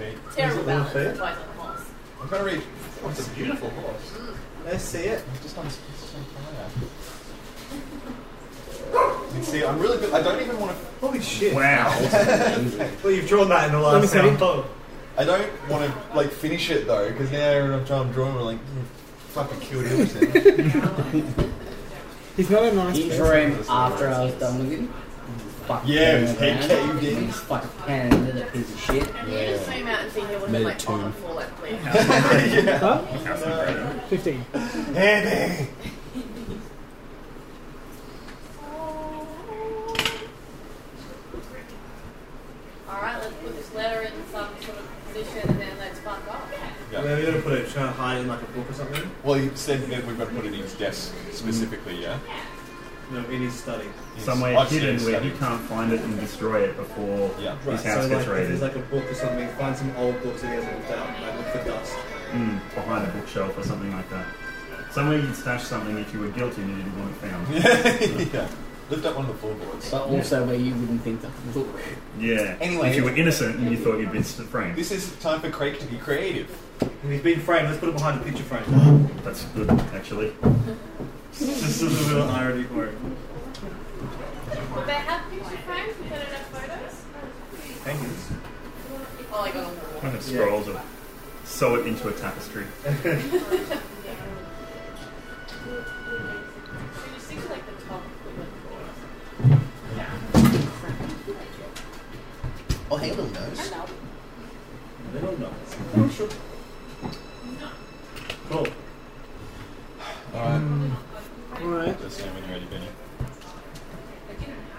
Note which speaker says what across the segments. Speaker 1: balance.
Speaker 2: see it?
Speaker 1: That's why it's on the horse.
Speaker 2: I'm going to read. Oh, it's a beautiful horse.
Speaker 3: Let's see it. Just on, just on fire.
Speaker 2: You can see, I'm really good. I don't even want to.
Speaker 3: Holy shit.
Speaker 4: Wow.
Speaker 3: Well, you've drawn that in the last
Speaker 4: Let me see.
Speaker 3: hour.
Speaker 2: I don't want to like finish it though, because now I'm trying to draw. We're like, "Mm, fucking killed everything.
Speaker 4: He's not a nice
Speaker 5: He
Speaker 4: person.
Speaker 5: drew him after I was done with him. Fuck
Speaker 2: Yeah,
Speaker 5: him
Speaker 2: his
Speaker 5: around.
Speaker 2: head caved in.
Speaker 5: He's fucking pan into that piece of shit.
Speaker 1: Can you just zoom out and see here what
Speaker 6: Made
Speaker 1: it's
Speaker 6: a
Speaker 1: like on the
Speaker 6: tomb.
Speaker 1: floor like playing?
Speaker 2: yeah.
Speaker 4: Huh?
Speaker 7: House of Greta.
Speaker 4: 15.
Speaker 2: Andy.
Speaker 1: Alright, let's put this letter in some sort of position and then let's fuck off.
Speaker 3: Yeah.
Speaker 2: Yeah.
Speaker 3: We're going to put it, try and hide it in like a book or something.
Speaker 2: Well, you said that we've got to put it in his desk specifically, yeah.
Speaker 3: No, in his study.
Speaker 2: Yes.
Speaker 7: Somewhere
Speaker 2: I've seen
Speaker 7: hidden
Speaker 2: it
Speaker 7: where
Speaker 2: studied.
Speaker 7: he can't find it and destroy it before
Speaker 2: Yeah.
Speaker 7: his
Speaker 2: Right,
Speaker 7: house
Speaker 3: so
Speaker 7: gets
Speaker 3: like, if
Speaker 7: raided.
Speaker 3: there's like a book or something, find some old books that he hasn't looked at, like look for dust.
Speaker 7: mm, behind a bookshelf or something like that. Somewhere you'd stash something if you were guilty and you didn't want it found.
Speaker 2: yeah. Lift up one of the floorboards.
Speaker 5: But also where you wouldn't think to look.
Speaker 7: Yeah.
Speaker 2: Anyway.
Speaker 7: If you were innocent and you thought you'd been framed.
Speaker 2: This is time for Craig to be creative.
Speaker 3: And he's been framed, let's put it behind a picture frame.
Speaker 7: That's good, actually.
Speaker 3: Just a little bit of irony for it.
Speaker 1: Would they have picture frames if they don't have photos?
Speaker 3: Hangers.
Speaker 1: Oh, I got on the wall.
Speaker 7: Kind of scrolls or sew it into a tapestry.
Speaker 1: Should you stick to like the top?
Speaker 5: Oh, hey, little nose.
Speaker 1: Hello.
Speaker 3: They don't know. Oh, sure. Cool.
Speaker 2: Alright.
Speaker 4: Alright.
Speaker 2: Just say when you're ready, Benny.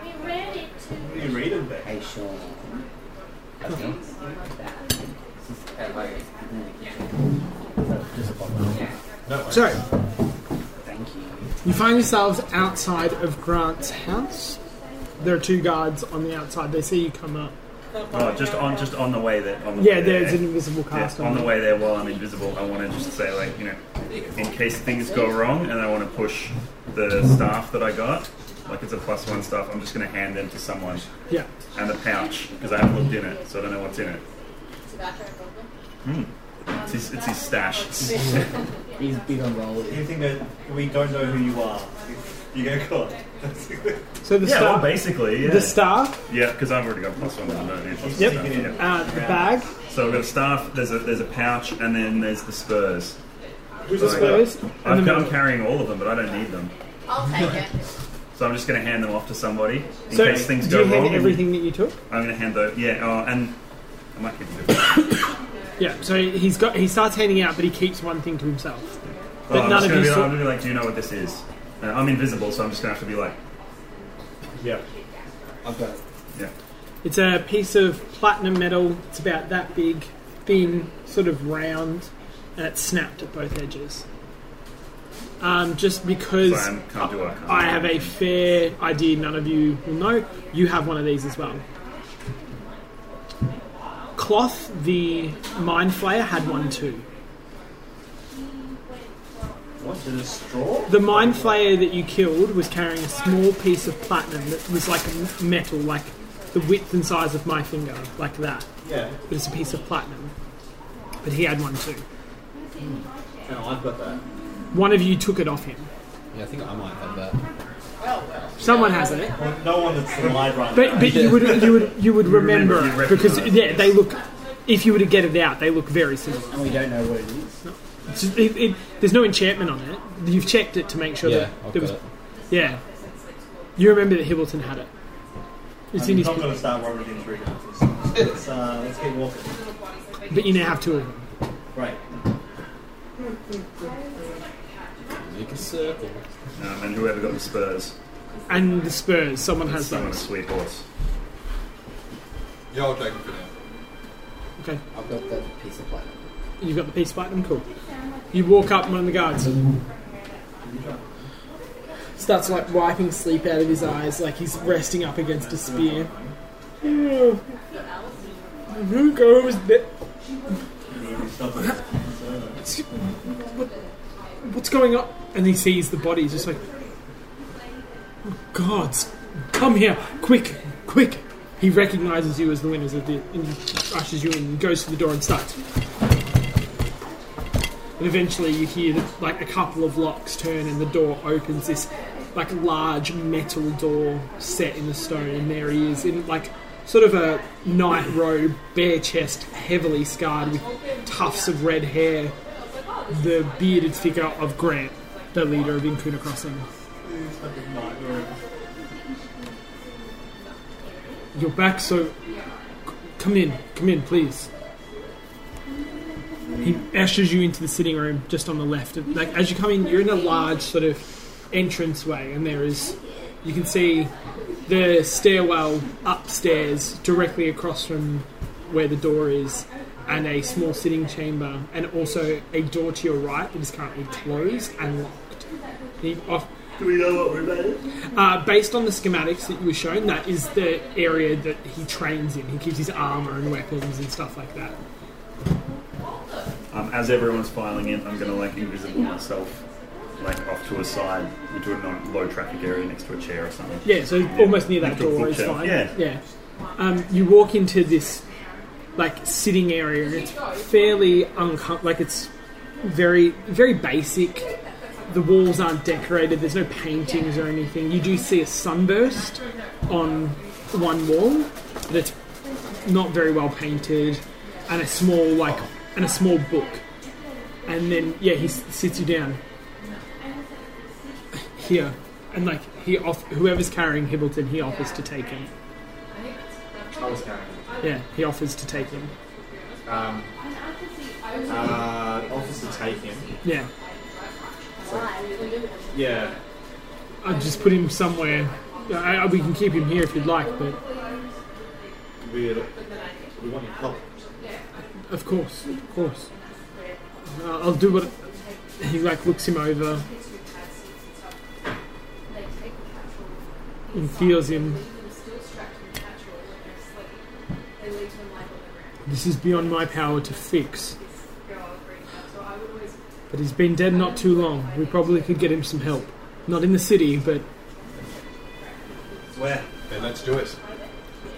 Speaker 1: We read it too.
Speaker 3: You can read them back.
Speaker 5: Hey, Sean.
Speaker 2: No worries.
Speaker 4: So,
Speaker 5: Thank you.
Speaker 4: you find yourselves outside of Grant's house. There are two guards on the outside. They see you come up.
Speaker 7: Oh, just on just on the way there. On the
Speaker 4: Yeah,
Speaker 7: way
Speaker 4: there's
Speaker 7: there.
Speaker 4: an invisible
Speaker 7: Yeah,
Speaker 4: cast
Speaker 7: on the
Speaker 4: it.
Speaker 7: way there while I'm invisible, I want to just say, like, you know, in case things go wrong, and I want to push the staff that I got, like it's a plus one staff, I'm just going to hand them to someone.
Speaker 4: Yeah.
Speaker 7: And the pouch, because I haven't looked in it, so I don't know what's in it.
Speaker 1: Tobacco problem.
Speaker 7: It's his, it's his stash.
Speaker 5: He's big on roll.
Speaker 3: You think that we don't know who you are if you get caught. Basically.
Speaker 4: So the
Speaker 7: yeah, well,
Speaker 4: staff,
Speaker 7: basically, yeah.
Speaker 4: the staff,
Speaker 7: yeah, because I've already got plus one, I don't need plus
Speaker 4: Yep.
Speaker 7: one staff, yeah.
Speaker 4: uh, the bag,
Speaker 7: So I've got a staff, there's a, there's a pouch, and then there's the spurs.
Speaker 4: the
Speaker 7: Like,
Speaker 4: spurs,
Speaker 7: I've
Speaker 4: and
Speaker 7: got, I'm
Speaker 4: the
Speaker 7: carrying all of them, but I don't need them.
Speaker 1: I'll take it.
Speaker 7: So I'm just going to hand them off to somebody in
Speaker 4: So,
Speaker 7: case things
Speaker 4: do
Speaker 7: go
Speaker 4: you hand
Speaker 7: wrong. and-
Speaker 4: everything that you took?
Speaker 7: I'm gonna hand over. Yeah, oh, and I might give you. a-
Speaker 4: Yeah. So he's got. He starts handing out, but he keeps one thing to himself.
Speaker 7: Oh,
Speaker 4: But
Speaker 7: I'm
Speaker 4: none
Speaker 7: just
Speaker 4: of
Speaker 7: gonna
Speaker 4: you
Speaker 7: be, like,
Speaker 4: saw.
Speaker 7: I'm gonna be like, do you know what this is? Uh, I'm invisible, so I'm just gonna have to be like, yeah,
Speaker 5: I've got it.
Speaker 7: yeah.
Speaker 4: It's a piece of platinum metal. It's about that big, thin, sort of round, and it's snapped at both edges. Um, just because
Speaker 7: So I can't do it.
Speaker 4: I have a fair idea, none of you will know. You have one of these as well. Cloth, the mind flayer, had one too.
Speaker 3: What? Is it a straw?
Speaker 4: The mind flayer that you killed was carrying a small piece of platinum that was like a metal, like the width and size of my finger, like that.
Speaker 3: Yeah.
Speaker 4: But it's a piece of platinum. But he had one too.
Speaker 3: No, Hmm. I've got that.
Speaker 4: One of you took it off him.
Speaker 6: Yeah, I think I might have that.
Speaker 4: Someone has it,
Speaker 3: Well, no one that's alive right
Speaker 4: but
Speaker 3: now.
Speaker 4: but you would you would you would remember,
Speaker 7: remember,
Speaker 4: it
Speaker 7: you
Speaker 4: because
Speaker 7: recognise it,
Speaker 4: yeah, they look. If you were to get it out, they look very similar.
Speaker 5: And we don't know what it is.
Speaker 4: It's just- it- it- there's no enchantment on it. You've checked it to make sure
Speaker 6: Yeah,
Speaker 4: that
Speaker 6: I've
Speaker 4: there
Speaker 6: got
Speaker 4: was.
Speaker 6: it.
Speaker 4: Yeah, you remember that Hibbleton had it. It's in
Speaker 3: I'm
Speaker 4: his.
Speaker 3: not going to start worrying in three guys. Let's, uh, let's keep walking.
Speaker 4: But you now have two of them.
Speaker 3: Right.
Speaker 6: Make a circle.
Speaker 7: Um, and whoever got the Spurs,
Speaker 4: and the Spurs. Someone has
Speaker 7: someone a
Speaker 4: those.
Speaker 7: sweet horse.
Speaker 2: Yeah, I'll take it for now.
Speaker 4: Okay,
Speaker 5: I've got the piece of platinum.
Speaker 4: you've got the piece platinum. Cool. You walk up, one of the guards starts like wiping sleep out of his eyes, like he's resting up against a spear. Yeah. Who goes there?
Speaker 3: Stop it.
Speaker 4: What, what's going on? And he sees the body, he's just like, "Oh, gods, come here, quick, quick. He recognizes you as the winners of the, and he rushes you in, and goes to the door and starts. And eventually, you hear like a couple of locks turn, and the door opens. This like large metal door set in the stone, and there he is in like sort of a night robe, bare chest, heavily scarred with tufts of red hair. The bearded figure of Grant, the leader of Incuna Crossing. You're back, so c- come in, come in, please. He ushers you into the sitting room just on the left. Like as you come in, you're in a large sort of entranceway, and there is you can see the stairwell upstairs, directly across from where the door is, and a small sitting chamber, and also a door to your right that is currently closed and locked. He off,
Speaker 8: Do we know what we're about? it?
Speaker 4: uh, based on the schematics that you were shown, that is the area that he trains in. He keeps his armor and weapons and stuff like that.
Speaker 7: Um, as everyone's filing in, I'm going to like invisible myself, like off to a side into a non- low traffic area next to a chair or something.
Speaker 4: Yeah, so almost near that
Speaker 7: Next to a
Speaker 4: door is
Speaker 7: bookshelf.
Speaker 4: fine.
Speaker 7: Yeah.
Speaker 4: Um, you walk into this like sitting area. and It's fairly uncom- like it's very very basic. The walls aren't decorated. There's no paintings or anything. You do see a sunburst on one wall, but it's not very well painted, and a small like and a small book. And then yeah, he s- sits you down here, and like he off whoever's carrying Hibbleton, he offers to take him.
Speaker 3: I was carrying.
Speaker 4: Yeah, he offers to take him.
Speaker 3: Um, uh, offers to take him.
Speaker 4: Yeah,
Speaker 3: Yeah.
Speaker 4: I'll just put him somewhere. I, I, we can keep him here if you'd like, but
Speaker 3: We, we want your help.
Speaker 4: of course, of course, uh, I'll do what. He like looks him over and feels him. This is beyond my power to fix, but he's been dead not too long. We probably could get him some help. Not in the city, but
Speaker 8: Where?
Speaker 2: Then let's do it.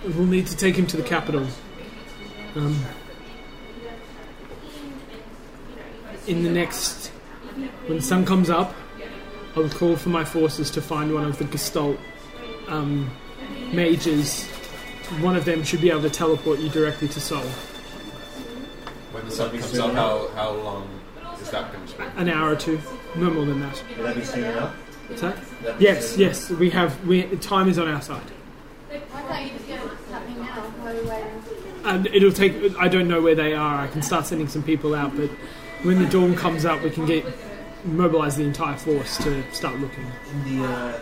Speaker 4: We'll need to take him to the capital. Um, in the next, when the sun comes up, I will call for my forces to find one of the Gestalt um, mages. One of them should be able to teleport you directly to Seoul.
Speaker 6: When the sun comes up, how, how long is that going to be?
Speaker 4: An hour or two, no more than that.
Speaker 8: Will that be soon enough?
Speaker 4: What's that? Yes, yes, we have. We, time is on our side.
Speaker 1: Why can't you just get something now? Why are we waiting?
Speaker 4: And it'll take. I don't know where they are. I can start sending some people out, but when the dawn comes up, we can get mobilize the entire force to start looking.
Speaker 8: In the uh,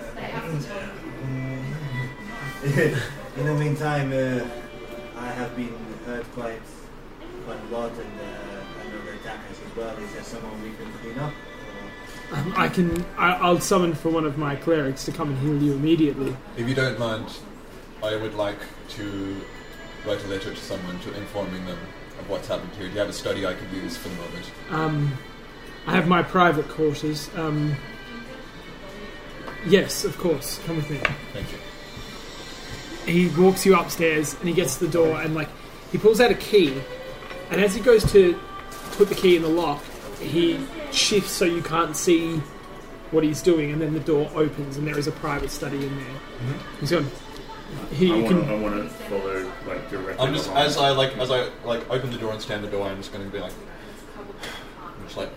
Speaker 8: in the meantime, uh, I have been hurt quite quite a lot, and uh, I know the attackers as well. Is there someone we can clean up?
Speaker 4: Um, I can. I, I'll summon for one of my clerics to come and heal you immediately.
Speaker 2: If you don't mind, I would like to write a letter to someone to informing them of what's happened here. Do you have a study I could use for the moment?
Speaker 4: Um, I have my private quarters. Um, yes, of course. Come with me.
Speaker 2: Thank you.
Speaker 4: he walks you upstairs and he gets to the door and like he pulls out a key and as he goes to put the key in the lock he shifts so you can't see what he's doing and then the door opens and there is a private study in there he's gone here
Speaker 7: I
Speaker 4: you
Speaker 7: want to
Speaker 4: can
Speaker 7: I want to follow like directly.
Speaker 2: I'm just
Speaker 7: behind.
Speaker 2: as I like as I like open the door and stand the door. I'm just going to be like, I'm just like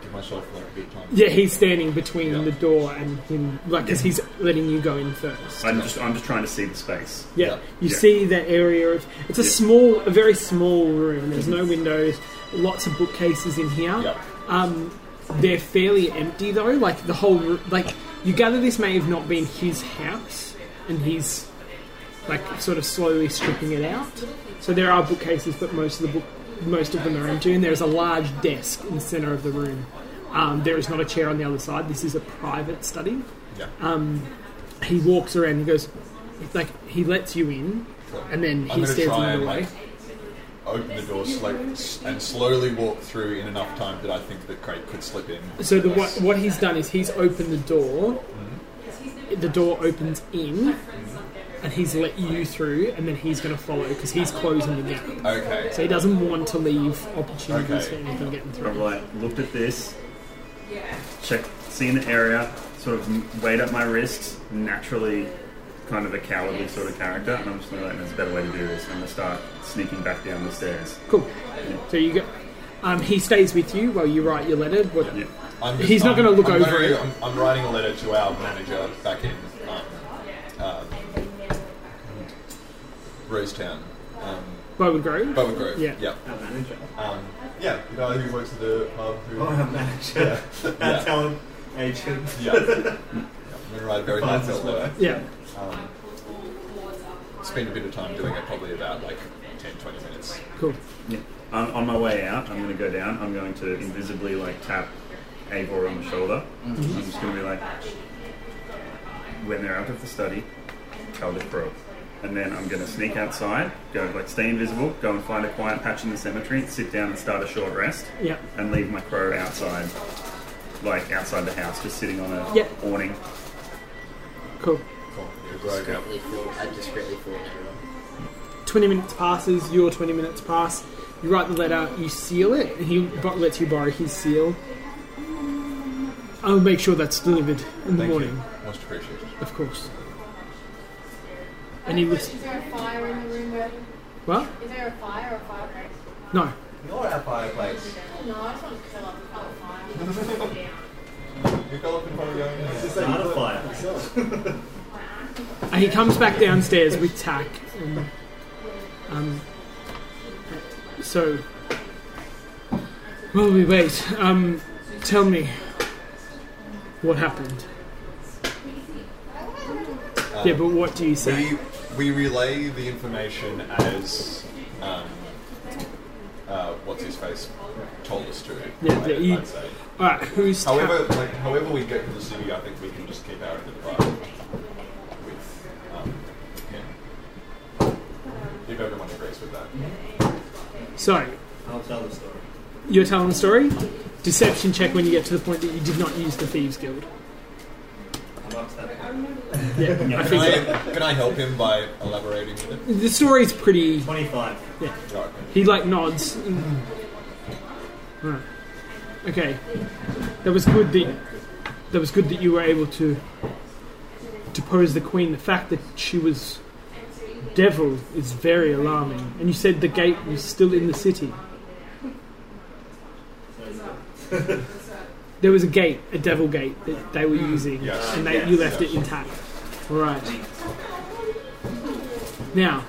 Speaker 2: give myself like a bit of time.
Speaker 4: yeah he's standing between
Speaker 2: Yeah.
Speaker 4: the door and him like because he's letting you go in first
Speaker 7: I'm just I'm just trying to see the space.
Speaker 4: Yeah,
Speaker 2: Yeah.
Speaker 4: you
Speaker 7: Yeah.
Speaker 4: see that area of it's a
Speaker 7: Yeah.
Speaker 4: small, a very small room. There's no windows. Lots of bookcases in here.
Speaker 2: Yeah.
Speaker 4: Um, they're fairly empty though. Like the whole, ro- like you gather this may have not been his house, and he's like sort of slowly stripping it out. So there are bookcases, but most of the book, most of them are empty. And there is a large desk in the center of the room. Um, there is not a chair on the other side. This is a private study
Speaker 2: Yeah.
Speaker 4: he walks around and he goes like he lets you in and then
Speaker 2: I'm
Speaker 4: he
Speaker 2: going to
Speaker 4: stands in
Speaker 2: try
Speaker 4: the
Speaker 2: and
Speaker 4: way
Speaker 2: like open the door slow and slowly walk through in enough time that I think that Craig could slip in.
Speaker 4: so the, what, what he's done is he's opened the door the door opens in and he's let you through, and then he's going to follow because he's closing the gap.
Speaker 2: Okay.
Speaker 4: So he doesn't want to leave
Speaker 2: Okay.
Speaker 4: opportunities for anything getting
Speaker 7: I've
Speaker 4: through.
Speaker 7: like looked at this, checked, seen the area, sort of weighed up my risks. Naturally, kind of a cowardly sort of character, and I'm just gonna like, there's a better way to do this. I'm gonna start sneaking back down the stairs.
Speaker 4: Cool. So you go. Um, he stays with you while you write your letter. What,
Speaker 7: Yeah.
Speaker 2: I'm
Speaker 4: He's not gonna look
Speaker 2: I'm
Speaker 4: over
Speaker 2: gonna-
Speaker 4: it.
Speaker 2: I'm, I'm writing a letter to our manager back in um, um, Rosetown, um,
Speaker 4: Bowen Grove?
Speaker 2: Bowen Grove.
Speaker 4: Yeah.
Speaker 2: yeah,
Speaker 8: Our manager.
Speaker 2: um, yeah. The guy who works at the pub. Who,
Speaker 8: Oh, our manager.
Speaker 2: Yeah.
Speaker 8: Our talent agent.
Speaker 2: yeah. yeah. I'm gonna write a very
Speaker 8: Finds
Speaker 2: heartfelt
Speaker 8: his
Speaker 2: letter.
Speaker 4: Yeah.
Speaker 2: Um, spend a bit of time doing it, probably about like 10, 20 minutes.
Speaker 4: Cool.
Speaker 7: Yeah. On, on my way out, I'm going to go down. I'm going to invisibly like tap Eivor on the shoulder. I'm just going to be like, when they're out of the study, tell the crow. And then I'm going to sneak outside, go like stay invisible, go and find a quiet patch in the cemetery, sit down and start a short rest,
Speaker 4: Yeah.
Speaker 7: and leave my crow outside, like outside the house, just sitting on a
Speaker 4: Yep.
Speaker 7: awning.
Speaker 4: Cool.
Speaker 6: Discreetly fool. I discreetly fooled everyone.
Speaker 4: 20 minutes passes, your 20 minutes pass. You write the letter, you seal it, and he bo- lets you borrow his seal. I'll make sure that's delivered in the
Speaker 2: Thank
Speaker 4: morning,
Speaker 2: you. Much appreciated.
Speaker 4: of course. And he was.
Speaker 1: Is there a fire in the room? Where,
Speaker 4: What?
Speaker 1: is there a fire or a fireplace?
Speaker 4: No.
Speaker 2: You're our fireplace.
Speaker 1: No, I just want to curl up and call it fire.
Speaker 2: You go up in front of your own house.
Speaker 8: Start a fire.
Speaker 4: And he comes back downstairs with Tack. And, um, so, well, we wait. Um, tell me what happened. yeah, but what do you say?
Speaker 2: We we relay the information as um, uh, what's his face told us to.
Speaker 4: Yeah,
Speaker 2: I'd-
Speaker 4: yeah, you-
Speaker 2: I'd say.
Speaker 4: All right, who's Tack?
Speaker 2: However, like however we get to the city, I think we can just keep our end of the bargain with um, him. If everyone agrees with that,
Speaker 4: So,
Speaker 8: I'll tell the story.
Speaker 4: you're telling the story. Deception check when you get to the point that you did not use the thieves guild.
Speaker 8: I'm upset.
Speaker 4: Yeah, I
Speaker 2: can
Speaker 4: think
Speaker 2: I, can I help him by elaborating? with it?
Speaker 4: the story's pretty.
Speaker 8: 25.
Speaker 2: No, okay.
Speaker 4: He like nods. and- Right. Okay, that was good. That that was good that you were able to depose the queen. The fact that she was devil is very alarming. And you said the gate was still in the city. There was a gate, a devil gate that they were using,
Speaker 2: Hmm. Yes.
Speaker 4: and they, you left it intact. Right. Now,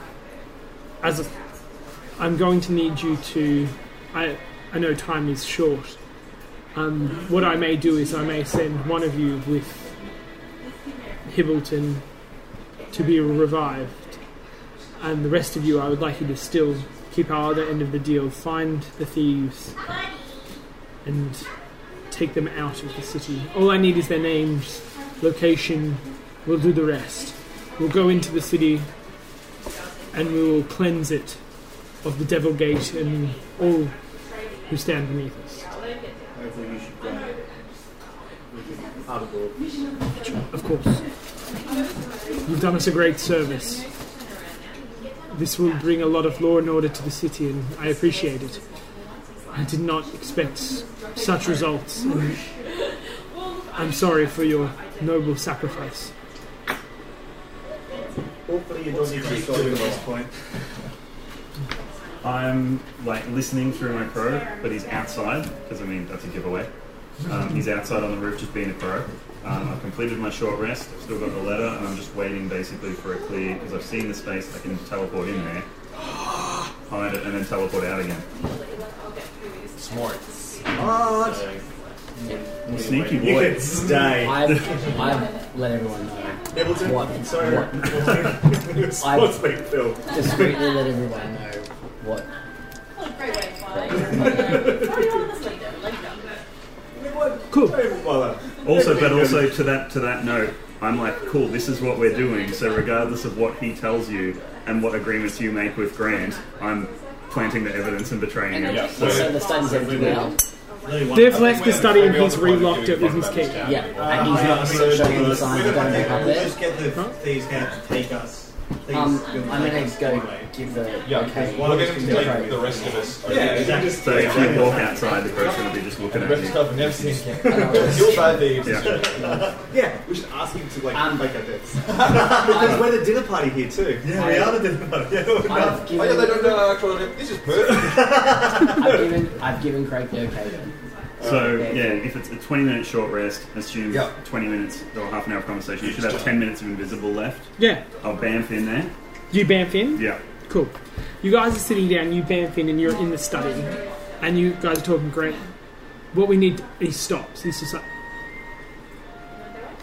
Speaker 4: as a, I'm going to need you to, I I know time is short. Um, what I may do is I may send one of you with Hibbleton to be revived, and the rest of you, I would like you to still keep our other end of the deal, find the thieves, and take them out of the city. All I need is their names, location, we'll do the rest. We'll go into the city and we will cleanse it of the Devil Gate and all who stand beneath us.
Speaker 8: I think you should go.
Speaker 4: Of course. You've done us a great service. This will bring a lot of law and order to the city, and I appreciate it. I did not expect such results, and I'm sorry for your noble sacrifice.
Speaker 8: Hopefully you don't need to stop at this point.
Speaker 7: I'm like listening through my crow, but he's outside because I mean that's a giveaway. Um, he's outside on the roof, just being a crow. Um, I've completed my short rest. I've still got the letter, and I'm just waiting basically for a clear because I've seen the space. I can teleport in there, hide it, and then teleport out again.
Speaker 2: Smart.
Speaker 8: What?
Speaker 7: I'm a sneaky
Speaker 8: You
Speaker 7: boy.
Speaker 8: can stay.
Speaker 6: I've, I've let everyone know.
Speaker 8: Middleton,
Speaker 6: What?
Speaker 8: sorry.
Speaker 6: What?
Speaker 8: What's
Speaker 6: I've
Speaker 8: big Phil?
Speaker 6: discreetly let everyone know what.
Speaker 1: What a great way to fire. Sorry, I want to sleep there. Like that.
Speaker 4: Cool.
Speaker 8: Don't
Speaker 3: uh,
Speaker 8: bother.
Speaker 7: Also, but also to that to that note, I'm like, cool. This is what we're doing. So regardless of what he tells you and what agreements you make with Grant, I'm planting the evidence and betraying him.
Speaker 2: Yeah.
Speaker 6: So
Speaker 2: So,
Speaker 6: the studies have been out.
Speaker 4: They've left the study and he's relocked it with his key.
Speaker 3: Uh,
Speaker 6: Yeah, and he's not showing the signs of going back up
Speaker 8: We'll
Speaker 6: there.
Speaker 8: just get the thieves' head to take us. Please,
Speaker 5: Um,
Speaker 8: good
Speaker 5: I'm
Speaker 8: luck.
Speaker 5: gonna go
Speaker 8: Anyway.
Speaker 5: give the
Speaker 3: Yeah,
Speaker 5: okay.
Speaker 3: one-
Speaker 2: We'll get him to
Speaker 5: Yeah,
Speaker 2: take
Speaker 5: right.
Speaker 2: the rest of us. over.
Speaker 3: Yeah,
Speaker 8: exactly.
Speaker 7: So if you walk outside, the crow's going to be just looking
Speaker 3: And the
Speaker 7: at
Speaker 3: rest of
Speaker 7: you.
Speaker 3: stuff never seen again.
Speaker 5: I know, it's-
Speaker 6: You'll buy these.
Speaker 7: Yeah.
Speaker 9: Yeah, we should ask him to like
Speaker 5: Um,
Speaker 9: make a bets. because we're the dinner party here too.
Speaker 8: Yeah, we are the dinner party. Yeah, we're not-
Speaker 2: Oh yeah,
Speaker 5: I've
Speaker 2: they
Speaker 5: given,
Speaker 2: don't know actual name. This is perfect.
Speaker 5: I've given, I've given Craig the okay then.
Speaker 7: So yeah, if it's a 20 minute short rest, assume 20 minutes or half an hour of conversation. You should have 10 minutes of invisible left.
Speaker 4: Yeah.
Speaker 7: I'll bamf in there.
Speaker 4: You bamf in?
Speaker 7: Yeah.
Speaker 4: Cool. You guys are sitting down, you bamf in, and you're in the study. And you guys are talking great. What we need, he stops. He's just like,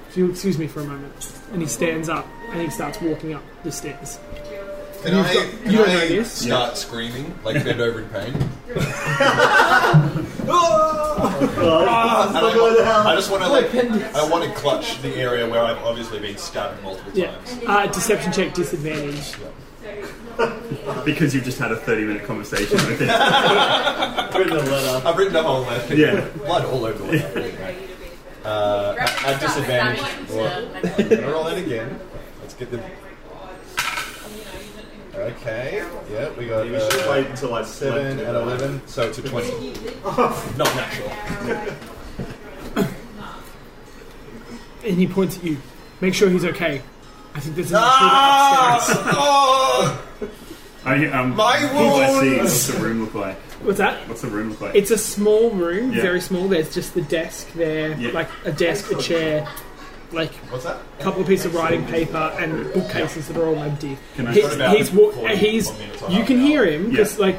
Speaker 4: if you'll excuse me for a moment. And he stands up and he starts walking up the stairs.
Speaker 2: Can
Speaker 4: You've
Speaker 2: I,
Speaker 4: got-
Speaker 2: can
Speaker 4: you don't
Speaker 2: I
Speaker 4: know this?
Speaker 2: start screaming, like bend over in pain?
Speaker 9: Oh,
Speaker 2: And I, want- I just want to like, I want to clutch the area where I've obviously been stabbed multiple
Speaker 4: Yeah.
Speaker 2: times.
Speaker 4: Uh, deception check disadvantage.
Speaker 7: Because you've just had a 30 minute conversation with it.
Speaker 9: Written a letter.
Speaker 2: I've written a whole list.
Speaker 7: Yeah.
Speaker 2: Blood all over the way. Uh, at disadvantage. Well, I'm gonna roll in again. Let's get the. Okay. Yeah, we got.
Speaker 9: We should
Speaker 2: uh,
Speaker 9: wait until I
Speaker 2: Seven and eleven, so it's a twenty. Not natural.
Speaker 4: And he points at you. Make sure he's okay. I think there's an intruder upstairs.
Speaker 2: Ah!
Speaker 7: I, um,
Speaker 2: My
Speaker 7: what do I see?
Speaker 2: wounds!
Speaker 7: What's the room look like?
Speaker 4: What's that?
Speaker 7: What's the room look like?
Speaker 4: It's a small room,
Speaker 7: Yeah.
Speaker 4: very small. There's just the desk there,
Speaker 7: Yeah.
Speaker 4: like a desk, a chair, like
Speaker 2: What's that?
Speaker 4: a couple of pieces of writing paper and bookcases that are all empty.
Speaker 7: Can I-
Speaker 4: he's,
Speaker 7: What
Speaker 2: about
Speaker 4: he's, wa-
Speaker 2: forty
Speaker 4: he's
Speaker 2: minutes or
Speaker 4: you
Speaker 2: half
Speaker 4: can
Speaker 2: an
Speaker 4: hear
Speaker 2: hour?
Speaker 4: him because
Speaker 7: Yeah.
Speaker 4: like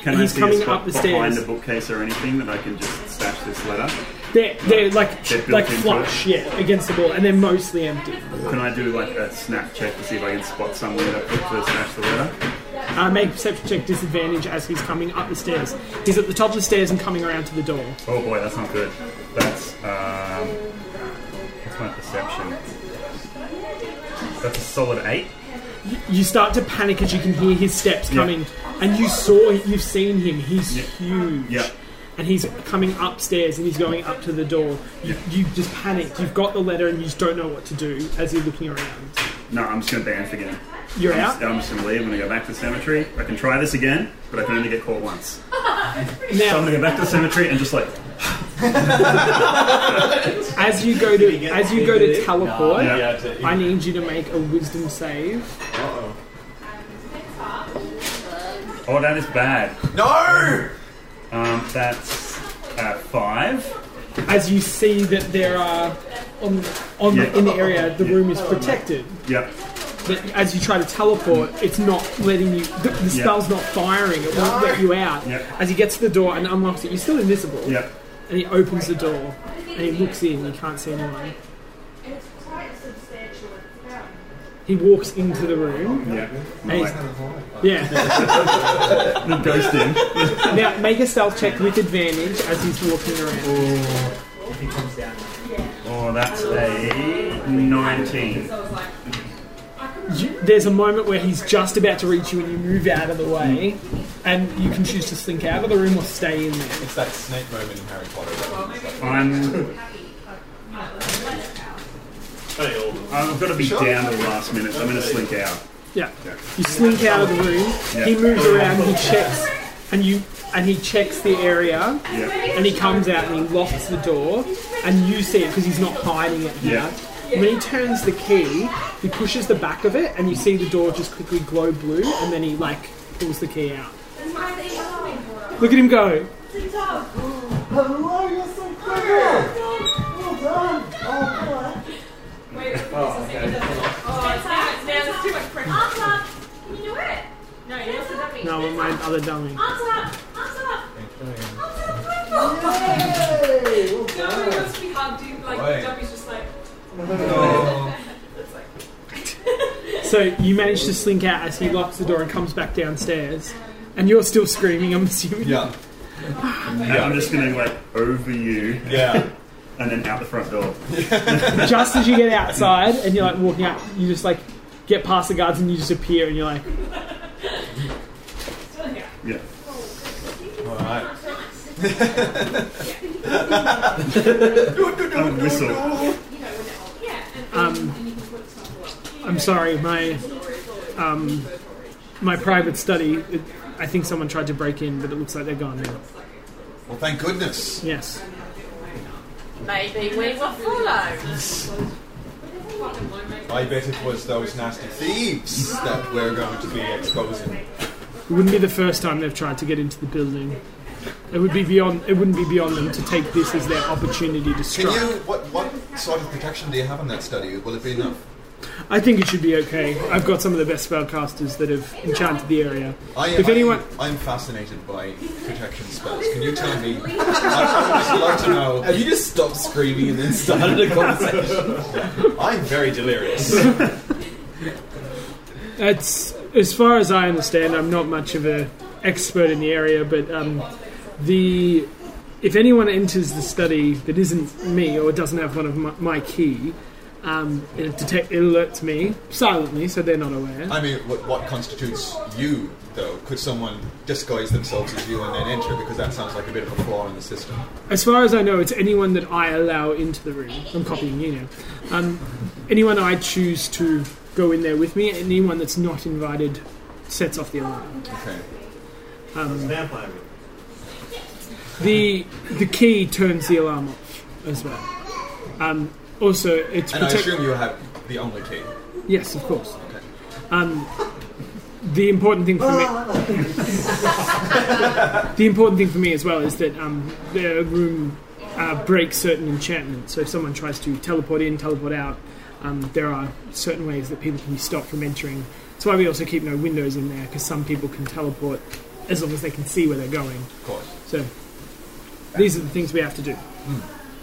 Speaker 7: Can
Speaker 4: he's
Speaker 7: I see
Speaker 4: coming
Speaker 7: a spot
Speaker 4: up the
Speaker 7: behind
Speaker 4: stairs.
Speaker 7: the bookcase or anything that I can just stash this letter?
Speaker 4: they're, they're like
Speaker 7: They're built
Speaker 4: like
Speaker 7: into
Speaker 4: flush, yeah, against the wall, and they're mostly empty.
Speaker 7: Can I do like a snap check to see if I can spot somewhere that put to smash the letter?
Speaker 4: Uh, make perception check disadvantage as he's coming up the stairs. He's at the top of the stairs and coming around to the door.
Speaker 7: Oh boy, that's not good. That's um, that's my perception. That's a solid eight.
Speaker 4: You start to panic as you can hear his steps coming, and you saw you've seen him. He's
Speaker 7: Yeah.
Speaker 4: huge.
Speaker 7: Yeah.
Speaker 4: And he's coming upstairs and he's going up to the door. You, you just panicked. You've got the letter and you just don't know what to do as you're looking around.
Speaker 7: No, I'm just gonna bamf again.
Speaker 4: You're
Speaker 7: I'm just,
Speaker 4: out.
Speaker 7: I'm just gonna leave. I'm gonna go back to the cemetery. I can try this again, but I can only get caught once. So I'm
Speaker 4: Now,
Speaker 7: gonna go back to the cemetery and just like
Speaker 4: as you go to as you go to teleport,
Speaker 7: Oh, yeah.
Speaker 4: I need you to make a wisdom save.
Speaker 7: Oh, that is bad.
Speaker 2: No!
Speaker 7: Um, that's uh, five.
Speaker 4: As you see that there are on on the,
Speaker 7: Yeah.
Speaker 4: in the area, the
Speaker 7: Yeah.
Speaker 4: room is protected.
Speaker 7: Yep.
Speaker 4: But as you try to teleport, it's not letting you. The, the
Speaker 7: Yeah.
Speaker 4: spell's not firing. It won't let you out.
Speaker 7: Yeah.
Speaker 4: As he gets to the door and unlocks it, you're still invisible.
Speaker 7: Yep.
Speaker 4: And he opens the door and he looks in. You can't see anyone. He walks into the room.
Speaker 7: Yep.
Speaker 4: And he's, yeah.
Speaker 7: Ghost in.
Speaker 4: now make a stealth check with advantage as he's walking around.
Speaker 8: He comes down.
Speaker 7: Oh, that's a nineteen.
Speaker 4: You, there's a moment where he's just about to reach you and you move out of the way, and you can choose to slink out of the room or stay in there.
Speaker 2: It's that snake moment in Harry Potter. That
Speaker 7: I'm. I've got to be down to the last minute. so I'm going to slink out.
Speaker 4: Yeah. You slink out of the room.
Speaker 7: Yeah.
Speaker 4: He moves around. He checks, and you and he checks the area,
Speaker 7: Yeah.
Speaker 4: and he comes out and he locks the door, and you see it because he's not hiding it now.
Speaker 7: Yeah.
Speaker 4: When he turns the key, he pushes the back of it, and you see the door just quickly glow blue, and then he like pulls the key out. Look at him go.
Speaker 9: Hello, you're so clever. Well done. Oh,
Speaker 4: No, my other dummy.
Speaker 9: hey, well
Speaker 6: No,
Speaker 9: done.
Speaker 6: it must be hard to like
Speaker 2: Why?
Speaker 6: the dummy's just like
Speaker 2: Oh.
Speaker 4: So you manage to slink out as he locks the door and comes back downstairs, and you're still screaming. I'm assuming.
Speaker 2: Yeah.
Speaker 7: And I'm just going to like over you
Speaker 2: Yeah.
Speaker 7: and then out the front door.
Speaker 4: just as you get outside and you're like walking out, you just like get past the guards and you just appear and you're like,
Speaker 7: Yeah.
Speaker 2: Alright.
Speaker 7: And whistle.
Speaker 4: um, I'm sorry, my uh, um, my private study. It, I think someone tried to break in, but it looks like they're gone now.
Speaker 2: Well, thank goodness.
Speaker 4: Yes.
Speaker 1: Maybe we were followed.
Speaker 2: I bet it was those nasty thieves that we're going to be exposing.
Speaker 4: It wouldn't be the first time they've tried to get into the building. It would be beyond. It wouldn't be beyond them to take this as their opportunity to
Speaker 2: Can
Speaker 4: strike.
Speaker 2: you? What what sort of protection do you have on that study? Will it be enough?
Speaker 4: I think it should be okay. I've got some of the best spellcasters that have enchanted the area.
Speaker 2: I am,
Speaker 4: If anyone-
Speaker 2: I am fascinated by protection spells. Can you tell me? I'd like to know.
Speaker 6: Have you just stopped screaming and then started a conversation?
Speaker 2: I'm very delirious.
Speaker 4: That's as far as I understand. I'm not much of a expert in the area, but um, the if anyone enters the study that isn't me or doesn't have one of my, my key, um, it, detect, it alerts me silently, so they're not aware.
Speaker 2: I mean, what, what constitutes you, though? Could someone disguise themselves as you and then enter? Because that sounds like a bit of a flaw in the system.
Speaker 4: As far as I know, it's anyone that I allow into the room. I'm copying you now. Um, anyone I choose to go in there with me, anyone that's not invited sets off the alarm.
Speaker 2: Okay.
Speaker 8: Vampire.
Speaker 4: The the key turns the alarm off as well. Um, also, it's
Speaker 2: And I
Speaker 4: protect-
Speaker 2: assume you have the only key.
Speaker 4: yes, of course. Um, the important thing for me, the important thing for me as well is that um, the room uh, breaks certain enchantments. So if someone tries to teleport in, teleport out, um, there are certain ways that people can be stopped from entering. That's why we also keep no windows in there because some people can teleport as long as they can see where they're going.
Speaker 2: Of course.
Speaker 4: So these are the things we have to do.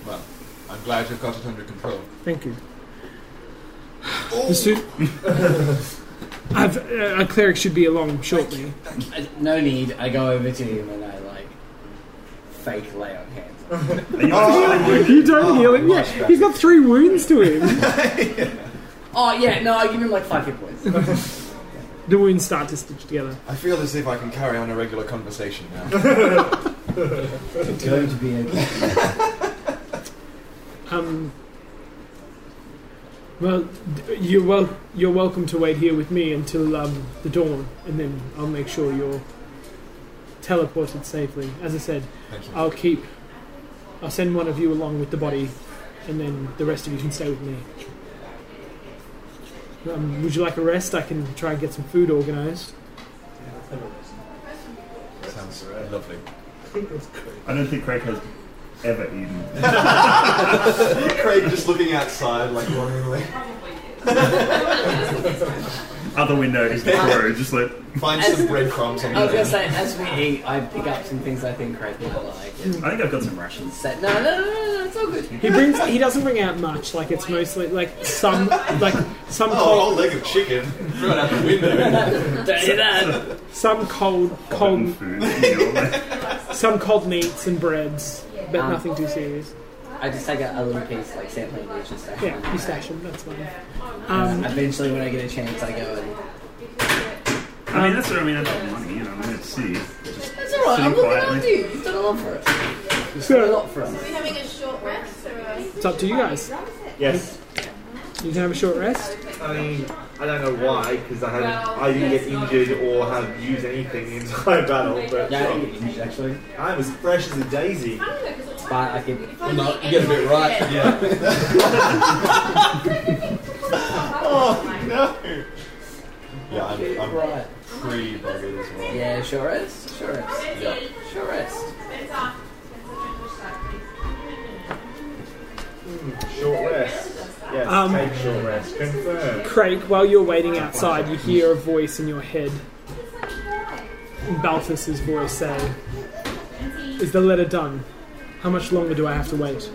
Speaker 2: Well, I'm glad you've got it under control.
Speaker 4: Thank you. The suit. I've, uh, a cleric should be along shortly.
Speaker 5: I- no need. I go over to him and I like fake lay on hands. on him.
Speaker 7: Are you
Speaker 5: Oh.
Speaker 7: actually wounded?
Speaker 4: You Oh, don't heal him yet. He's got three wounds to him.
Speaker 5: Oh yeah, no, I give him like five hit points.
Speaker 4: the wounds start to stitch together.
Speaker 2: I feel as if I can carry on a regular conversation now.
Speaker 5: It's going to be okay.
Speaker 4: Um, well, d- you're wel- you're welcome to wait here with me until um, the dawn, and then I'll make sure you're teleported safely. As I said,
Speaker 2: Thank you.
Speaker 4: I'll keep. I'll send one of you along with the body, and then the rest of you can stay with me. Um, would you like a rest? I can try and get some food organised.
Speaker 2: Sounds lovely.
Speaker 7: I don't think Craig has ever eaten.
Speaker 2: Craig just looking outside, like running away.
Speaker 7: Other window is the crow, just like
Speaker 2: Find some breadcrumbs on
Speaker 5: I was gonna
Speaker 2: the
Speaker 5: say, as we eat, I pick up some things I think Craig might like. And
Speaker 7: I think I've got some rations.
Speaker 5: say, no, no, no, no, no, it's all good.
Speaker 4: He brings. He doesn't bring out much. Like it's mostly like some like some
Speaker 2: Oh, a
Speaker 4: cold
Speaker 2: whole leg of chicken. Throw it out the window.
Speaker 5: Don't do that.
Speaker 4: some cold
Speaker 7: Cotton
Speaker 4: cold
Speaker 7: food. you know.
Speaker 4: some cold meats and breads, but
Speaker 5: Um,
Speaker 4: nothing too serious.
Speaker 5: I just take a, a little piece, like sampling each and stash. it in
Speaker 4: Yeah,
Speaker 5: my
Speaker 4: you
Speaker 5: bag.
Speaker 4: stash them. That's fine.
Speaker 5: Um,
Speaker 4: Um,
Speaker 5: eventually, when I get a chance, I go and.
Speaker 7: I mean, that's what I mean. I don't money, you know. I'm gonna see.
Speaker 5: It's alright, I'm
Speaker 7: Sitting
Speaker 5: looking
Speaker 7: quietly.
Speaker 5: after you. You've done a lot for us. Done a
Speaker 4: so
Speaker 5: lot for us.
Speaker 1: Are we having a short um, rest or a...
Speaker 4: it's up to you guys.
Speaker 3: Yes.
Speaker 4: You can have a short rest.
Speaker 3: I mean, I don't know why, because I haven't. I didn't get injured or have used anything the entire battle. But
Speaker 5: Yeah, I didn't get injured actually,
Speaker 3: I'm as fresh as a daisy.
Speaker 5: but I could.
Speaker 6: Well, no, you get a bit right.
Speaker 3: Yeah.
Speaker 1: Oh.
Speaker 2: yeah, I'm, I'm
Speaker 5: Right.
Speaker 2: pretty buggered as well.
Speaker 5: Yeah, sure is. Sure is.
Speaker 2: Yeah.
Speaker 5: Sure rest.
Speaker 3: Short rest. Yes.
Speaker 4: Um,
Speaker 3: take short rest. Confirm.
Speaker 4: Craig, while you're waiting outside, you hear a voice in your head. Balthus's voice say, "Is the letter done? How much longer do I have to wait?"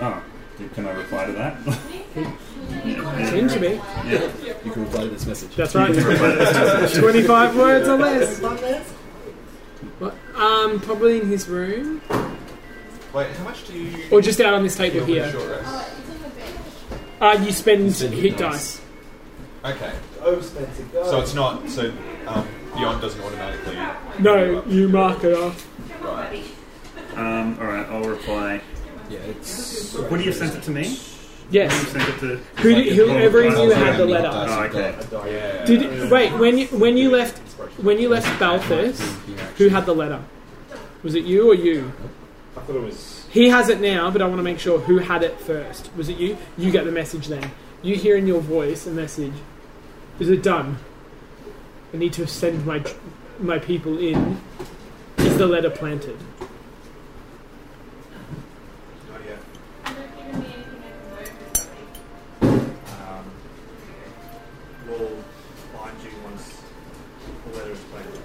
Speaker 7: Oh, can I reply to that?
Speaker 4: Seems to be.
Speaker 7: Yeah.
Speaker 6: You can reply to this message.
Speaker 4: That's right.
Speaker 7: Reply to this message.
Speaker 4: Twenty-five words or less. What? Um, probably in his room,
Speaker 2: Wait, how much do you
Speaker 4: or just out on this table
Speaker 2: deal with a
Speaker 4: here.
Speaker 2: short rest?
Speaker 4: Uh, you spend
Speaker 6: spend
Speaker 4: hit
Speaker 6: hit
Speaker 4: dice.
Speaker 6: dice.
Speaker 2: Okay.
Speaker 3: Oh, Spencer, go.
Speaker 2: So it's not. So um, Beyond doesn't automatically.
Speaker 4: No, you mark it off.
Speaker 2: Right.
Speaker 7: Um, all right, I'll reply.
Speaker 6: Yeah, it's.
Speaker 7: Would you have sent it to me? You
Speaker 4: Yes.
Speaker 7: sent it to.
Speaker 4: Who
Speaker 7: like
Speaker 4: did-
Speaker 7: a
Speaker 4: whoever
Speaker 7: twelve
Speaker 4: you
Speaker 7: class
Speaker 4: had the
Speaker 7: thing.
Speaker 4: letter.
Speaker 7: Oh, okay.
Speaker 6: Yeah.
Speaker 4: Did wait when you when you left when you left Balthus, who had the letter? Was it you or you?
Speaker 3: I thought it was.
Speaker 4: He has it now, but I want to make sure who had it first. Was it you? You get the message then. You hear in your voice a message. Is it done? I need to send my my people in. Is the letter planted?
Speaker 8: Um, we'll find you once the letter is planted.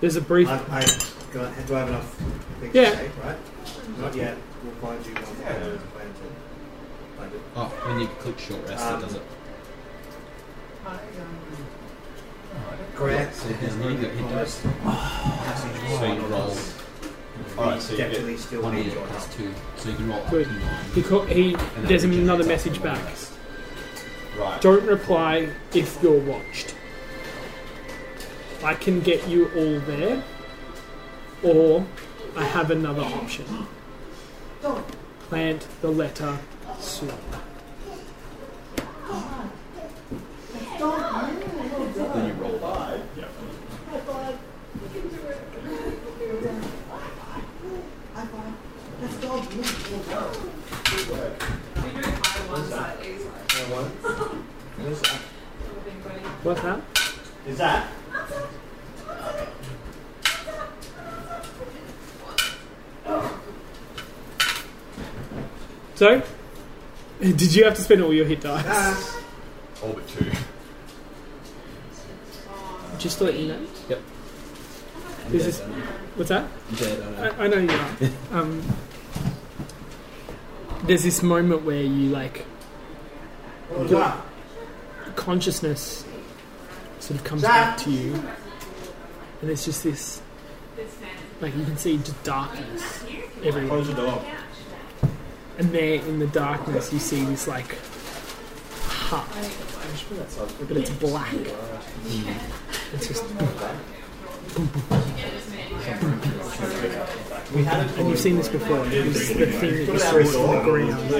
Speaker 4: There's a brief.
Speaker 8: I, I, do I do I have enough things
Speaker 4: Yeah.
Speaker 8: to say, right? Not yet. We'll find you once the letter is planted. planted.
Speaker 6: Oh, when you click short rest,
Speaker 8: Um,
Speaker 6: it does it.
Speaker 8: Correct.
Speaker 6: So he's not good, he does.
Speaker 2: Oh,
Speaker 6: So you roll.
Speaker 2: Alright, so you get
Speaker 8: definitely still
Speaker 6: One
Speaker 8: need
Speaker 6: hit
Speaker 8: your
Speaker 6: plus
Speaker 8: help.
Speaker 6: two. So you can roll up
Speaker 4: Good.
Speaker 6: to nine.
Speaker 4: He, call, he
Speaker 6: And that
Speaker 4: there's
Speaker 6: regenerates
Speaker 4: another
Speaker 6: after
Speaker 4: message
Speaker 6: one
Speaker 4: back.
Speaker 6: rest.
Speaker 2: right.
Speaker 4: Don't reply if you're watched. I can get you all there, or I have another option. Plant the letter soon.
Speaker 7: Then you roll. Yeah.
Speaker 4: What's that?
Speaker 8: Is that?
Speaker 4: So, did you have to spend all your hit dice?
Speaker 2: All but two.
Speaker 4: Just to let you know.
Speaker 6: Yep.
Speaker 4: This is what's that?
Speaker 6: Dead, I know.
Speaker 4: I, I know you are. Um, there's this moment where you like
Speaker 8: What's
Speaker 4: Your
Speaker 8: that?
Speaker 4: consciousness sort of comes back to you, and it's just this like you can see just darkness everywhere,
Speaker 8: Close the door.
Speaker 4: and there in the darkness you see this like hut, but it's black. It's just
Speaker 8: We had it.
Speaker 4: and you've seen this before. It was the thing that you saw
Speaker 8: Every
Speaker 4: on the
Speaker 8: door.
Speaker 4: ground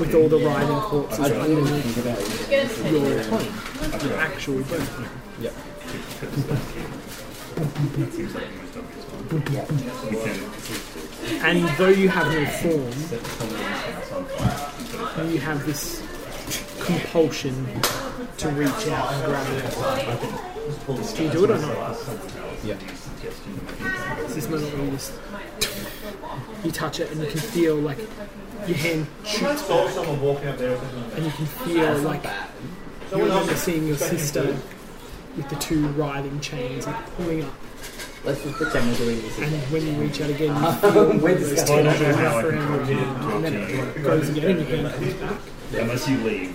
Speaker 4: with all the writhing corpses underneath your actual body.
Speaker 7: That seems like the most obvious one. We can.
Speaker 4: And though you have no form, you have this compulsion to reach out and grab it. Do you do it or not?
Speaker 6: Yeah.
Speaker 4: It's this moment where you just you touch it and you can feel like your hand
Speaker 8: I saw someone walking up there or something like that.
Speaker 4: and you can feel like you remember seeing your sister with the two writhing chains like pulling up.
Speaker 5: Let's just pretend we're doing this
Speaker 4: And
Speaker 5: again.
Speaker 4: when you reach out again, you
Speaker 5: We're
Speaker 4: feel those
Speaker 5: just
Speaker 4: tendrils
Speaker 7: I don't know how I
Speaker 4: wrap
Speaker 7: can
Speaker 4: around your arm and then it goes again and your hand comes back.
Speaker 7: Unless you leave.
Speaker 8: I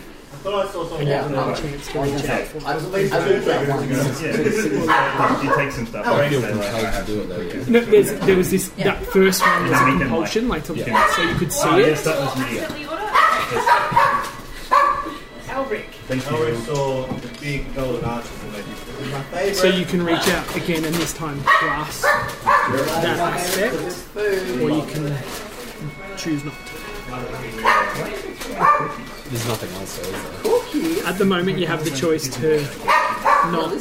Speaker 8: thought I saw someone
Speaker 5: Yeah.
Speaker 8: walking
Speaker 4: Another
Speaker 8: up
Speaker 4: chance to reach out for.
Speaker 5: I
Speaker 8: There's at least
Speaker 5: I
Speaker 8: two
Speaker 5: looked at
Speaker 8: seconds ago.
Speaker 5: one.
Speaker 7: Yeah. Like, you take some stuff.
Speaker 6: I
Speaker 2: Oh.
Speaker 7: right?
Speaker 6: feel
Speaker 7: So, like, I
Speaker 6: compelled
Speaker 7: have
Speaker 6: to do it though. yeah.
Speaker 4: No, there's, there was this that first one was a
Speaker 7: Yeah.
Speaker 4: compulsion, like to,
Speaker 7: Yeah.
Speaker 4: so you could see
Speaker 7: Oh, yes,
Speaker 4: it.
Speaker 7: that was me. Thank
Speaker 8: I always
Speaker 7: you.
Speaker 8: saw the big golden arches in there. It was my favourite.
Speaker 4: So you can reach out again, and this time grasp that aspect, or you can choose not to.
Speaker 6: There's nothing else though, is there?
Speaker 4: At the moment, you have the choice to not.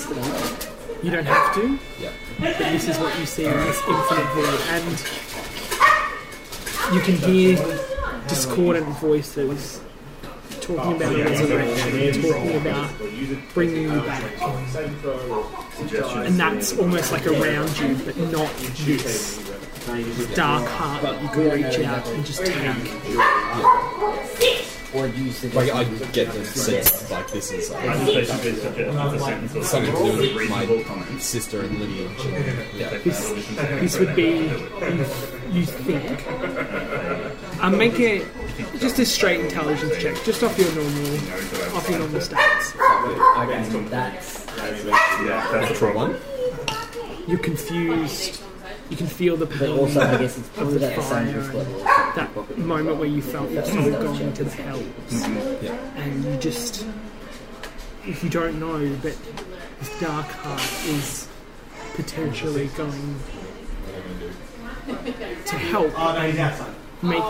Speaker 4: You don't have to,
Speaker 6: Yeah.
Speaker 4: but this is what you see in this infinite void, and you can hear discordant voices talking about a resurrection, talking about bringing you back. and that's almost like around you, but not this dark heart that you can reach out and just take.
Speaker 5: Or use it.
Speaker 6: Like I get the sense like this is
Speaker 7: I
Speaker 6: like,
Speaker 7: just basically suggest a sentence or
Speaker 6: something to do with
Speaker 7: reasonable
Speaker 6: my
Speaker 7: comments.
Speaker 6: sister and Lydia. Yeah.
Speaker 4: This, this would be you think. And make it just a straight intelligence check, just off your normal, off your normal stats.
Speaker 5: Okay, that's.
Speaker 7: Yeah, that's a
Speaker 6: Natural one.
Speaker 4: You're confused. You can feel the
Speaker 5: But
Speaker 4: pain.
Speaker 5: also, I guess it's probably that same
Speaker 4: Fire.
Speaker 5: level.
Speaker 4: that moment where you felt yourself going to the hells, and you just, if you don't know, but this dark heart is potentially going to help
Speaker 8: Oh, no, he's outside.
Speaker 4: make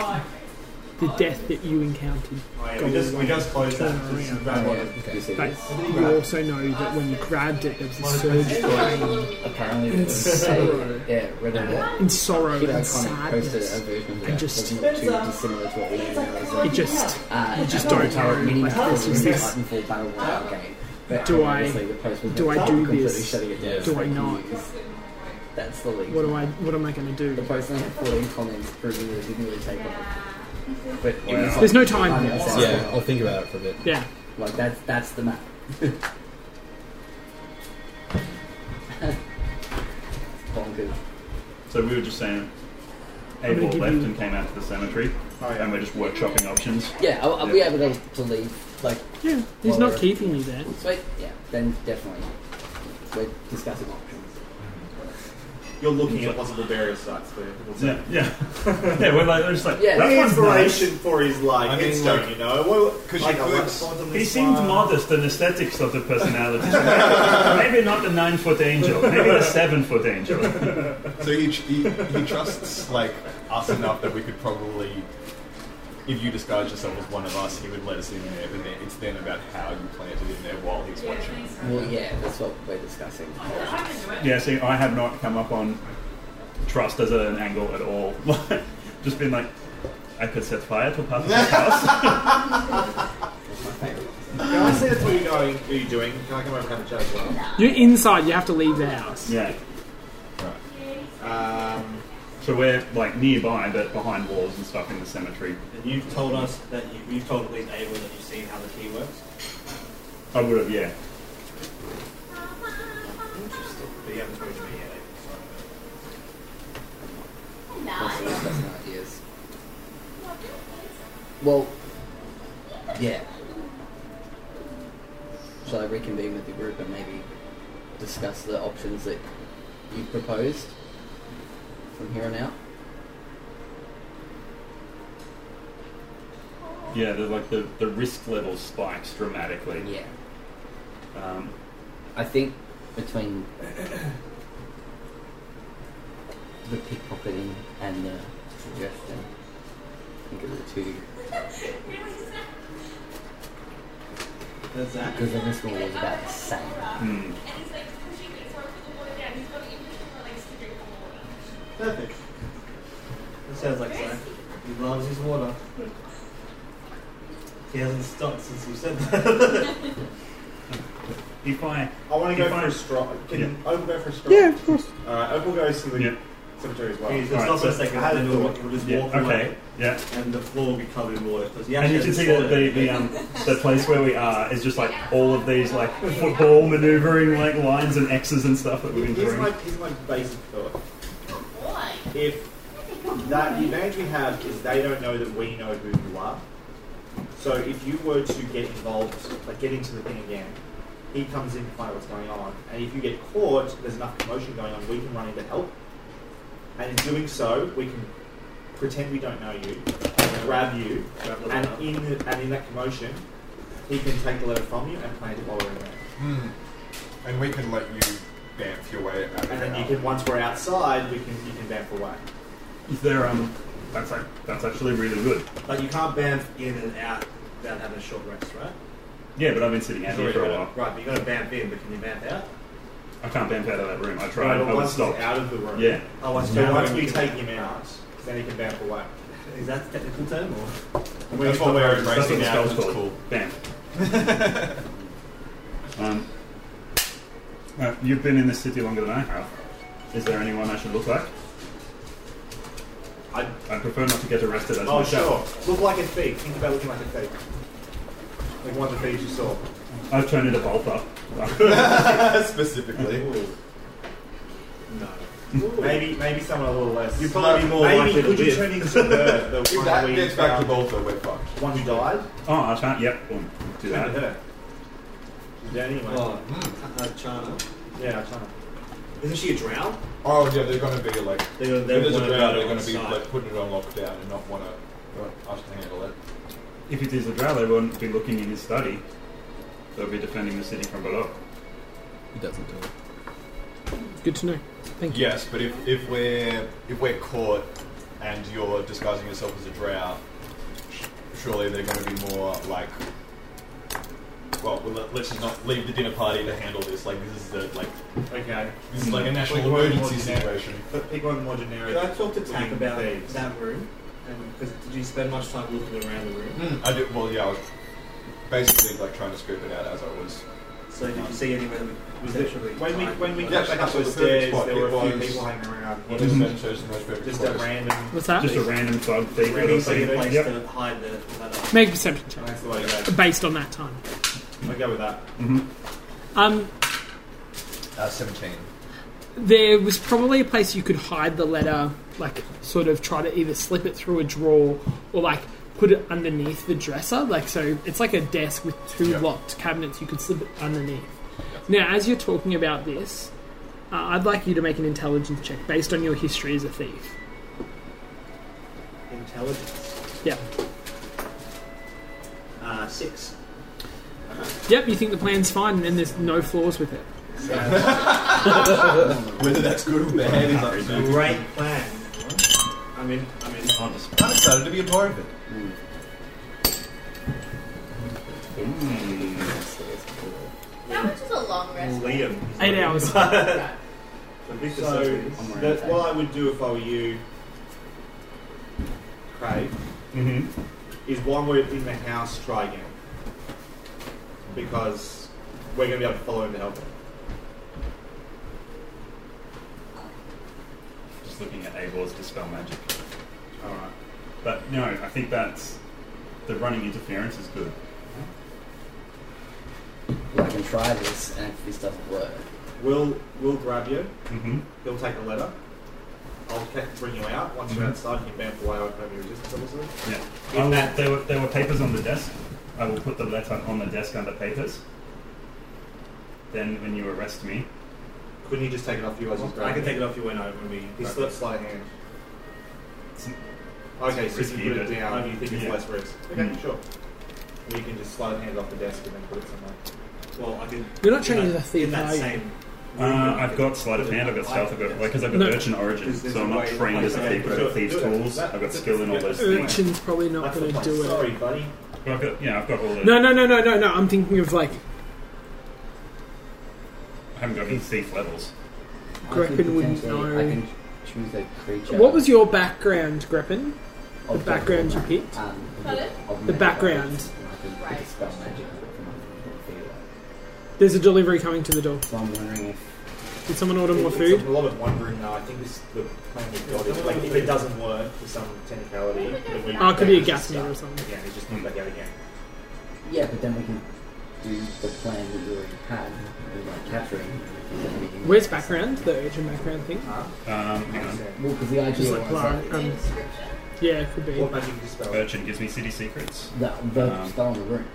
Speaker 4: the death that you encountered.
Speaker 8: Oh, yeah, we just we just closed that. This is
Speaker 5: Oh,
Speaker 8: round
Speaker 5: yeah,
Speaker 8: one.
Speaker 5: this
Speaker 4: But
Speaker 5: is.
Speaker 4: you also know that when you grabbed it, there was a surge
Speaker 5: Apparently,
Speaker 4: in
Speaker 5: it's
Speaker 4: sorrow,
Speaker 5: yeah, rid of it.
Speaker 4: in sorrow
Speaker 5: Peter
Speaker 4: and
Speaker 5: Iconic posted a
Speaker 4: sadness.
Speaker 5: version of that.
Speaker 4: And just-
Speaker 5: wasn't too dissimilar to what we know.
Speaker 4: It just
Speaker 5: Uh,
Speaker 4: just
Speaker 5: Tower
Speaker 4: don't
Speaker 5: Tower
Speaker 4: know.
Speaker 5: Mini
Speaker 4: Like,
Speaker 5: Map
Speaker 4: this
Speaker 5: was
Speaker 4: is
Speaker 5: the
Speaker 4: this-
Speaker 5: Titanfall Battle Royale game. But
Speaker 4: Do I-
Speaker 5: obviously the post was
Speaker 4: do I
Speaker 5: completely
Speaker 4: do this?
Speaker 5: shutting it down
Speaker 4: Do
Speaker 5: for
Speaker 4: I not?
Speaker 5: years. That's the leak.
Speaker 4: what do I what am I going to
Speaker 5: The
Speaker 4: do?
Speaker 5: post only had 14 comments proving that it didn't really take off. But it was
Speaker 4: There's no
Speaker 5: like
Speaker 4: time.
Speaker 5: 100%
Speaker 6: Yeah, I'll think about it for a bit.
Speaker 4: Yeah.
Speaker 5: Like that's that's the map. Bonkers.
Speaker 7: So we were just saying,
Speaker 4: I'm gonna
Speaker 7: Abel
Speaker 4: give
Speaker 7: left
Speaker 4: you- Oh,
Speaker 7: and came out to the cemetery, and we're just workshopping options.
Speaker 5: Yeah, I'll, I'll be able to, to leave. Like,
Speaker 4: Yeah. He's not keeping you there.
Speaker 5: sweet. Yeah, then definitely we're discussing options.
Speaker 3: You're looking at possible burial sites for
Speaker 7: Yeah, yeah, yeah. We're like, we're just like,
Speaker 5: Yeah,
Speaker 7: that
Speaker 3: The
Speaker 7: one's nice.
Speaker 3: inspiration for his like
Speaker 2: I mean,
Speaker 3: headstone,
Speaker 2: like-
Speaker 3: you know. Well,
Speaker 2: Because
Speaker 3: like,
Speaker 2: you
Speaker 3: I
Speaker 2: could-
Speaker 3: like swords on
Speaker 7: He
Speaker 3: this
Speaker 7: seems
Speaker 3: one.
Speaker 7: modest and aesthetic sort of personality. maybe not the nine foot angel, maybe the seven foot angel.
Speaker 2: So he, he, he trusts like us enough that we could probably, if you disguise yourself as one of us, he would let us in there. But then it's then about how you plant it in there while he's watching.
Speaker 5: Well, yeah, that's what we're discussing.
Speaker 7: Yeah, see, I have not come up on trust as an angle at all. just been like, I could set fire to a part of the house.
Speaker 3: Can I see that's what you're going? What you doing? Can I come over and have a chat as well?
Speaker 4: You're inside. You have to leave the house.
Speaker 7: Yeah.
Speaker 3: Um,
Speaker 7: So we're like nearby, but behind walls and stuff in the cemetery.
Speaker 8: And you've told us that you, you've told at least Abel that you've seen how the key works,
Speaker 7: I would have, yeah.
Speaker 8: but you haven't told me yet. Abel,
Speaker 5: Also discussing ideas. Well, yeah. Shall I reconvene with the group and maybe discuss the options that you proposed from here on out?
Speaker 7: Yeah, the, like the, the risk level spikes dramatically.
Speaker 5: Yeah.
Speaker 7: Um,
Speaker 5: I think between the pickpocketing and the suggestion, I think it was two.
Speaker 8: so- Does that?
Speaker 5: Because the risk reward was about the same.
Speaker 7: hmm.
Speaker 8: Perfect. That sounds like Zach. He loves his water. He hasn't stopped since you said that.
Speaker 7: If I
Speaker 3: I want to
Speaker 7: If
Speaker 3: go
Speaker 7: I-
Speaker 3: for a straw. Can
Speaker 7: Yeah.
Speaker 3: Opal go for a straw?
Speaker 4: Yeah, of course.
Speaker 3: All right, Opal goes to the
Speaker 7: Yeah.
Speaker 3: cemetery as well.
Speaker 8: He's just
Speaker 7: Alright,
Speaker 8: not for a
Speaker 7: Oh, so-
Speaker 8: second. I had to do it. We'll just
Speaker 7: yeah,
Speaker 8: walk away.
Speaker 7: okay yeah,
Speaker 8: And the floor will be covered in water. Because he
Speaker 7: and
Speaker 8: actually
Speaker 7: you can see
Speaker 8: hasn't thought
Speaker 7: that the
Speaker 8: it.
Speaker 7: the, um, the place where we are is just like all of these like football maneuvering like lines and X's and stuff that we've been
Speaker 3: Here's my,
Speaker 7: doing.
Speaker 3: here's my basic thought. If that the advantage we have is they don't know that we know who you are. So if you were to get involved, like get into the thing again, he comes in to find out what's going on. And if you get caught, there's enough commotion going on, we can run in to help. And in doing so, we can pretend we don't know you, grab you, and in the, and in that commotion, he can take the letter from you and plant it while we're in there.
Speaker 2: Hmm. And we can let you bamf your way out of
Speaker 3: And
Speaker 2: it.
Speaker 3: then you can, once we're outside, we can you can vamp away.
Speaker 7: Is there um? That's like, that's actually really good.
Speaker 8: Like you can't bamf in and out without having a short rest, right?
Speaker 7: Yeah, but I've been sitting out here for a while.
Speaker 8: Right, but you got to bamf in, but can you bamf out?
Speaker 7: I can't bamf out of that room. I tried. I
Speaker 3: but
Speaker 7: was
Speaker 3: once he's
Speaker 7: stopped.
Speaker 3: out of the room,
Speaker 7: Yeah.
Speaker 8: Oh, I
Speaker 3: So
Speaker 8: still
Speaker 3: once we take him out, then he can vamp away.
Speaker 8: Is that the technical term or?
Speaker 2: That's what we're
Speaker 7: That's what
Speaker 2: embracing
Speaker 7: the
Speaker 2: now.
Speaker 7: spell's
Speaker 2: It's
Speaker 7: called.
Speaker 2: cool.
Speaker 7: Bam. um, uh, you've been in this city longer than I have. Is there anyone I should look like?
Speaker 3: I,
Speaker 7: I prefer not to get arrested as
Speaker 3: oh,
Speaker 7: myself.
Speaker 3: sure. Look like a thief. Think about looking like a thief. Like one of the thieves you saw.
Speaker 7: I've turned into Volta.
Speaker 2: Specifically.
Speaker 3: Maybe maybe someone a little less.
Speaker 2: You'd probably be more
Speaker 3: maybe
Speaker 2: likely to
Speaker 3: could you
Speaker 2: live.
Speaker 3: turn into a bird? The
Speaker 2: If
Speaker 3: one
Speaker 2: that
Speaker 3: we
Speaker 2: gets back to
Speaker 3: found-
Speaker 2: Bolter, we're fucked.
Speaker 3: the one who died?
Speaker 7: oh, I can't. Yep. Boom. Do
Speaker 3: Turn to
Speaker 7: that.
Speaker 3: her. She's dead anyway.
Speaker 8: Oh, uh, Chana.
Speaker 3: Yeah, I'm trying to.
Speaker 8: Isn't she a drown?
Speaker 2: Oh yeah, they're gonna be like
Speaker 8: They, they
Speaker 2: if there's a
Speaker 8: wanna
Speaker 2: drought,
Speaker 8: go
Speaker 2: they're gonna be
Speaker 8: outside.
Speaker 2: like putting it on lockdown and not wanna us to handle it.
Speaker 7: If it is a drow, they won't be looking in his study. They'll be defending the city from below.
Speaker 6: He doesn't do it.
Speaker 4: Good to know. Thank you.
Speaker 2: Yes, but if, if we're if we're caught and you're disguising yourself as a drow, surely they're going to be more like, well, well, let- let's just not leave the dinner party to handle this. Like this is the like
Speaker 3: Okay.
Speaker 2: this is like a national
Speaker 3: Like, we're
Speaker 2: emergency
Speaker 3: more generic.
Speaker 2: situation.
Speaker 3: But pick one more generic.
Speaker 8: Could I talk to Tack
Speaker 3: looking
Speaker 8: about
Speaker 3: thieves.
Speaker 8: that room? Because did you spend much time looking around the room?
Speaker 2: Mm, I do. Well, yeah. I was basically like trying to scope it out as I was.
Speaker 8: So did you see anywhere that
Speaker 3: Was
Speaker 8: was
Speaker 3: it-
Speaker 8: actually
Speaker 3: when we when we
Speaker 2: Yeah,
Speaker 3: got back up
Speaker 2: so
Speaker 3: the
Speaker 2: the
Speaker 3: stairs,
Speaker 2: spot,
Speaker 3: there were a
Speaker 2: it
Speaker 3: few
Speaker 2: was-
Speaker 3: people hanging around.
Speaker 2: What
Speaker 3: hidden.
Speaker 2: is chose the most perfect
Speaker 3: Just a
Speaker 2: place.
Speaker 3: random.
Speaker 4: What's that?
Speaker 7: Just a random thug thief.
Speaker 3: Random
Speaker 7: Random
Speaker 8: see
Speaker 3: thug
Speaker 8: a
Speaker 3: thief.
Speaker 7: thief.
Speaker 8: place
Speaker 7: Yep.
Speaker 8: to hide the letter?
Speaker 4: Make a perception check
Speaker 3: That's the way to
Speaker 4: based on that time.
Speaker 3: go. I go with that.
Speaker 4: Um,
Speaker 2: Uh, Seventeen.
Speaker 4: there was probably a place you could hide the letter, like sort of try to either slip it through a drawer or like put it underneath the dresser. Like so, it's like a desk with two
Speaker 2: Yeah.
Speaker 4: locked cabinets. You could slip it underneath. Now, as you're talking about this, uh, I'd like you to make an intelligence check based on your history as a thief.
Speaker 8: Intelligence.
Speaker 4: Yeah.
Speaker 8: Uh, six.
Speaker 4: Yep, you think the plan's fine and there's no flaws with it.
Speaker 2: Whether that's good or bad is up to you.
Speaker 8: Great plan. I'm in. I'm in.
Speaker 7: Honest.
Speaker 2: I'm excited to be a part of it.
Speaker 1: How much is a long rest?
Speaker 3: Liam.
Speaker 4: Eight hours.
Speaker 3: So
Speaker 5: I'm
Speaker 3: that's
Speaker 5: around.
Speaker 3: what I would do if I were you, Craig.
Speaker 7: Mm-hmm.
Speaker 3: Is while we're in the house, try again. Because we're going to be able to follow him to help him.
Speaker 7: Just looking at Eivor's dispel magic.
Speaker 3: All right.
Speaker 7: But no, I think that's the running interference is good.
Speaker 5: Well, I can try this, and if this doesn't work,
Speaker 3: We'll we'll grab you.
Speaker 7: Mm-hmm.
Speaker 3: He'll take a letter. I'll ca- bring you out. Once you're
Speaker 8: Mm-hmm.
Speaker 7: Mhm.
Speaker 3: outside, you can bamf away on maybe resistance or something.
Speaker 7: Yeah.
Speaker 3: In
Speaker 7: I will,
Speaker 3: that-
Speaker 7: there, were, there were papers on the desk. I will put the letter on the desk under papers. Then, when you arrest me,
Speaker 3: Couldn't he just take it off you as he's grabbing?
Speaker 8: I can take it off you when I when we.
Speaker 3: He slipped slight hand.
Speaker 7: it's-
Speaker 3: Okay, so if
Speaker 7: risky,
Speaker 3: you put it Hmm.
Speaker 7: but-
Speaker 3: down, you think it's
Speaker 7: Yeah.
Speaker 3: less risk. Okay,
Speaker 7: Mm.
Speaker 3: sure. Or you can just slide hand it off the desk and then put it somewhere.
Speaker 8: Well, I can.
Speaker 4: You're not trained
Speaker 8: in that-
Speaker 4: as a thief,
Speaker 8: in that
Speaker 4: are you?
Speaker 8: same
Speaker 7: uh, I've got sleight of hand, I've got stealth, I've got because I've got
Speaker 4: No.
Speaker 7: urchin origin,
Speaker 8: Is this
Speaker 7: so I'm
Speaker 8: a
Speaker 7: not
Speaker 8: way-
Speaker 7: trained as a
Speaker 3: okay,
Speaker 7: thief, but I've
Speaker 3: do
Speaker 7: got
Speaker 3: it,
Speaker 7: thieves'
Speaker 3: do it.
Speaker 7: tools, I've got skill in all those
Speaker 3: Urchin.
Speaker 7: things.
Speaker 4: Urchin's probably not
Speaker 3: That's
Speaker 4: going
Speaker 3: the
Speaker 4: to do
Speaker 3: plan.
Speaker 4: it.
Speaker 3: Sorry, buddy.
Speaker 7: But I've got, yeah, I've got all the.
Speaker 4: No, no, no, no, no, no. I'm thinking of like
Speaker 7: I haven't got any thief levels.
Speaker 5: I
Speaker 4: Greppin
Speaker 5: can
Speaker 4: wouldn't
Speaker 5: potentially-
Speaker 4: know.
Speaker 5: I can choose a creature.
Speaker 4: What was your background, Greppin?
Speaker 5: of
Speaker 4: the background you picked?
Speaker 5: Um,
Speaker 1: Pardon?
Speaker 5: of
Speaker 4: The
Speaker 5: magic
Speaker 4: background.
Speaker 5: items, and I can
Speaker 1: Right.
Speaker 5: dispel magic from other people.
Speaker 4: There's a delivery coming to the door.
Speaker 5: So I'm wondering if
Speaker 4: Did someone order more
Speaker 3: It's
Speaker 4: food?
Speaker 3: A lot of wondering now. I think this the plan we've got is like if it doesn't work for some technicality, then we
Speaker 4: Oh, it could be a gas
Speaker 3: just
Speaker 4: meter or
Speaker 3: start
Speaker 4: something.
Speaker 3: Again, it just comes back out again.
Speaker 5: yeah, but then we can do the plan that we already had, with, like capturing. and then we can-
Speaker 4: Where's background? The urgent background thing?
Speaker 7: Um, hang on.
Speaker 3: So,
Speaker 5: Well, because the idea
Speaker 4: Just like
Speaker 5: was
Speaker 4: plant. Um, yeah, it could be.
Speaker 3: What magic did you spell?
Speaker 7: Urchin gives me city secrets.
Speaker 5: that the
Speaker 7: Um,
Speaker 5: spell in the room.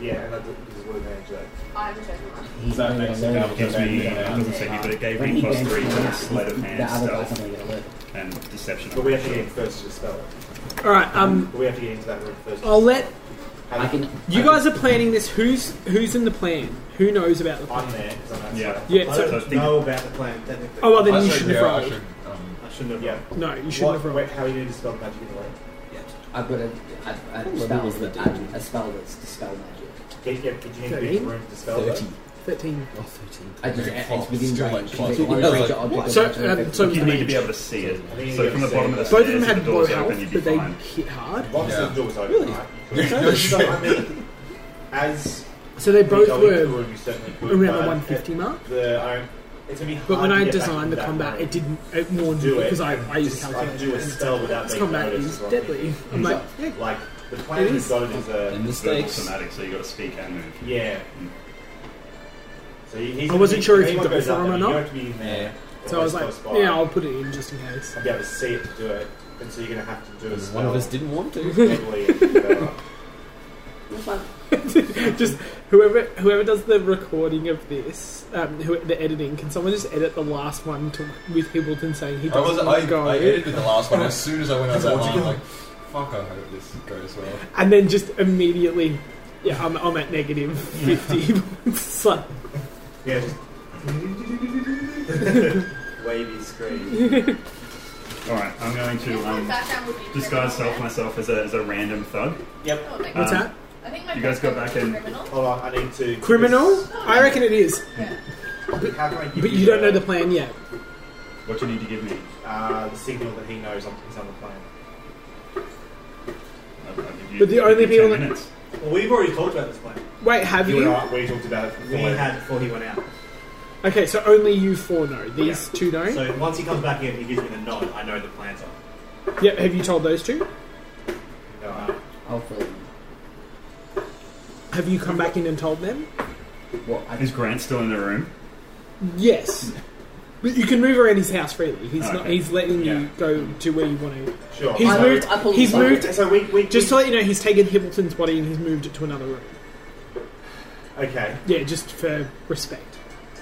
Speaker 3: Yeah, and that this is what advantage that.
Speaker 1: I'm joking.
Speaker 5: He's
Speaker 2: that
Speaker 5: only
Speaker 2: makes
Speaker 5: gonna
Speaker 2: it
Speaker 5: learn
Speaker 2: out
Speaker 7: Gives me, it doesn't say here, but it gave me plus
Speaker 5: bangs
Speaker 7: three
Speaker 5: on
Speaker 7: to
Speaker 5: it,
Speaker 7: sleight of hand,
Speaker 5: The other guy's
Speaker 7: stealth,
Speaker 5: only gonna learn.
Speaker 7: and deception.
Speaker 3: But we have to get in first to spell it.
Speaker 4: All right. Um,
Speaker 3: But we have to get into that room first.
Speaker 4: I'll let
Speaker 3: Have
Speaker 5: I can.
Speaker 4: you guys are planning this. Who's who's in the plan? Who knows about the plan?
Speaker 3: I'm there because I'm outside.
Speaker 7: Yeah.
Speaker 4: Yeah.
Speaker 8: I
Speaker 4: So,
Speaker 7: So I
Speaker 8: don't
Speaker 7: think-
Speaker 8: know about the plan technically.
Speaker 4: oh well,
Speaker 2: I
Speaker 4: then you
Speaker 2: said,
Speaker 4: shouldn't have
Speaker 2: yeah, I
Speaker 4: rolled.
Speaker 2: should, um,
Speaker 8: I shouldn't have.
Speaker 3: Yeah.
Speaker 4: No, you shouldn't
Speaker 3: What,
Speaker 4: have rolled.
Speaker 3: wait, how are you going to spell magic in the way?
Speaker 5: I've got a, a, a spell that a, a spell that's dispel magic.
Speaker 3: Did, did, did you need to be in
Speaker 4: Thirteen?
Speaker 3: the room to spell it?
Speaker 4: Thirteen.
Speaker 5: I just it's within
Speaker 2: Still
Speaker 5: range.
Speaker 2: like
Speaker 5: It's one creature object.
Speaker 4: So,
Speaker 5: or
Speaker 4: um, so
Speaker 7: you need to be able to see it. So from the bottom of the
Speaker 4: both
Speaker 7: stairs,
Speaker 4: of them
Speaker 7: if the
Speaker 4: had low
Speaker 7: door's
Speaker 4: health,
Speaker 7: open, you'd be
Speaker 4: but they
Speaker 7: fine.
Speaker 4: hit hard.
Speaker 3: Once
Speaker 2: Yeah.
Speaker 3: the door's open,
Speaker 4: Really?
Speaker 3: right?
Speaker 2: No
Speaker 3: so, I
Speaker 2: shit.
Speaker 3: mean, as
Speaker 4: So they
Speaker 3: we
Speaker 4: both
Speaker 3: go into the
Speaker 4: were
Speaker 3: room, you certainly could,
Speaker 4: around the
Speaker 3: but
Speaker 4: 150 mark.
Speaker 3: at The, I, it's going to be hard
Speaker 4: But when
Speaker 3: to
Speaker 4: I
Speaker 3: get back
Speaker 4: designed
Speaker 3: into
Speaker 4: the
Speaker 3: that
Speaker 4: combat,
Speaker 3: room.
Speaker 4: it didn't. It warned
Speaker 3: do
Speaker 4: me
Speaker 3: it
Speaker 4: because I I used a
Speaker 3: just, I do
Speaker 4: calculator.
Speaker 3: a spell without
Speaker 4: This
Speaker 3: being
Speaker 4: combat
Speaker 3: noticed.
Speaker 4: is
Speaker 3: what I mean.
Speaker 4: deadly. I'm like, yeah,
Speaker 3: Like the
Speaker 4: It
Speaker 3: plan we've
Speaker 4: is.
Speaker 3: got is a
Speaker 7: Verbal somatic, so you got to speak and move.
Speaker 3: yeah. So he- he's
Speaker 4: I wasn't sure if
Speaker 3: anyone
Speaker 4: you put
Speaker 3: goes
Speaker 4: the
Speaker 3: up,
Speaker 4: form
Speaker 3: I
Speaker 4: or
Speaker 3: mean,
Speaker 4: not.
Speaker 3: You have to be in there. or
Speaker 4: So I was like,
Speaker 3: close by.
Speaker 4: yeah, I'll put it in just in case.
Speaker 3: and be able to see it to do it, and so you're going to have to do a spell.
Speaker 6: One of us didn't want to.
Speaker 3: deadly and whatever.
Speaker 4: just whoever whoever does the recording of this, um, who, the editing, can someone just edit the last one to, with Hibbleton saying he
Speaker 2: I was
Speaker 4: doesn't
Speaker 2: I,
Speaker 4: want to go,
Speaker 2: I edited the last one as soon as I went out the line, like, fuck, I hope this goes well.
Speaker 4: and then just immediately, yeah, I'm, I'm at negative fifty. It's like,
Speaker 3: yeah, just
Speaker 8: Wavy screen.
Speaker 7: Alright, I'm going to um, disguise self myself as a, as a random thug.
Speaker 3: Yep.
Speaker 1: Oh,
Speaker 4: What's
Speaker 7: Um,
Speaker 4: that?
Speaker 1: I think my
Speaker 7: You guys go
Speaker 1: background
Speaker 7: back
Speaker 1: is
Speaker 7: and-
Speaker 1: criminal.
Speaker 3: Hold on, I need to.
Speaker 4: Criminal? I reckon it is.
Speaker 3: How can I give
Speaker 4: But you don't know the plan yet.
Speaker 7: What you need to give me?
Speaker 3: uh, the signal that he knows I'm, he's on the plane.
Speaker 7: I'll, I'll give you,
Speaker 4: But the
Speaker 7: give
Speaker 4: only
Speaker 7: you
Speaker 4: people
Speaker 7: 10
Speaker 4: that-
Speaker 7: minutes.
Speaker 3: Well, we've already talked about this plane.
Speaker 4: Wait, have
Speaker 3: You and
Speaker 4: you?
Speaker 3: I, we talked about it.
Speaker 8: We
Speaker 3: before.
Speaker 8: had 41 out.
Speaker 4: Okay, so only you four know. These two don't?
Speaker 8: So once he comes back in, he gives me the nod. I know the plans are.
Speaker 4: Yep, have you told those two?
Speaker 3: No, uh,
Speaker 5: I'll fill them.
Speaker 4: Have you come back in and told them?
Speaker 5: What? I
Speaker 7: Is Grant still in the room?
Speaker 4: Yes. But you can move around his house freely. He's not
Speaker 7: Okay.
Speaker 4: he's letting
Speaker 7: Yeah.
Speaker 4: you go to where you want to.
Speaker 3: sure.
Speaker 4: He's
Speaker 5: I-
Speaker 4: moved
Speaker 5: I pulled
Speaker 4: he's
Speaker 5: the
Speaker 4: moved
Speaker 3: so we, we
Speaker 4: just to let you know he's taken Hibbleton's body and he's moved it to another room.
Speaker 3: okay.
Speaker 4: Yeah, just for respect.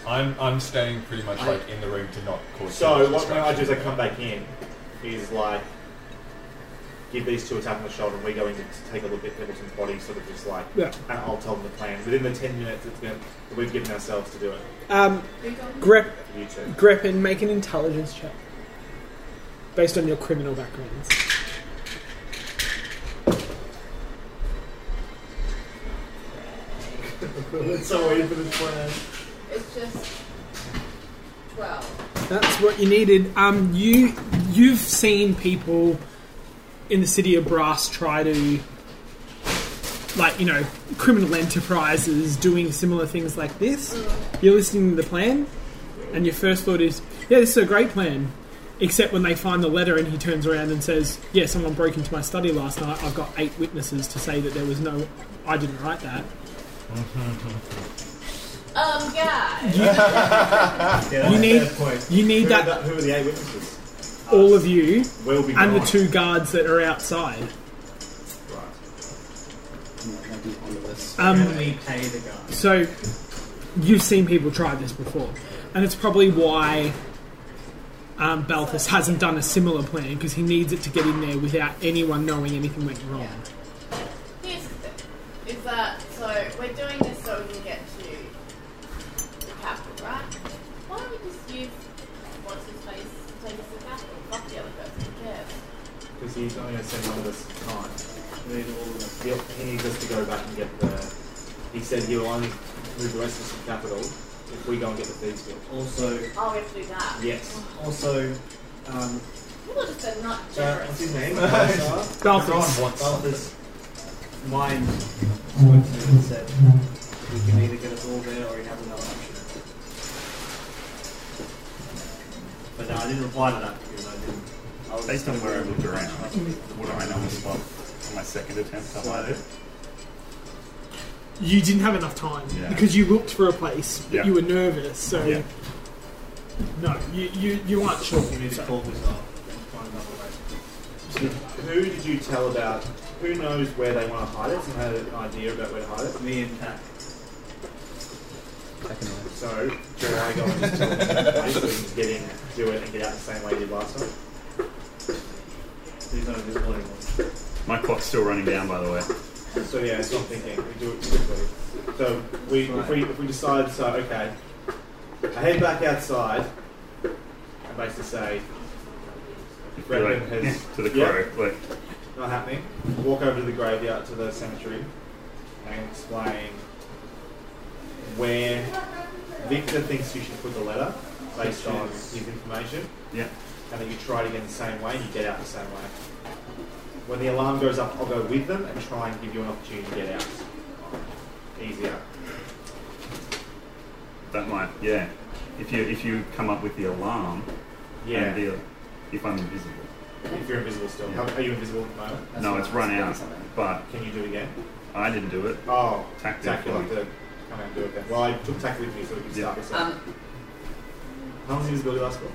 Speaker 2: I'm I'm staying pretty much like in the room to not cause. too
Speaker 3: So
Speaker 2: much
Speaker 3: what I do is I
Speaker 2: distraction.
Speaker 3: come back in. Is like give these two a tap on the shoulder, and we go in to take a look at Middleton's body, sort of just like,
Speaker 4: Yeah.
Speaker 3: and I'll tell them the plan within the ten minutes it's gonna, that we've given ourselves to do it.
Speaker 4: Um Grep
Speaker 3: You two.
Speaker 4: Greppin, make an intelligence check. Based on your criminal backgrounds.
Speaker 3: It's so weird for this plan.
Speaker 1: It's just twelve.
Speaker 4: That's what you needed. Um, you you've seen people in the city of Brass try to, like you know, criminal enterprises doing similar things like this. You're listening to the plan, and your first thought is, "Yeah, this is a great plan." Except when they find the letter and he turns around and says, "Yeah, someone broke into my study last night. I've got eight witnesses to say that there was no, I didn't write that."
Speaker 1: Um, yeah.
Speaker 8: Yeah, that's
Speaker 4: You
Speaker 8: the
Speaker 4: need-
Speaker 8: third point.
Speaker 4: You need
Speaker 3: Who, are the-
Speaker 4: that.
Speaker 3: who are the eight witnesses?
Speaker 4: All of you
Speaker 3: Will be
Speaker 4: and the
Speaker 3: gone.
Speaker 4: two guards that are outside.
Speaker 3: Right.
Speaker 5: Maybe on the list.
Speaker 4: Um,
Speaker 8: Can we pay the guy?
Speaker 4: So, you've seen people try this before, and it's probably why um, Balthus hasn't done a similar plan because he needs it to get in there without anyone knowing anything went wrong.
Speaker 1: Here's the thing. Is that so? We're doing this so we can get to the capital, right? Why don't we just use what's his face to take us to the capital? Fuck the other person. Who cares?
Speaker 3: Because he's only going to send one of us at a time. We need all of us. He'll- He needs us to go back and get the. He said he'll only move the rest of us to capital if we go and get the thieves guild.
Speaker 8: Also,
Speaker 1: Oh, we have to do that.
Speaker 3: Yes.
Speaker 8: also, um,
Speaker 1: People are just are not
Speaker 8: uh,
Speaker 1: generous.
Speaker 8: what's his name? Balthasar?
Speaker 4: Balthus,
Speaker 8: Balthus' mind went through and said, "We can either get us all there, or he has another option." But no, I didn't reply to that because I didn't. I was
Speaker 7: Based on where I looked around, would I know the spot on my second attempt to hide it?
Speaker 4: you didn't have enough time
Speaker 7: Yeah.
Speaker 4: because you looked for a place, but
Speaker 7: Yeah.
Speaker 4: you were nervous, so
Speaker 7: Yeah.
Speaker 4: no, you, you, you aren't sure.
Speaker 8: You need to
Speaker 4: So-
Speaker 8: call this off. and find another way.
Speaker 3: Who did you tell about? Who knows where they want to hide it? Someone had an idea about where to hide it.
Speaker 8: Me and Pat.
Speaker 5: Second one.
Speaker 3: So, do I go and just tell them the place so we can just get in, do it, and get out the same way we did last time?
Speaker 8: He's not invisible anymore.
Speaker 7: My clock's still running down, by the way.
Speaker 3: So yeah, that's what I'm thinking. We do it quickly. So we, if we if we decide so okay, I head back outside and basically say
Speaker 7: If you're
Speaker 3: Redmond
Speaker 7: like,
Speaker 3: has
Speaker 7: to the
Speaker 3: yeah,
Speaker 7: crow. Like,
Speaker 3: not happening. Walk over to the graveyard to the cemetery and explain where Victor thinks you should put the letter based on his information,
Speaker 7: yeah.
Speaker 3: and then you try it again the same way and you get out the same way. When the alarm goes up, I'll go with them and try and give you an opportunity to get out. Easier.
Speaker 7: That might, yeah. If you if you come up with the alarm,
Speaker 3: Yeah.
Speaker 7: and the, if I'm invisible.
Speaker 3: If you're invisible still.
Speaker 7: Yeah.
Speaker 3: How, are you invisible at the moment?
Speaker 5: That's
Speaker 7: no,
Speaker 5: what
Speaker 7: it's
Speaker 5: I was
Speaker 7: run
Speaker 5: doing
Speaker 7: out,
Speaker 5: something.
Speaker 7: but
Speaker 3: Can you do it again?
Speaker 7: I didn't do it.
Speaker 3: Oh,
Speaker 7: Tack
Speaker 3: Tack,
Speaker 7: the
Speaker 3: you'll have to come out and do it then. Well, I took Tack with me so we can
Speaker 7: Yeah.
Speaker 3: start this out.
Speaker 5: Um,
Speaker 3: How long was invisibility last for?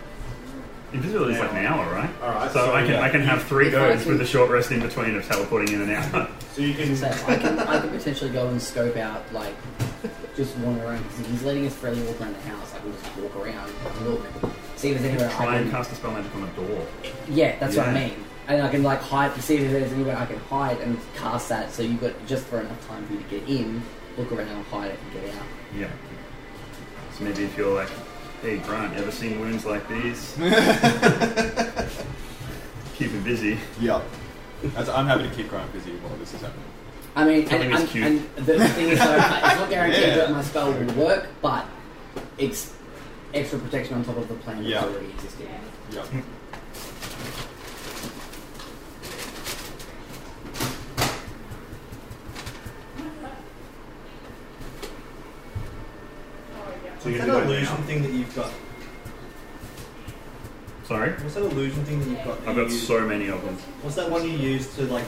Speaker 7: Invisible is like an hour, right?
Speaker 3: All right,
Speaker 7: So,
Speaker 3: so
Speaker 7: I can
Speaker 3: yeah.
Speaker 7: I can have three
Speaker 5: If I
Speaker 7: goes
Speaker 5: can-
Speaker 7: with a short rest in between of teleporting in and out.
Speaker 3: So you can.
Speaker 5: so I can I can potentially go and scope out like just wander around because if he's letting us freely walk around the house, I can just walk around, look, see if there's anywhere
Speaker 7: Try
Speaker 5: I
Speaker 7: and
Speaker 5: can.
Speaker 7: cast a spell magic on the door.
Speaker 5: Yeah, that's what
Speaker 7: Yeah.
Speaker 5: I mean. And I can like hide to see if there's anywhere I can hide and cast that. So you've got just for enough time for you to get in, look around, hide it, and get out.
Speaker 7: Yeah. So maybe if you're like, hey Grant, ever seen wounds like these? keep him busy.
Speaker 2: Yeah. That's, I'm happy to keep Grant busy while this is happening.
Speaker 5: I mean,
Speaker 7: Tell him
Speaker 5: and,
Speaker 7: it's
Speaker 5: and,
Speaker 7: cute.
Speaker 5: and the thing is, though, it's not guaranteed
Speaker 2: Yeah.
Speaker 5: that my spell will work, but it's extra protection on top of the plan
Speaker 2: Yeah.
Speaker 5: that's already existing.
Speaker 2: Yeah.
Speaker 3: So you're
Speaker 8: that
Speaker 3: gonna do it
Speaker 8: illusion
Speaker 3: now.
Speaker 8: thing that you've got?
Speaker 7: Sorry?
Speaker 8: What's that illusion thing that you've got? that
Speaker 7: I've
Speaker 8: you
Speaker 7: got
Speaker 8: use-
Speaker 7: so many of them.
Speaker 8: What's that one you use to like?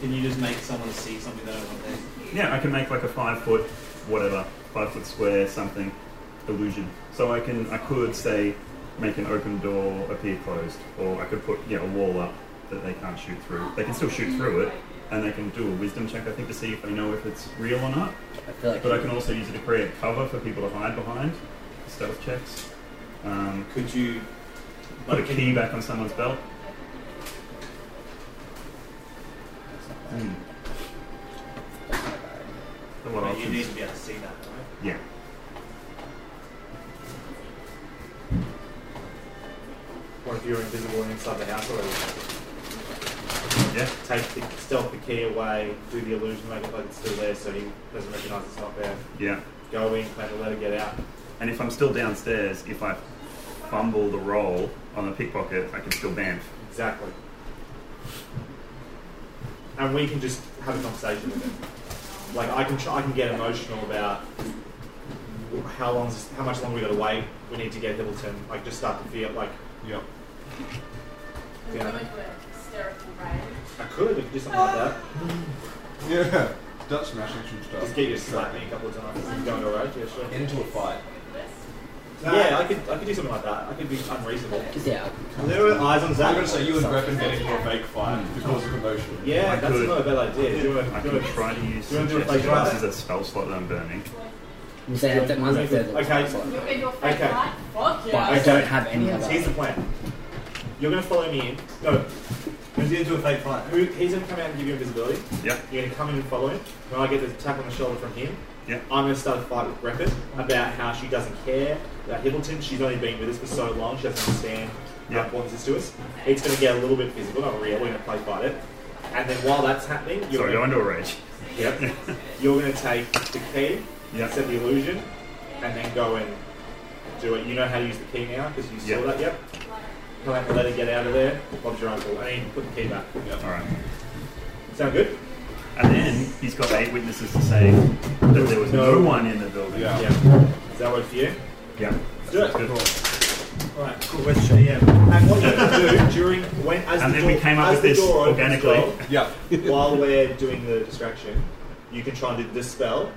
Speaker 8: Can you just make someone see something they don't want there?
Speaker 7: Yeah, I can make like a five foot, whatever, five foot square something illusion. So I can, I could say, make an open door appear closed, or I could put, you know, a wall up that they can't shoot through. They can still shoot through it, and they can do a wisdom check, I think, to see if they know if it's real or not.
Speaker 5: I feel like
Speaker 7: But I can also use it to create cover for people to hide behind, stealth checks. Um,
Speaker 8: Could you?
Speaker 7: put a
Speaker 8: can-
Speaker 7: key back on someone's belt. So Hmm. what
Speaker 8: but you need
Speaker 7: options?
Speaker 8: to be able to see that, right?
Speaker 7: Yeah.
Speaker 3: Or if you're invisible and inside the house already.
Speaker 7: Yeah.
Speaker 3: Take the stealth the key away, do the illusion, make it like it's still there so he doesn't recognise it's not there.
Speaker 7: Yeah.
Speaker 3: Go in, plant the letter, get out.
Speaker 7: And if I'm still downstairs, if I fumble the roll on the pickpocket, I can still bamf.
Speaker 3: Exactly. And we can just have a conversation with him. Like I can, tr- I can get emotional about wh- how long, how much longer we got to wait. We need to get Hibbleton. Like just start to feel like
Speaker 2: Yeah.
Speaker 1: We're
Speaker 3: Yeah.
Speaker 1: going to a hysterical rage.
Speaker 3: I could if do something like that.
Speaker 2: Yeah. Dutch smashing some stuff.
Speaker 3: Just get you to slap me a couple of times. and Go to a rage, yeah, sure.
Speaker 2: Get into a fight.
Speaker 3: Yeah, I could, I could do something like that. I could be unreasonable.
Speaker 5: yeah,
Speaker 3: There are eyes on
Speaker 2: I'm
Speaker 3: Zach.
Speaker 2: going to say you and Greppin get into a fake fight to cause a commotion.
Speaker 3: Yeah,
Speaker 7: I
Speaker 3: that's
Speaker 7: could.
Speaker 3: not a bad idea. Do it.
Speaker 7: I
Speaker 3: Do
Speaker 7: can
Speaker 3: it.
Speaker 7: try to use
Speaker 3: Do you wanna do a
Speaker 7: suggestion
Speaker 3: fake roll?
Speaker 7: this is a spell slot that I'm burning.
Speaker 5: you say that mine's the third. level.
Speaker 3: Okay.
Speaker 1: You're going to a fake
Speaker 3: Okay.
Speaker 1: fight? Fuck
Speaker 5: But I
Speaker 1: yeah.
Speaker 3: Okay.
Speaker 5: don't have any other.
Speaker 3: Here's the plan. You're gonna follow me in. No,
Speaker 8: Could you do a fake fight?
Speaker 3: who, he's gonna come out and give you invisibility.
Speaker 7: Yeah.
Speaker 3: You're gonna come in and follow him. When I get the tap on the shoulder from him,
Speaker 7: Yeah.
Speaker 3: I'm gonna start a fight with Breckett about how she doesn't care about Hibbleton. She's only been with us for so long, she doesn't understand
Speaker 7: Yeah.
Speaker 3: how important this is to us. It's gonna get a little bit physical, not real, we're gonna play fight it. And then while that's happening,
Speaker 7: So
Speaker 3: you're
Speaker 7: I go
Speaker 3: gonna,
Speaker 7: into a rage.
Speaker 3: yep, you're gonna take the key,
Speaker 7: Yeah.
Speaker 3: set the illusion, and then go and do it. You know how to use the key now, because you saw
Speaker 7: Yeah.
Speaker 3: that, yep. Come out and let her get out of there. Bob's your uncle. I mean, put the key back.
Speaker 7: All right.
Speaker 3: Sound good?
Speaker 7: And then he's got eight witnesses to say that there was no,
Speaker 3: No.
Speaker 7: one in the building.
Speaker 2: Yeah.
Speaker 3: Is that work for you?
Speaker 7: Yeah.
Speaker 3: Do it.
Speaker 7: That's good.
Speaker 3: Alright, cool.
Speaker 8: Cool. Let's show you. Yeah.
Speaker 3: And what you can do during when as
Speaker 7: And
Speaker 3: the
Speaker 7: then we
Speaker 3: door-
Speaker 7: came up
Speaker 3: as
Speaker 7: with
Speaker 3: the
Speaker 7: this
Speaker 3: door opens
Speaker 7: organically.
Speaker 3: up,
Speaker 2: Yeah.
Speaker 3: while we're doing the distraction, you can try and do this spell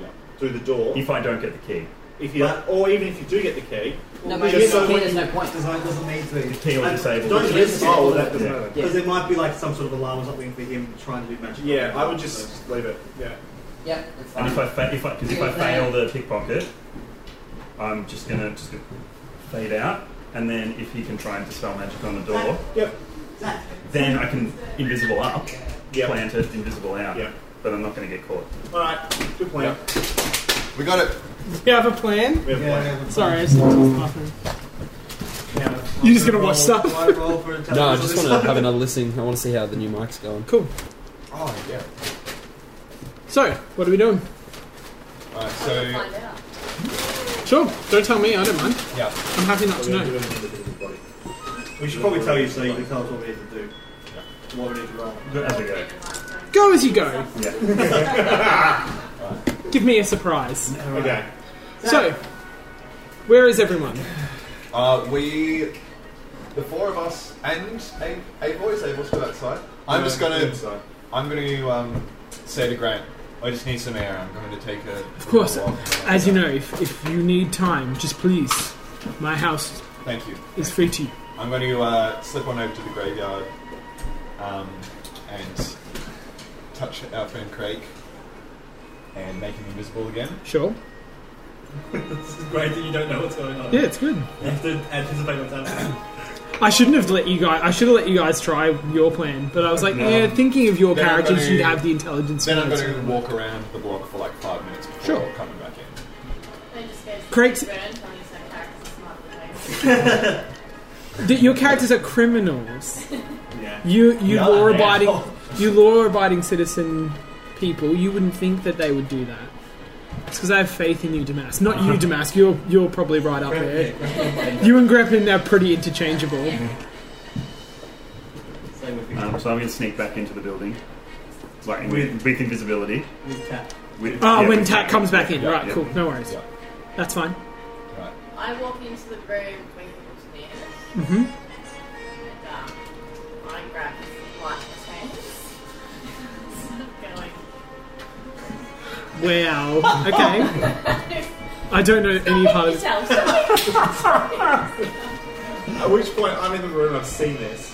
Speaker 2: Yeah.
Speaker 3: through the door.
Speaker 7: If I don't get the key,
Speaker 3: If you or even if you do get the key,
Speaker 5: No,
Speaker 3: or
Speaker 5: but
Speaker 3: just
Speaker 5: here's
Speaker 3: so
Speaker 5: the key,
Speaker 3: when
Speaker 5: there's
Speaker 3: you-
Speaker 5: no point.
Speaker 8: Design doesn't need
Speaker 7: the
Speaker 8: to.
Speaker 7: key will disable.
Speaker 3: don't
Speaker 7: the
Speaker 3: risk. Oh, well, that doesn't
Speaker 7: Yeah.
Speaker 3: matter.
Speaker 8: Because there might be like some sort of alarm or something for him trying to do magic.
Speaker 3: Yeah, I would just leave it. Yeah.
Speaker 5: Yeah, that's fine.
Speaker 7: And if I fa- if I, cause if I
Speaker 5: Yeah.
Speaker 7: fail the pickpocket, I'm just gonna just gonna fade out. And then if he can try and dispel magic on the door,
Speaker 3: Yep.
Speaker 7: then I can invisible up,
Speaker 3: Yep.
Speaker 7: plant it, invisible out.
Speaker 3: Yep.
Speaker 7: But I'm not gonna get caught.
Speaker 3: Alright. Good plan.
Speaker 2: We got it.
Speaker 4: You have a plan?
Speaker 3: We have a
Speaker 8: Yeah,
Speaker 3: plan.
Speaker 8: yeah.
Speaker 4: Sorry, I just went to the bathroom.
Speaker 8: Yeah.
Speaker 4: You're just gonna watch
Speaker 8: Roll-
Speaker 4: stuff?
Speaker 8: do I roll for intelligence
Speaker 6: No, I
Speaker 8: on
Speaker 6: just
Speaker 8: this
Speaker 6: want to
Speaker 8: one?
Speaker 6: have another listen. I want to see how the new mic's going.
Speaker 4: Cool.
Speaker 2: Oh, yeah.
Speaker 4: So, what are we doing?
Speaker 2: Alright,
Speaker 1: We'll
Speaker 2: so.
Speaker 1: find out.
Speaker 4: Sure, don't tell me, I don't mind.
Speaker 2: Yeah.
Speaker 4: I'm happy not to
Speaker 3: We're gonna do
Speaker 4: know.
Speaker 3: it in the physical body.
Speaker 8: We should probably tell you so you can tell us what we need to do. What we need to roll.
Speaker 7: As we go.
Speaker 4: Go as you go.
Speaker 7: Yeah.
Speaker 4: Give me a surprise.
Speaker 3: Okay.
Speaker 4: So, where is everyone?
Speaker 2: Uh, we. The four of us and a, a boy is able to go outside. I'm just
Speaker 3: Um,
Speaker 2: going to.
Speaker 3: inside.
Speaker 2: I'm going to um, say to Grant, I just need some air. I'm going to take a.
Speaker 4: Of course, as you know, if, if you need time, just please, my house
Speaker 2: Thank you.
Speaker 4: is free to you.
Speaker 2: I'm going to uh, slip on over to the graveyard um, and touch our friend Craig and make him invisible again.
Speaker 4: Sure.
Speaker 8: It's great that you don't know what's going on.
Speaker 4: Yeah, it's good.
Speaker 8: You have to anticipate what's happening.
Speaker 4: I shouldn't have let you guys. I should have let you guys try your plan, but I was like,
Speaker 7: No.
Speaker 4: yeah, thinking of your
Speaker 2: Then I'm
Speaker 4: characters,
Speaker 2: gonna-
Speaker 4: you'd have the intelligence.
Speaker 2: Then I'm
Speaker 4: to know
Speaker 2: going to
Speaker 4: it's-
Speaker 2: walk around the block for like five minutes before
Speaker 4: Sure.
Speaker 2: coming back in.
Speaker 1: They just gave
Speaker 4: Craig's-
Speaker 1: Burn, telling us our characters are smarter than they are.
Speaker 4: that your characters are criminals.
Speaker 8: Yeah.
Speaker 4: You you
Speaker 2: Not
Speaker 4: law
Speaker 2: now.
Speaker 4: abiding you law abiding citizen people, you wouldn't think that they would do that. It's because I have faith in you, Damask. Not you, Damask. You're you're probably right up there. You and Grepin are pretty interchangeable.
Speaker 8: Same with
Speaker 7: Um, so I'm going to sneak back into the building, like in- with,
Speaker 8: With-
Speaker 7: invisibility.
Speaker 8: with tap.
Speaker 7: With,
Speaker 4: Oh,
Speaker 7: yeah,
Speaker 4: when
Speaker 7: with
Speaker 4: Tat comes back in.
Speaker 7: Yeah,
Speaker 4: right,
Speaker 7: yeah.
Speaker 4: cool. No worries.
Speaker 2: Yeah.
Speaker 4: That's fine.
Speaker 2: Right.
Speaker 1: I walk into the room with Engineers
Speaker 8: Mm-hmm.
Speaker 4: hmm
Speaker 1: and um, I grab his light chains. Going,
Speaker 4: Wow. Okay. I don't know any part of this.
Speaker 1: yourself, stop
Speaker 3: At which point, I'm in the room, I've seen this,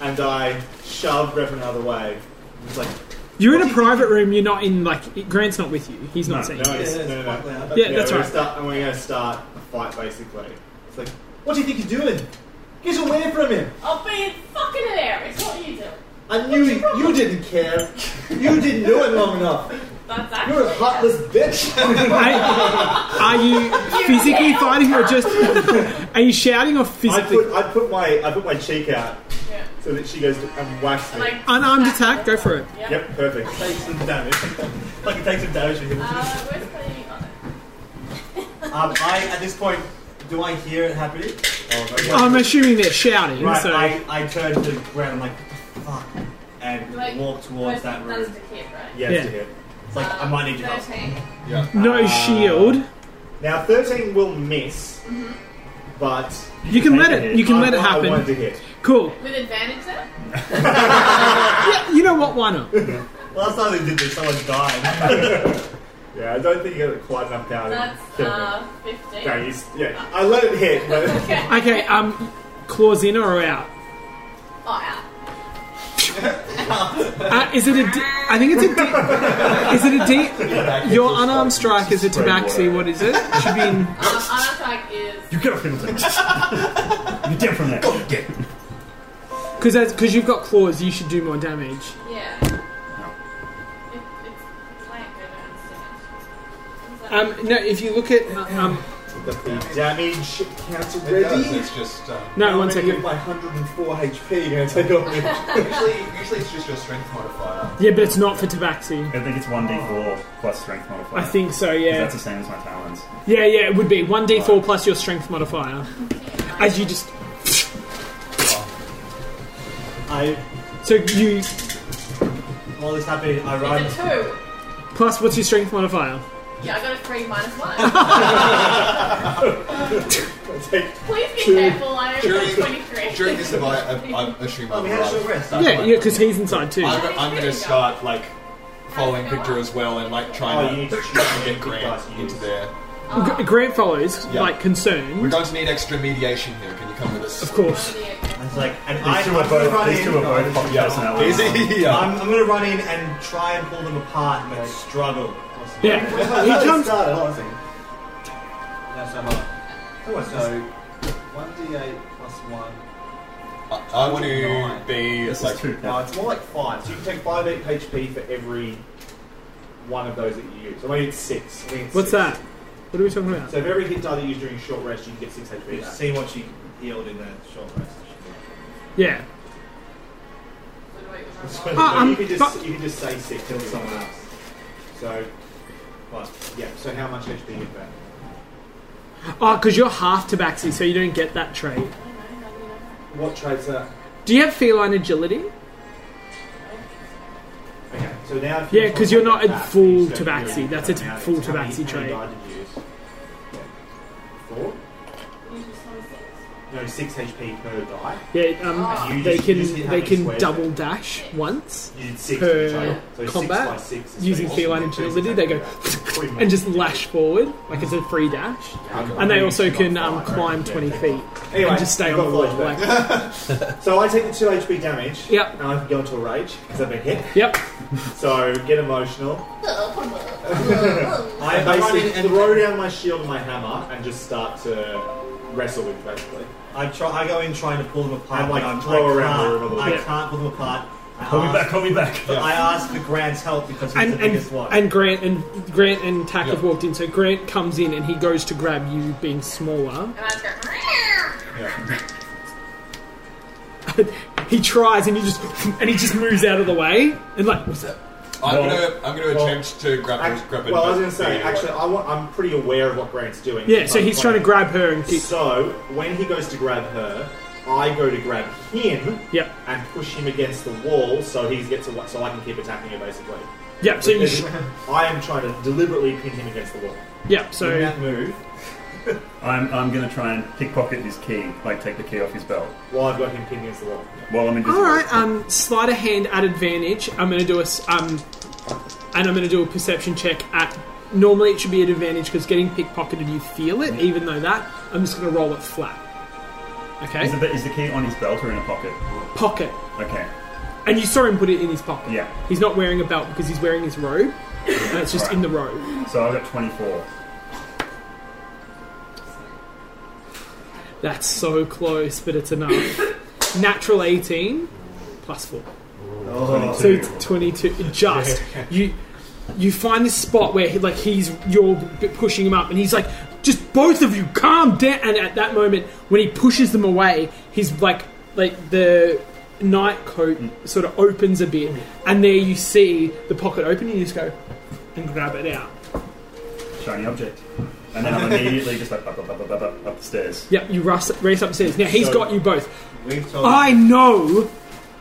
Speaker 3: and I shove Grevin out of the way. It's like,
Speaker 4: You're in a private room. You're not in like Grant's not with you. He's not
Speaker 7: No,
Speaker 4: seeing.
Speaker 3: no,
Speaker 4: you.
Speaker 3: it's,
Speaker 8: Yeah,
Speaker 3: no, no,
Speaker 8: it's quite
Speaker 3: no.
Speaker 8: loud.
Speaker 4: Yeah, that's
Speaker 3: we're gonna
Speaker 4: right.
Speaker 3: Start, and we're going to start a fight, basically. It's like, what do you think you're doing? Get away from him!
Speaker 1: I'll be in fucking there. It's what you do.
Speaker 3: I knew you, you didn't care. You didn't know it long enough.
Speaker 1: That's actually.
Speaker 3: You're a heartless bitch.
Speaker 4: I- are you physically fighting or just are you shouting or
Speaker 3: I
Speaker 4: physically
Speaker 3: put, I put my I put my cheek out
Speaker 1: Yeah.
Speaker 3: so that she goes and whacks me.
Speaker 1: Like,
Speaker 4: unarmed attack? Go for it.
Speaker 1: Yeah.
Speaker 3: Yep, perfect.
Speaker 8: Take some damage. like it takes some damage from him.
Speaker 1: Uh, where's the you got it?
Speaker 8: Um, I, at this point, do I hear it happening? Oh, okay.
Speaker 4: I'm assuming they're shouting.
Speaker 8: right,
Speaker 4: so
Speaker 8: I, I turn to Grant, I'm like, what the fuck? And
Speaker 1: Like,
Speaker 8: walk towards
Speaker 1: where's-
Speaker 8: that
Speaker 1: That's
Speaker 8: room.
Speaker 1: the kid, right? Uh,
Speaker 3: Yeah,
Speaker 4: Yeah.
Speaker 3: to hit.
Speaker 8: It's like, I might need your help.
Speaker 1: Thirteen.
Speaker 2: Yeah.
Speaker 4: no
Speaker 3: uh,
Speaker 4: shield.
Speaker 3: Now thirteen will miss, but
Speaker 4: You can let
Speaker 7: take a
Speaker 4: it.
Speaker 7: hit.
Speaker 4: You can
Speaker 3: I,
Speaker 4: let it
Speaker 3: I wanted
Speaker 4: happen.
Speaker 3: to hit.
Speaker 4: Cool.
Speaker 1: With advantage then?
Speaker 4: Yeah, you know what? Why not?
Speaker 8: Last time they did this, someone died.
Speaker 3: Yeah, I don't think you got quite enough power to
Speaker 1: That's
Speaker 3: kill me.
Speaker 1: uh, 15.
Speaker 3: No, you s- yeah, I let it hit, but
Speaker 1: Okay.
Speaker 4: Okay. Um, claws in or out?
Speaker 1: Oh, out.
Speaker 4: Uh, is it a? D- I think it's a. D- is it a D? Your unarmed strike is a
Speaker 7: Spray water.
Speaker 4: tabaxi. What is it? It Should be in.
Speaker 1: Uh, our attack is.
Speaker 7: You get off him. You get from there.
Speaker 4: Because because you've got claws, you should do more damage.
Speaker 1: Yeah. It, it's blank, I don't understand.
Speaker 4: Um, no, if you look at um,
Speaker 3: the damage counts
Speaker 2: It does.
Speaker 3: already.
Speaker 2: It's just. Um,
Speaker 4: no, one
Speaker 3: Give
Speaker 4: second.
Speaker 3: my 104 HP going to take off me.
Speaker 2: usually, usually it's just your strength modifier.
Speaker 4: Yeah, but it's not for tabaxi.
Speaker 7: I think it's one d4 plus strength modifier.
Speaker 4: I think so.
Speaker 7: 'Cause
Speaker 4: Yeah,
Speaker 7: that's the same as my talons.
Speaker 4: yeah, yeah. It would be one d4 plus your strength modifier. As you just
Speaker 8: I,
Speaker 4: so you
Speaker 8: all this happening, I run.
Speaker 1: It's a two.
Speaker 4: plus what's your strength modifier?
Speaker 1: Yeah, I got a three minus one. Please be careful, I only got
Speaker 2: During-
Speaker 1: 23.
Speaker 2: During this, I, I, I assume
Speaker 8: Oh,
Speaker 2: I'll
Speaker 8: we had a short
Speaker 2: arrive.
Speaker 8: rest. that's
Speaker 4: Yeah,
Speaker 8: fine.
Speaker 4: yeah, because he's inside too.
Speaker 2: I'm, I'm going to start like following Victor as well and like
Speaker 3: Oh,
Speaker 2: trying
Speaker 3: you need
Speaker 2: to
Speaker 3: to
Speaker 2: get Grant into there.
Speaker 4: G- Grant follows,
Speaker 2: Yeah.
Speaker 4: like
Speaker 2: We're
Speaker 4: concerned,
Speaker 2: going to need extra mediation here. Can you come with us?
Speaker 4: of course.
Speaker 1: Yeah.
Speaker 8: It's like, and
Speaker 7: These
Speaker 8: I,
Speaker 7: two
Speaker 8: I'm
Speaker 7: are
Speaker 8: gonna
Speaker 7: both.
Speaker 8: run
Speaker 7: These
Speaker 8: in.
Speaker 7: two are both pop personalities.
Speaker 2: Easy. Yeah.
Speaker 8: I'm, I'm gonna run in and try and pull them apart, but struggle.
Speaker 4: Yeah, he comes.
Speaker 9: so much. So, 1d8 plus 1.
Speaker 2: I, I want to be
Speaker 7: This
Speaker 2: like
Speaker 7: is two.
Speaker 3: No, it's more like five. So you can take five eight HP for every one of those that you use. So maybe it's six. I think it's
Speaker 4: What's
Speaker 3: six.
Speaker 4: that? What are we talking about?
Speaker 3: So if every hit die that you use during short rest, you get six HP.
Speaker 8: We've
Speaker 3: back.
Speaker 8: seen what she healed in that short rest.
Speaker 4: Yeah.
Speaker 3: So
Speaker 4: Ah,
Speaker 3: you
Speaker 4: um,
Speaker 3: can just
Speaker 4: but-
Speaker 3: you can just say six
Speaker 8: Kill
Speaker 3: kill
Speaker 8: someone
Speaker 3: someone.
Speaker 8: else.
Speaker 3: So, but yeah. So how much HP you get back?
Speaker 4: Oh, because you're half tabaxi, so you don't get that trait.
Speaker 3: What trade's that?
Speaker 4: Do you have feline agility?
Speaker 3: Okay. So now. If
Speaker 4: Yeah,
Speaker 3: you
Speaker 4: 'cause you're
Speaker 3: take
Speaker 4: not
Speaker 3: that
Speaker 4: at
Speaker 3: back,
Speaker 4: full
Speaker 3: you just don't
Speaker 4: tabaxi.
Speaker 3: do it.
Speaker 4: That's a
Speaker 3: Doesn't matter.
Speaker 4: full
Speaker 3: It's how many-
Speaker 4: tabaxi
Speaker 3: how many
Speaker 4: trait.
Speaker 3: die did you use? Yeah. Four. No, six HP per die.
Speaker 4: Yeah, um,
Speaker 1: Ah.
Speaker 3: You
Speaker 4: they
Speaker 3: just- you
Speaker 4: can
Speaker 3: just hit how
Speaker 4: they
Speaker 3: many
Speaker 4: can
Speaker 3: squares
Speaker 4: double
Speaker 3: there.
Speaker 4: dash once
Speaker 3: You did six
Speaker 4: per
Speaker 3: total. So six
Speaker 4: combat,
Speaker 3: by six is
Speaker 4: using
Speaker 3: pretty
Speaker 4: feline
Speaker 3: awesome.
Speaker 4: agility. They go
Speaker 3: Pretty much.
Speaker 4: and just lash forward like it's a free dash, and they also can um, climb twenty feet.
Speaker 3: Anyway,
Speaker 4: and just stay
Speaker 3: you've
Speaker 4: on the
Speaker 3: got
Speaker 4: wall.
Speaker 3: flashback.
Speaker 4: Like,
Speaker 3: So I take the two HP damage.
Speaker 4: Yep.
Speaker 3: And I can go into a rage because I've been hit.
Speaker 4: yep.
Speaker 3: So get emotional. I
Speaker 1: "Oh,
Speaker 8: I'm running
Speaker 3: basically
Speaker 8: and-
Speaker 3: throw down my shield and my hammer and just start to wrestle with basically.
Speaker 8: I try. I go in trying to pull them apart.
Speaker 3: I'm like,
Speaker 8: but I'm,
Speaker 3: throw
Speaker 8: I
Speaker 3: around
Speaker 8: can't-
Speaker 3: the room a little
Speaker 8: I
Speaker 3: bit.
Speaker 8: can't pull them apart. I
Speaker 7: Hold me
Speaker 8: ask-
Speaker 7: back. Hold me back.
Speaker 8: I asked for Grant's help because he's
Speaker 4: And
Speaker 8: the
Speaker 4: and,
Speaker 8: biggest one.
Speaker 4: and Grant and Grant and Tack
Speaker 2: Yeah.
Speaker 4: have walked in. So Grant comes in and he goes to grab you, being smaller.
Speaker 1: And I just go.
Speaker 4: he tries and he just and he just moves out of the way and like what's that?
Speaker 6: I'm
Speaker 7: Well-
Speaker 6: gonna I'm gonna
Speaker 3: well,
Speaker 6: attempt to grab
Speaker 3: Act-
Speaker 6: it. Grab it
Speaker 3: well, I was
Speaker 6: but-
Speaker 3: going to say,
Speaker 7: uh,
Speaker 6: yeah,
Speaker 3: actually, I want, I'm pretty aware of what Grant's doing.
Speaker 4: Yeah, so he's trying to grab her and kick.
Speaker 3: So when he goes to grab her, I go to grab him
Speaker 4: Yep,
Speaker 3: and push him against the wall so he gets away, so I can keep attacking her basically.
Speaker 4: yep. So you, sh-
Speaker 3: I am trying to deliberately pin him against the wall.
Speaker 4: yep.
Speaker 3: In
Speaker 4: So
Speaker 3: that move,
Speaker 7: I'm, I'm gonna try and pickpocket his key, like take the key off his belt
Speaker 3: while I've got him pinned against the wall.
Speaker 7: while I'm
Speaker 4: all
Speaker 7: invisible.
Speaker 4: right. Um, sleight of hand at advantage. I'm gonna do a s- um, and I'm gonna do a perception check at. Normally it should be at advantage because getting pickpocketed you feel it, even though that I'm just gonna roll it flat. Okay,
Speaker 7: Is, the, is the key on his belt or in a pocket?
Speaker 4: pocket.
Speaker 7: Okay.
Speaker 4: And you saw him put it in his pocket.
Speaker 7: Yeah.
Speaker 4: He's not wearing a belt because he's wearing his robe. And it's just in the robe.
Speaker 7: So I've got 24.
Speaker 4: That's so close, but it's enough. Natural 18 plus 4.
Speaker 8: Oh,
Speaker 4: So it's 22. Just. You you find this spot where he, like he's you're b- pushing him up and he's like just both of you calm down and at that moment when he pushes them away he's like like the night coat sort of opens a bit and there you see the pocket open and you just go and grab it out
Speaker 7: Shiny object. And then I'm immediately just like up, up, up, up, up, up, up the stairs.
Speaker 4: Yep, you rush, race upstairs. Now he's
Speaker 3: So-
Speaker 4: got you both.
Speaker 8: we've told
Speaker 4: I know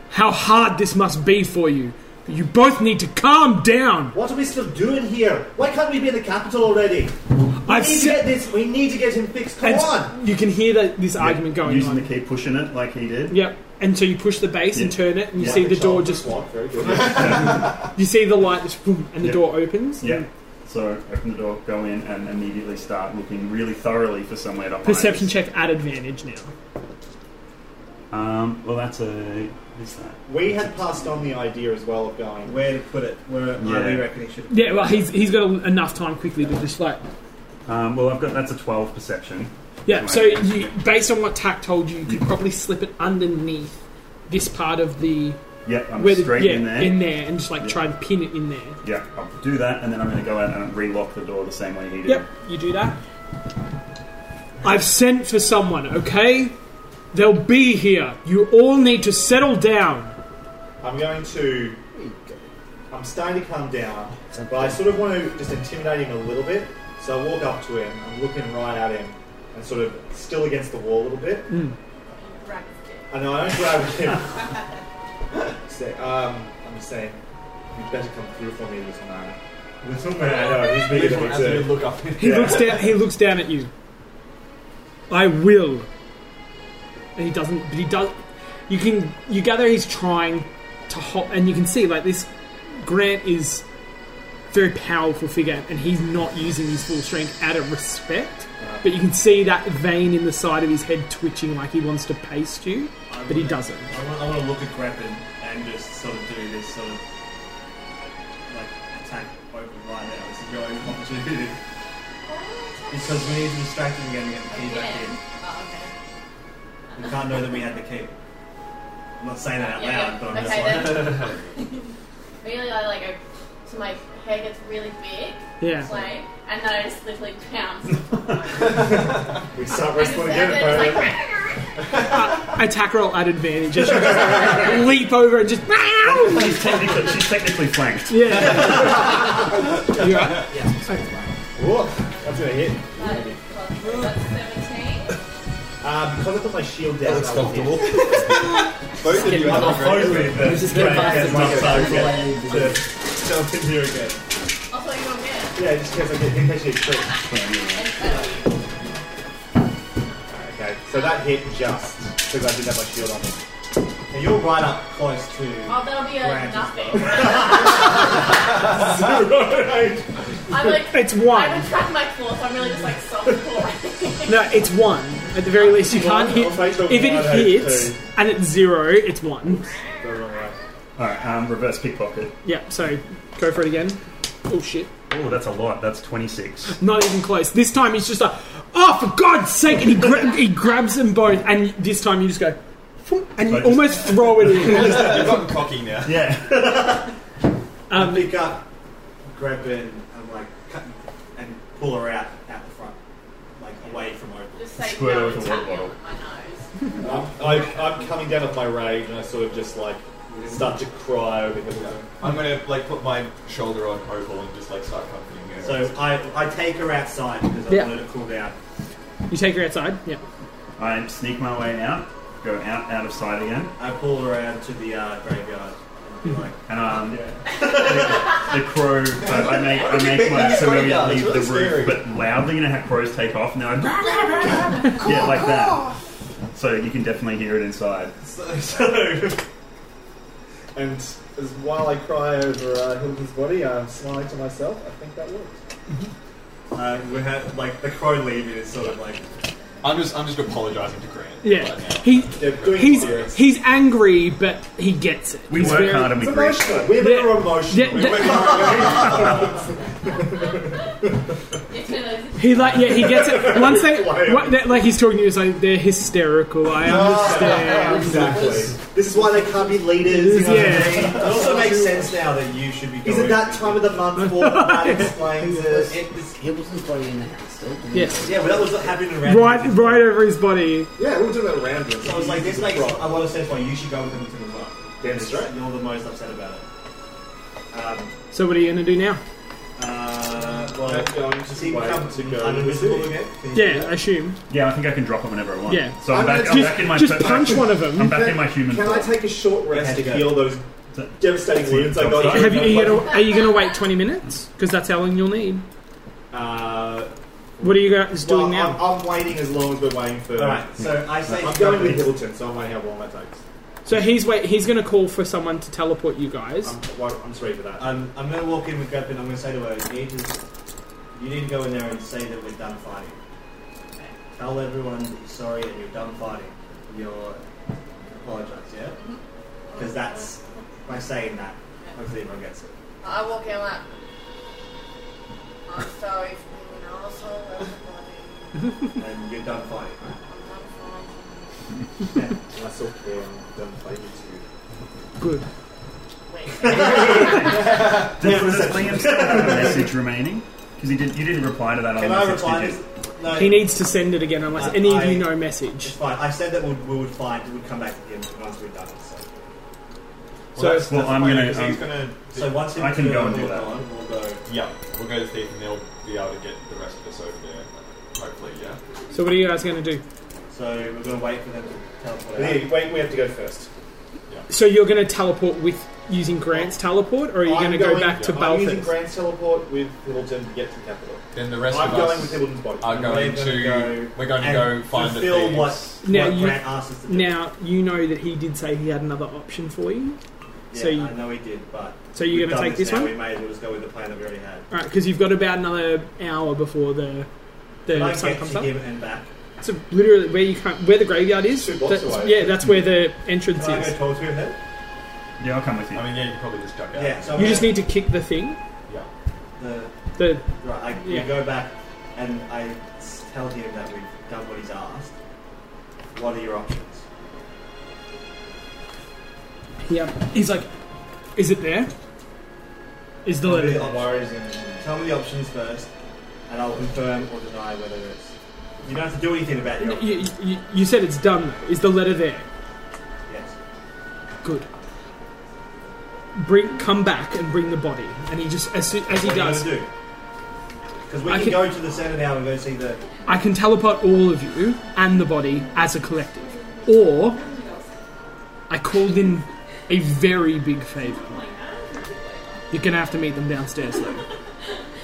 Speaker 4: how hard this must be for you. But you both need to calm down.
Speaker 3: What are we still doing here? Why can't we be in the capital already? We need to
Speaker 4: I've seen.
Speaker 3: get this. We need to get him fixed. Come
Speaker 4: and
Speaker 3: on.
Speaker 4: You can hear that this argument going
Speaker 7: Using
Speaker 4: on.
Speaker 7: the key, pushing it like he did.
Speaker 4: Yep. And so you push the base and
Speaker 7: Yeah.
Speaker 4: turn it, and you
Speaker 7: Yeah.
Speaker 4: see the door Oh, just.
Speaker 3: Walk, Very good.
Speaker 4: You see the light just boom, and the
Speaker 7: Yeah.
Speaker 4: door opens.
Speaker 7: Yeah. So open the door, go in, and immediately start looking really thoroughly for somewhere to hide.
Speaker 4: Perception check at advantage now.
Speaker 7: Um, well, that's a. What's that?
Speaker 3: we had passed on the idea as well of going.
Speaker 8: where to put it. Where
Speaker 7: Yeah.
Speaker 8: I we reckon it should.
Speaker 4: Yeah, well, he's, he's got a, enough time quickly to just like.
Speaker 7: Um, well, I've got that's a 12 perception.
Speaker 4: Yeah, so you, based on what Tack told you, you could probably slip it underneath this part of the
Speaker 7: Yep, I'm
Speaker 4: where the-
Speaker 7: straight
Speaker 4: yeah,
Speaker 7: in there.
Speaker 4: and just like
Speaker 7: Yeah.
Speaker 4: try and pin it in there.
Speaker 7: yeah, I'll do that, and then I'm going to go out and relock the door the same way he did.
Speaker 4: Yep, you do that. I've sent for someone, okay? They'll be here. You all need to settle down.
Speaker 3: I'm going to. I'm starting to calm down, but I sort of want to just intimidate him a little bit. So I walk up to him. I'm looking right at him, and sort of still against the wall a little bit.
Speaker 1: Grab his dick.
Speaker 3: I know I don't grab him. Say, um, I'm just saying, you better come through for me, little man. Little man, I know he's bigger than me
Speaker 2: As we
Speaker 3: too.
Speaker 2: look up,
Speaker 4: He looks down he looks down at you. I will. And he doesn't but he does you can you gather he's trying to hop and you can see like this Grant is very powerful figure and he's not using his full strength out of respect. But you can see that vein in the side of his head twitching like he wants to paste you, but he doesn't.
Speaker 9: I want, I want to look at Grappin and just sort of do this sort of like attack open right now. This is your own opportunity.
Speaker 8: Because we need to distract him again and get the key back in.
Speaker 1: Oh, okay.
Speaker 8: We can't know that we had the key. I'm not saying that out
Speaker 1: Yeah,
Speaker 8: loud, but I'm
Speaker 1: okay
Speaker 8: just like.
Speaker 1: then. really, I like go so my hair gets really big,
Speaker 4: Yeah.
Speaker 1: like, and then I just literally pounce.
Speaker 3: We
Speaker 1: I just,
Speaker 3: start
Speaker 1: and
Speaker 3: wrestling again,
Speaker 1: then
Speaker 3: apparently.
Speaker 1: it's like,
Speaker 4: Uh, attack roll at advantage as you just leap over and just meow.
Speaker 7: She's technically, she's technically flanked.
Speaker 4: yeah. You're up.
Speaker 3: Whoa, that's gonna hit.
Speaker 1: like, that's 17.
Speaker 3: Um, because I put my shield down,
Speaker 6: Looks
Speaker 3: I will hit.
Speaker 6: comfortable.
Speaker 2: both of you are
Speaker 8: Close
Speaker 2: not
Speaker 8: with this.
Speaker 5: just gonna
Speaker 8: Right,
Speaker 5: pass the
Speaker 8: yeah,
Speaker 5: ticket
Speaker 8: sorry,
Speaker 5: all the
Speaker 8: okay.
Speaker 5: way over.
Speaker 8: Jump in here again.
Speaker 1: Also, you don't get
Speaker 3: Yeah, just in case I get in case you get crit.
Speaker 1: and so
Speaker 3: Okay, so that hit just because I didn't have my shield on me.
Speaker 8: And you're right up close to.
Speaker 1: Oh, that'll be a
Speaker 8: Grand.
Speaker 1: nothing. I'm like,
Speaker 4: It's
Speaker 1: I
Speaker 4: one.
Speaker 1: would track my claw, so I'm really just like soft claw.
Speaker 4: No, it's one. At the very least, you can't
Speaker 3: One,
Speaker 4: hit.
Speaker 3: I'll take the
Speaker 4: If
Speaker 3: one,
Speaker 4: it
Speaker 3: I
Speaker 4: hits
Speaker 3: think.
Speaker 4: and it's zero, it's one.
Speaker 3: Go the wrong way.
Speaker 7: Alright, um, reverse pickpocket.
Speaker 4: Yeah. So go for it again. Oh shit!
Speaker 7: Oh, that's a lot. That's 26.
Speaker 4: Not even close. This time he's just like, oh for God's sake! And he, gra- he grabs them both, and this time you just go, "Phoom," and you
Speaker 7: I just-
Speaker 4: almost throw it in.
Speaker 2: You've gotten cocky now.
Speaker 7: Yeah.
Speaker 4: Um,
Speaker 8: Pick
Speaker 3: uh,
Speaker 8: up, grab her, and I'm like, cut, and pull her out, out the front. Like, away from her.
Speaker 1: Just say
Speaker 7: Squirt
Speaker 1: no,
Speaker 7: with a
Speaker 1: it's
Speaker 7: water
Speaker 1: happening
Speaker 7: bottle.
Speaker 1: with my nose.
Speaker 10: I'm, I'm, I'm coming down with my rage and I sort of just like start to cry over him.
Speaker 2: I'm gonna like put my shoulder on Opal and just like start comforting her.
Speaker 3: So I, I take her outside because I
Speaker 4: Yeah.
Speaker 3: want her to cool down.
Speaker 4: You take her outside. Yeah.
Speaker 7: I sneak my way out, go out out of sight again,
Speaker 3: I pull her out to the uh, graveyard and be like,
Speaker 7: and um, the, the crow. So I make I make my civilian leave the roof, but loudly. You know how crows take off, and they're like, yeah, like that. So you can definitely hear it inside.
Speaker 10: So, so and as while I cry over uh, Hilda's body, I'm smiling to myself. I think that worked.
Speaker 3: uh, we have like the crow leaving is sort of like
Speaker 2: I'm just I'm just apologising to Grant.
Speaker 4: Yeah.
Speaker 2: right now.
Speaker 4: He
Speaker 10: Yeah, doing
Speaker 4: he's
Speaker 10: serious.
Speaker 4: he's angry, but he gets it.
Speaker 7: We
Speaker 4: He's
Speaker 7: work
Speaker 4: very-
Speaker 7: hard and we
Speaker 10: It's
Speaker 7: grieve.
Speaker 10: emotional. We're
Speaker 4: Yeah.
Speaker 10: more emotional.
Speaker 4: Yeah, that-
Speaker 1: It's one of those-
Speaker 4: He like yeah he gets it once they what, that- like he's talking to you it's like they're hysterical I understand
Speaker 10: exactly. This is why they can't be leaders. You know what I mean?
Speaker 4: yeah
Speaker 3: It also makes sense now that you should be going.
Speaker 10: Is it that time of the month for that explains it?
Speaker 5: It was Hibbleton's body in the house still.
Speaker 4: yes
Speaker 3: Yeah, but that was what happened in Random.
Speaker 4: right right over his body
Speaker 10: Yeah, we'll do that random.
Speaker 3: So I was like, this makes a lot of sense why you should go with Hamilton as well.
Speaker 10: Damn straight.
Speaker 3: You're the most upset about it. Um,
Speaker 4: so what are you gonna do now
Speaker 3: uh, well,
Speaker 10: I'm going to
Speaker 3: does he
Speaker 10: wait
Speaker 3: become
Speaker 10: to go
Speaker 3: uninvisible
Speaker 10: to-
Speaker 3: again? Can you do
Speaker 4: yeah I
Speaker 3: that?
Speaker 4: assume
Speaker 7: Yeah, I think I can drop it whenever I want.
Speaker 4: Yeah.
Speaker 7: So I'm,
Speaker 10: I'm
Speaker 7: back,
Speaker 10: gonna
Speaker 7: I'm
Speaker 4: just
Speaker 7: back in my
Speaker 4: just
Speaker 7: back-
Speaker 4: punch one of
Speaker 7: I'm
Speaker 4: them
Speaker 7: back in my human.
Speaker 10: Can I
Speaker 7: form.
Speaker 10: take a short rest to
Speaker 3: Yeah.
Speaker 10: heal those devastating wounds I got?
Speaker 4: have you are you gonna, are you gonna wait twenty minutes because that's how long you'll need
Speaker 10: Uh,
Speaker 4: what are you guys
Speaker 10: well,
Speaker 4: doing
Speaker 10: I'm,
Speaker 4: now
Speaker 10: I'm waiting as long as we're waiting for.
Speaker 3: All right. So I say
Speaker 10: I'm going with Hilton, so I'm waiting how long that takes.
Speaker 4: so he's wait he's gonna call for someone to teleport you guys
Speaker 10: I'm, well, I'm sorry for that.
Speaker 3: I'm, Um, I'm going to walk in with Guppin. I'm going to say to her, you need to, you need to go in there and say that we're done fighting. Tell everyone that you're sorry and you're done fighting. You're apologize, yeah? Because that's by saying that. Hopefully, everyone gets it.
Speaker 1: I walk out like, I'm sorry for being an asshole, everybody.
Speaker 3: And you're done fighting. Right?
Speaker 1: I'm not sorry.
Speaker 10: I still care. I'm done fighting to you.
Speaker 4: good
Speaker 1: Wait,
Speaker 7: Does, does Liam still have a message remaining? Because he did. You didn't reply to that.
Speaker 3: Can
Speaker 7: on the
Speaker 3: I
Speaker 7: message,
Speaker 3: reply
Speaker 7: did
Speaker 3: this?
Speaker 7: you?
Speaker 3: No,
Speaker 4: he needs to send it again unless
Speaker 3: I-
Speaker 4: any of
Speaker 3: I-
Speaker 4: you know
Speaker 3: It's
Speaker 4: message
Speaker 3: fine. I said that we would, we would find, we'd come back to him once we're done. So,
Speaker 2: So that's,
Speaker 7: well,
Speaker 2: that's
Speaker 7: I'm
Speaker 2: fine,
Speaker 7: gonna-
Speaker 2: 'cause he's
Speaker 7: I'm-
Speaker 2: gonna.
Speaker 3: so once
Speaker 7: I can go and do that.
Speaker 3: On, we'll go.
Speaker 2: yeah, we'll go to Steve and they'll be able to get the rest of us over there. Hopefully, yeah.
Speaker 4: so what are you guys gonna do
Speaker 3: So we're going to wait for them to teleport out.
Speaker 10: Wait, wait, we have to go first.
Speaker 4: so you're gonna teleport with using Grant's teleport or are you
Speaker 10: I'm
Speaker 4: gonna go back to
Speaker 10: I'm using
Speaker 4: Balthus
Speaker 10: Grand Teleport with Hilton to get to the capital.
Speaker 2: Then the rest
Speaker 10: I'm
Speaker 2: of
Speaker 10: going
Speaker 2: us
Speaker 10: with Hilton's body.
Speaker 2: are going
Speaker 3: We're gonna
Speaker 2: to.
Speaker 3: go
Speaker 2: we're going to go
Speaker 3: and
Speaker 2: find the
Speaker 3: fulfill
Speaker 2: thieves.
Speaker 3: what,
Speaker 4: Now
Speaker 3: what
Speaker 4: you-
Speaker 3: Grant asked us to do.
Speaker 4: Now you know that he did say he had another option for you.
Speaker 3: yeah,
Speaker 4: so you-
Speaker 3: I know he did, but
Speaker 4: So you're
Speaker 3: we've
Speaker 4: gonna
Speaker 3: done
Speaker 4: take this
Speaker 3: now,
Speaker 4: one?
Speaker 3: We may as well just go with the plan that we already had.
Speaker 4: All right, because you've got about another hour before the
Speaker 3: Can
Speaker 4: the
Speaker 3: I
Speaker 4: sun
Speaker 3: get
Speaker 4: comes
Speaker 3: to
Speaker 4: up.
Speaker 3: him and back?
Speaker 4: So literally where you can't, where the graveyard is.
Speaker 10: Two blocks
Speaker 4: that's-
Speaker 10: away.
Speaker 4: yeah, that's where the entrance
Speaker 3: Can I go
Speaker 4: is.
Speaker 3: talk to him then?
Speaker 7: Yeah, I'll come with you.
Speaker 2: I mean, yeah, you probably just duck out.
Speaker 3: Yeah. So
Speaker 4: You just need to kick the thing.
Speaker 2: Yeah.
Speaker 3: the
Speaker 4: The
Speaker 3: right. I,
Speaker 4: Yeah.
Speaker 3: We go back and I s- tell him that we've done what he's asked. What are your options?
Speaker 4: yeah. He's like, is it there? Is the letter?
Speaker 3: I'm worried. Tell me the options first, and I'll confirm or deny whether it's. You don't have to do anything about your
Speaker 4: there?
Speaker 3: options.
Speaker 4: You, you, you said it's done. Though. Is the letter there?
Speaker 3: Yes.
Speaker 4: Good. Bring come back and bring the body. And he just as soon, as he
Speaker 3: What are you
Speaker 4: does,
Speaker 3: gonna do? Because we
Speaker 4: I
Speaker 3: can,
Speaker 4: can-
Speaker 3: go to the center now and go see the.
Speaker 4: I can teleport all of you and the body as a collective. Or I called in a very big favour. You're going to have to meet them downstairs, though.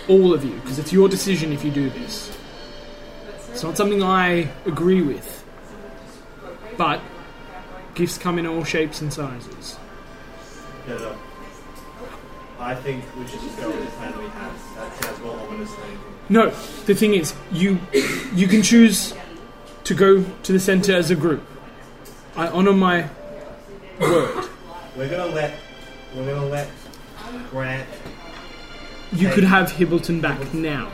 Speaker 4: All of you, because it's your decision if you do this. It's not something I agree with. But gifts come in all shapes and sizes.
Speaker 3: No, no. I think we should just go with the plan we have. That sounds more ominous than anything.
Speaker 4: No, the thing is, you you can choose to go to the centre as a group. I honour my word.
Speaker 3: We're gonna let. We're gonna let Grant.
Speaker 4: You could have Hibbleton back now.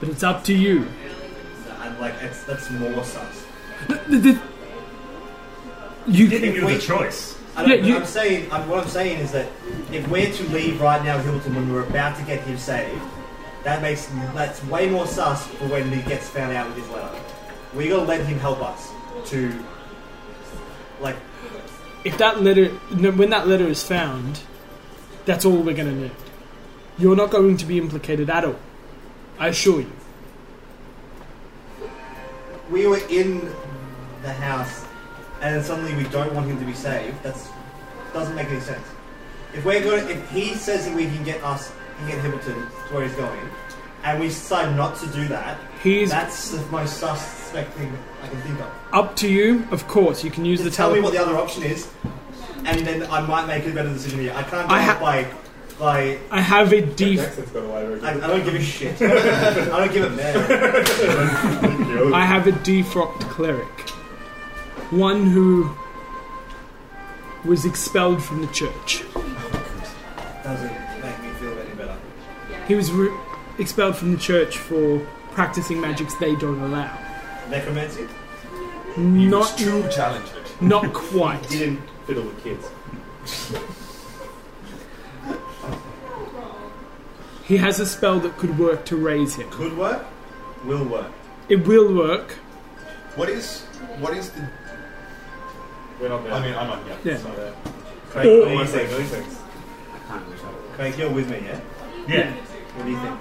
Speaker 4: But it's up to you.
Speaker 3: And like, it's, that's more sus.
Speaker 4: The- the- you,
Speaker 7: Giving you the choice.
Speaker 3: I don't,
Speaker 4: Yeah, you-
Speaker 3: I'm saying. I'm, what I'm saying is that if we're to leave right now, Hilton, when we're about to get him saved, that makes that's way more sus for when he gets found out with his letter. We gotta let him help us to, like,
Speaker 4: If that letter, no, when that letter is found, that's all we're going to need. You're not going to be implicated at all. I assure you.
Speaker 3: we were in the house, and then suddenly we don't want him to be saved. That's doesn't make any sense. If we're going, if he says that we can get us, can get Hibbleton to where he's going, and we decide not to do that,
Speaker 4: He's
Speaker 3: that's the most suspect thing I can think of.
Speaker 4: up to you, of course. You can use the
Speaker 3: Just tell me
Speaker 4: tele-
Speaker 3: what the other option is, and then I might make a better decision here. I can't do
Speaker 4: I
Speaker 3: it
Speaker 4: ha-
Speaker 3: by by.
Speaker 4: I have a def-
Speaker 6: Jackson's got a library.
Speaker 3: I, I don't give a shit. I don't give a man.
Speaker 4: I have a defrocked cleric. One who was expelled from the church.
Speaker 3: Doesn't make me feel any better.
Speaker 4: He was re- expelled from the church for practicing magics they don't allow.
Speaker 3: Necromancy
Speaker 2: He
Speaker 4: Not
Speaker 2: was too talented.
Speaker 4: Not quite.
Speaker 3: didn't fiddle with kids.
Speaker 4: He has a spell that could work to raise him.
Speaker 3: Could work, will work.
Speaker 4: It will work.
Speaker 2: What is what is the?
Speaker 3: We're not there.
Speaker 2: I mean, I'm on yeah.
Speaker 4: Yeah.
Speaker 2: So,
Speaker 3: Craig,
Speaker 4: Or-
Speaker 3: what do you
Speaker 6: Say
Speaker 3: think?
Speaker 6: things.
Speaker 3: Craig, you're with me, yeah?
Speaker 7: Yeah.
Speaker 3: What do you think?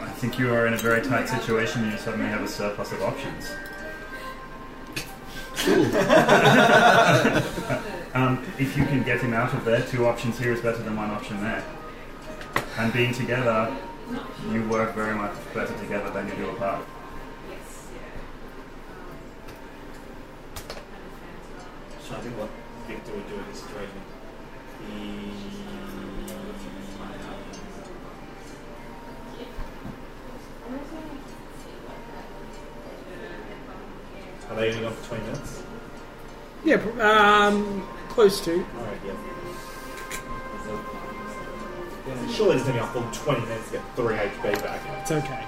Speaker 7: I think you are in a very tight situation and you suddenly have a surplus of options. um, if you can get him out of there, two options here is better than one option there. And being together, you work very much better together than you do apart.
Speaker 3: So I think what Victor would do in this situation. He... Are they ending off 20 minutes?
Speaker 4: Yeah, pr- um, close to.
Speaker 3: Alright, yeah. Yeah, Surely it's taking a full 20 minutes to get 3 HP back.
Speaker 4: It's okay.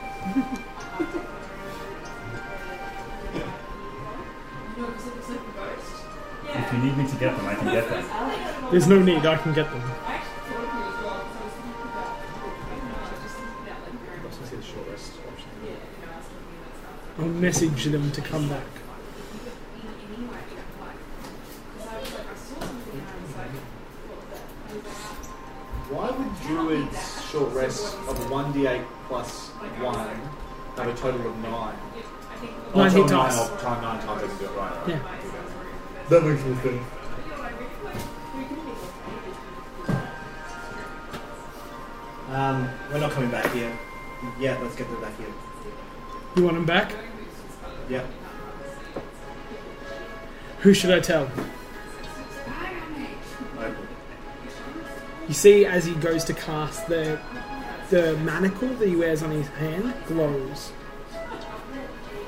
Speaker 7: If you need me to get them, I can get them.
Speaker 4: There's no need. I can get them.
Speaker 3: Let's see the shortest option.
Speaker 4: I'll message them to come back.
Speaker 3: Why would Druid's short rest of 1d8 plus 1 have a total of 9?
Speaker 4: Nine
Speaker 3: times.
Speaker 4: hit dice.
Speaker 3: Nine, time 9 times I can do it right.
Speaker 4: Yeah.
Speaker 3: That makes me think. Um, we're not coming back here. Yeah, let's get them back here.
Speaker 4: You want them back?
Speaker 3: Yeah.
Speaker 4: Who should I tell?
Speaker 3: Right.
Speaker 4: You see, as he goes to cast the the manacle that he wears on his hand glows.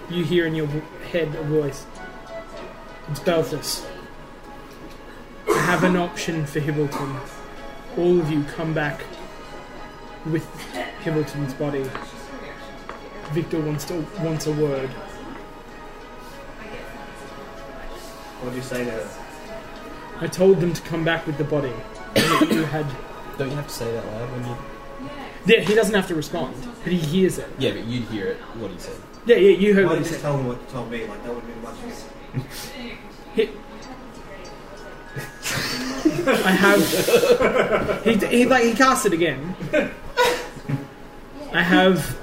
Speaker 4: You hear in your w- head a voice. It's Balthus. I have an option for Hibbleton. All of you come back with Hibbleton's body. Victor wants to wants a word.
Speaker 3: What do you say to her?
Speaker 4: I told them to come back with the body. And you had
Speaker 6: Don't you have to say that loud when you?
Speaker 4: Yeah, he doesn't have to respond, but he hears it.
Speaker 6: Yeah, but you'd hear it. What he said.
Speaker 4: Yeah, yeah, you heard
Speaker 3: Why
Speaker 4: what
Speaker 3: don't
Speaker 4: he
Speaker 3: you just
Speaker 4: said.
Speaker 3: tell them what you told me? Like, that would be much easier.
Speaker 4: I have. he, he like he cast it again. I have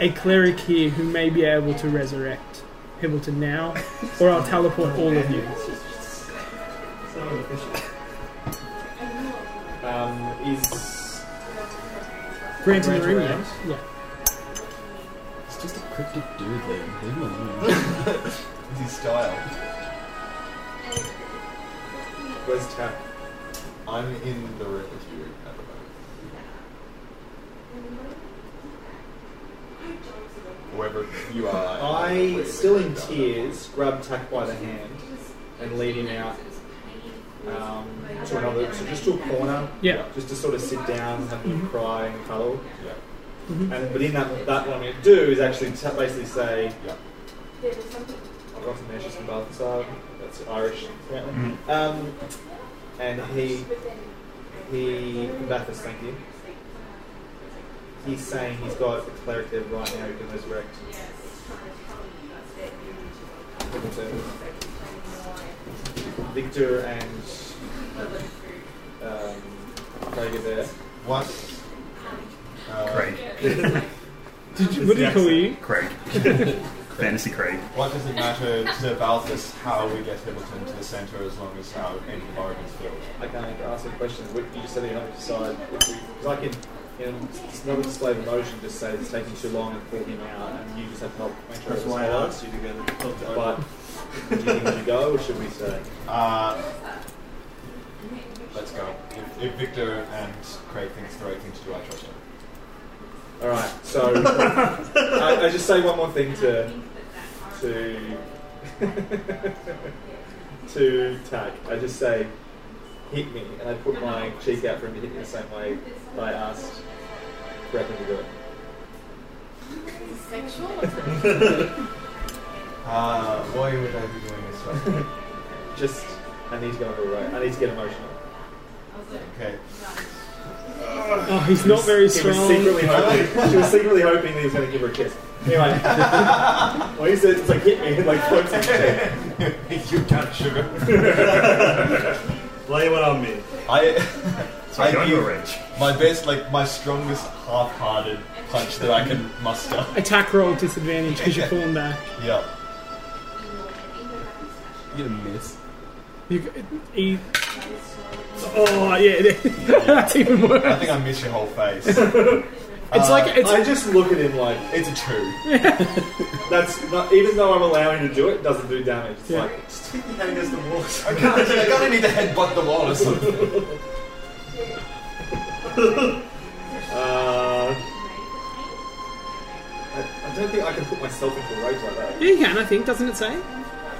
Speaker 4: a cleric here who may be able to resurrect Hibbleton now, or I'll teleport all of you.
Speaker 3: So inefficient. Um, is...
Speaker 4: Grant in the room,
Speaker 3: Grant
Speaker 4: yeah. yeah.
Speaker 6: It's just a cryptic dude, Liam. Leave him alone.
Speaker 2: it's his style.
Speaker 3: Where's Tap?
Speaker 2: I'm in the room with you at the moment. Whoever you are, I'm
Speaker 3: I,
Speaker 2: with
Speaker 3: still in
Speaker 2: you.
Speaker 3: tears, grab Tack by the hand and lead him out um, to another, so just to a corner,
Speaker 4: Yeah.
Speaker 3: just to sort of sit down, have a little cry and cuddle.
Speaker 2: Yeah.
Speaker 3: And but in that, that what I'm going to do is actually ta basically say,
Speaker 2: Yeah.
Speaker 3: I've got some measures from Balthasar. That's Irish, apparently.
Speaker 7: Mm.
Speaker 3: Um, and he, he, Bathurst, thank you. he's saying he's got a cleric there right now who can resurrect. Victor and um, Craig are there.
Speaker 2: What? Uh,
Speaker 7: Craig.
Speaker 4: Did you, what did he call you?
Speaker 7: Mm, Craig. Fantasy Craig.
Speaker 2: What does it matter to Balthus how we get Hibbleton to the centre as long as how any bargain's filled?
Speaker 3: I can't ask a question. What- You just said you have to decide. Because I can, you know, it's another display of emotion. Just say it's taking too long and pull him out, and you just have to help make sure
Speaker 8: That's
Speaker 3: it's
Speaker 8: why I
Speaker 3: not.
Speaker 8: asked you to go to talk to
Speaker 3: But do you think we should go, or should we say?
Speaker 2: Uh, let's go. If, if Victor and Craig think it's the right thing to do, I trust them.
Speaker 3: All right. So I, I just say one more thing to to to Tag. I just say, hit me, and I put my cheek out for him to hit me the same way that I asked Bracken to do it.
Speaker 1: It's sexual. attack.
Speaker 2: Uh, why would I be doing this right now?
Speaker 3: Just I need to go over right. I need to get emotional.
Speaker 2: Okay.
Speaker 4: Oh, he's not very
Speaker 3: He was
Speaker 4: strong.
Speaker 3: secretly hoping. she was secretly hoping that he was going to give her a kiss. Anyway, when he said it's like hit me, like folks,
Speaker 2: you got sugar.
Speaker 8: Lay one on me.
Speaker 2: I,
Speaker 7: So
Speaker 2: I
Speaker 7: I got you a
Speaker 2: give
Speaker 7: wrench.
Speaker 2: my best, like my strongest half-hearted punch that I can muster.
Speaker 4: Attack roll disadvantage because you're falling back.
Speaker 2: Yeah.
Speaker 6: You get a miss.
Speaker 4: You, he, oh yeah, that's even
Speaker 2: I
Speaker 4: worse.
Speaker 2: think I miss your whole face.
Speaker 4: It's like it's
Speaker 3: I just look at him like
Speaker 2: It's a two.
Speaker 3: that's not. Even though I'm allowing him to do it, it doesn't do damage. It's
Speaker 4: Yeah.
Speaker 3: like
Speaker 8: Just hit me against the wall.
Speaker 2: I kind of, I kind of need to headbutt the wall or something.
Speaker 3: Uh, I, I don't think I can put myself into a rage like that.
Speaker 4: yeah, you can. I think doesn't it say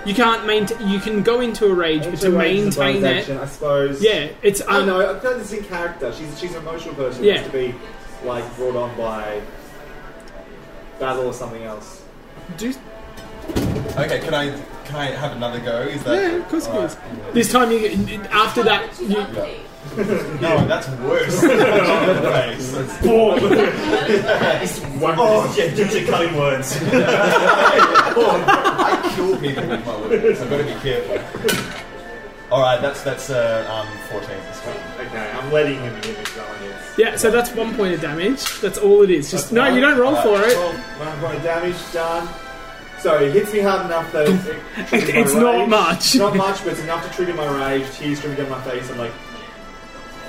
Speaker 4: you can't maintain? You can go into a rage, but to
Speaker 3: Actually, rage is a
Speaker 4: maintain
Speaker 3: bonus
Speaker 4: that,
Speaker 3: action, I suppose.
Speaker 4: yeah, it's
Speaker 3: I
Speaker 4: um,
Speaker 3: know. I've done this in character. She's she's an emotional person.
Speaker 4: Yeah.
Speaker 3: It has to be like brought on by battle or something else.
Speaker 4: do,
Speaker 2: Okay, can I can I have another go? Is that
Speaker 4: yeah, of course it
Speaker 2: Alright.
Speaker 4: is. This time you after that
Speaker 1: She's
Speaker 4: you,
Speaker 1: ugly.
Speaker 2: No, that's worse. Than the face. That's-
Speaker 8: Oh, yeah, just cutting words.
Speaker 2: I kill people with my words. I've got to be careful. All right, that's that's uh, um, fourteen this time.
Speaker 3: Okay, I'm letting him give it going. Yes.
Speaker 4: yeah. So that's one point of damage. That's all it is. Just no, you don't roll for it.
Speaker 3: One point of damage done. So it hits me hard enough that it, it triggers
Speaker 4: It's
Speaker 3: my
Speaker 4: not
Speaker 3: rage.
Speaker 4: much.
Speaker 3: Not much, but it's enough to trigger my rage. Tears streaming down my face. I'm like,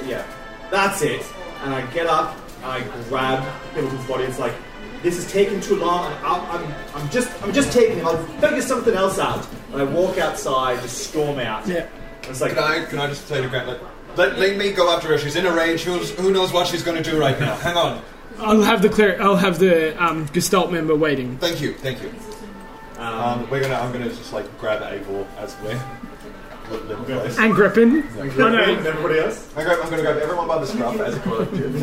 Speaker 3: yeah, that's it. And I get up and I grab Hiddleton's body. It's like, this is taking too long. And I'm, I'm, I'm just, I'm just taking. it. I'll figure something else out. And I walk outside, just storm out.
Speaker 4: Yeah.
Speaker 3: And it's like,
Speaker 2: Can I can I just say to Grant, like, let, let me go after her. She's in a rage. Who's, who knows what she's going to do right now? Hang on.
Speaker 4: I'll have the clear. I'll have the um, Gestalt member waiting.
Speaker 2: Thank you, thank you.
Speaker 3: um,
Speaker 2: Um, we're gonna I'm gonna just like grab Eivor as we're. Let, let place.
Speaker 4: And Grippin. Oh, no.
Speaker 3: everybody else.
Speaker 2: I grab, I'm gonna grab everyone by the scruff as a collective.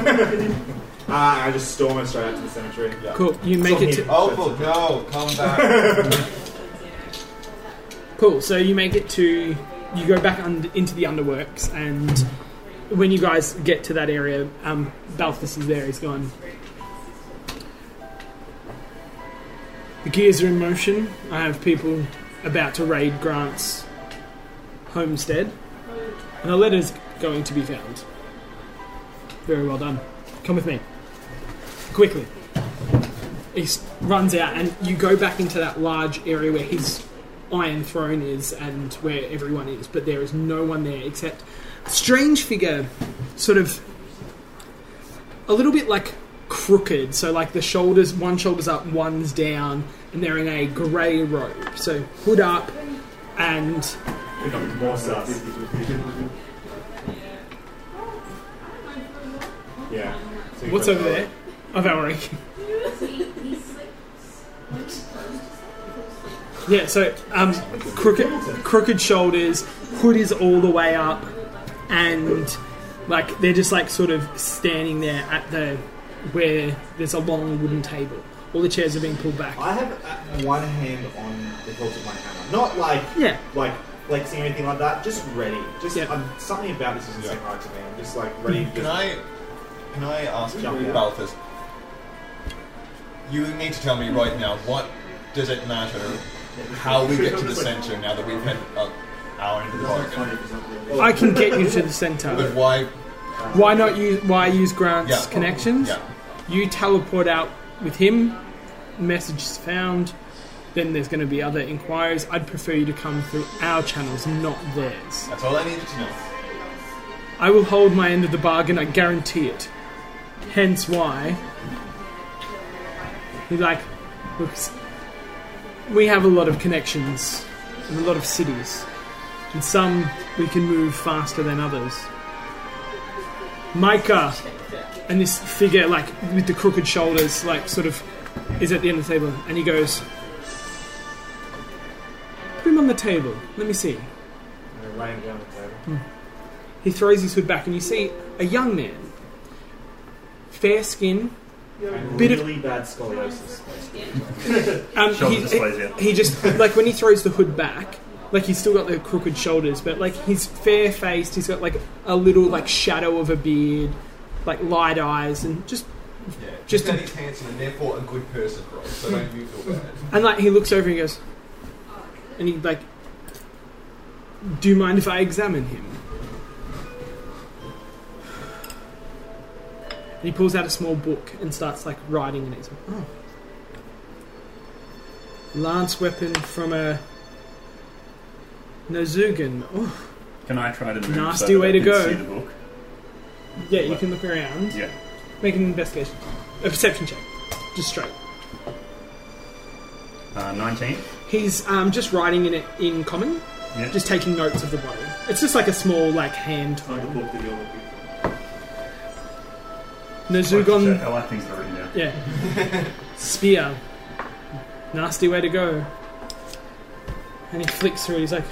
Speaker 3: Uh, I just storm her straight out to the cemetery.
Speaker 4: Cool. You make it. To,
Speaker 2: Oh, fuck, no, come back.
Speaker 4: cool. So you make it to. You go back und into the underworks, and when you guys get to that area, um, Balthus is there. He's gone. The gears are in motion. I have people about to raid Grant's homestead, and a letter's going to be found. Very well done. Come with me. Quickly. He s- runs out, and you go back into that large area where his iron throne is and where everyone is, but there is no one there except a strange figure, sort of a little bit like crooked. So, like the shoulders, one shoulder's up, one's down, and they're in a grey robe. So, hood up, and
Speaker 3: More sus. yeah. So you
Speaker 4: what's
Speaker 3: go-
Speaker 4: over there? Of Alaric. Yeah, so um, crooked, crooked shoulders, hood is all the way up, and like they're just like sort of standing there at the where there's a long wooden table. All the chairs are being pulled back.
Speaker 3: I have uh, one hand on the hilt of my hammer, not like
Speaker 4: Yeah,
Speaker 3: like flexing or anything like that. Just ready. Just
Speaker 4: Yeah.
Speaker 3: um, something about this isn't
Speaker 2: Yeah.
Speaker 3: seem right to me. I'm just like ready.
Speaker 2: Can I can I ask
Speaker 3: Jump
Speaker 2: you
Speaker 3: out.
Speaker 2: about this? You need to tell me right now what does it matter how we get to the centre now that we've had an hour into the bargain?
Speaker 4: I can get you to the center.
Speaker 2: But why?
Speaker 4: Why not use? Why use Grant's
Speaker 2: Yeah.
Speaker 4: connections?
Speaker 2: Yeah.
Speaker 4: You teleport out with him. Message is found. Then there's going to be other inquiries. I'd prefer you to come through our channels, not theirs.
Speaker 2: That's all I needed to know.
Speaker 4: I will hold my end of the bargain. I guarantee it. Hence why he's like, look, s- we have a lot of connections in a lot of cities, and some we can move faster than others. Micah and this figure, like with the crooked shoulders, like sort of is at the end of the table, and he goes, "Put him on the table. Let me see."
Speaker 3: laying down the table.
Speaker 4: He throws his hood back, and you see a young man, fair skin. Bit of-
Speaker 3: really bad scoliosis.
Speaker 4: Um,
Speaker 7: Shoulder
Speaker 4: he,
Speaker 7: dysplasia.
Speaker 4: he just like when he throws the hood back, like he's still got the crooked shoulders, but like he's fair faced. He's got like a little like shadow of a beard, like light eyes, and just
Speaker 2: Yeah.
Speaker 4: Just
Speaker 2: Just
Speaker 4: a-
Speaker 2: that he's handsome and therefore a good person, Rob. So don't you feel bad.
Speaker 4: and like he looks over and he goes, and he like, do you mind if I examine him? And he pulls out a small book and starts like writing in it. He's like, oh. Lance weapon from a Nozugan. Oh,
Speaker 7: Can I try to move?
Speaker 4: Nasty
Speaker 7: so that I
Speaker 4: way to
Speaker 7: can
Speaker 4: go.
Speaker 7: See the book?
Speaker 4: Yeah, you can look around.
Speaker 7: Yeah.
Speaker 4: Make an investigation. A perception check. Just straight.
Speaker 7: Uh, Nineteen.
Speaker 4: He's um, just writing in it in common,
Speaker 7: Yeah.
Speaker 4: just taking notes of the body. It's just like a small like hand.
Speaker 3: Like the book that you're looking for.
Speaker 4: Nazugon.
Speaker 7: I like things that are written down.
Speaker 4: Yeah. Spear. Nasty way to go. And he flicks through. He's like,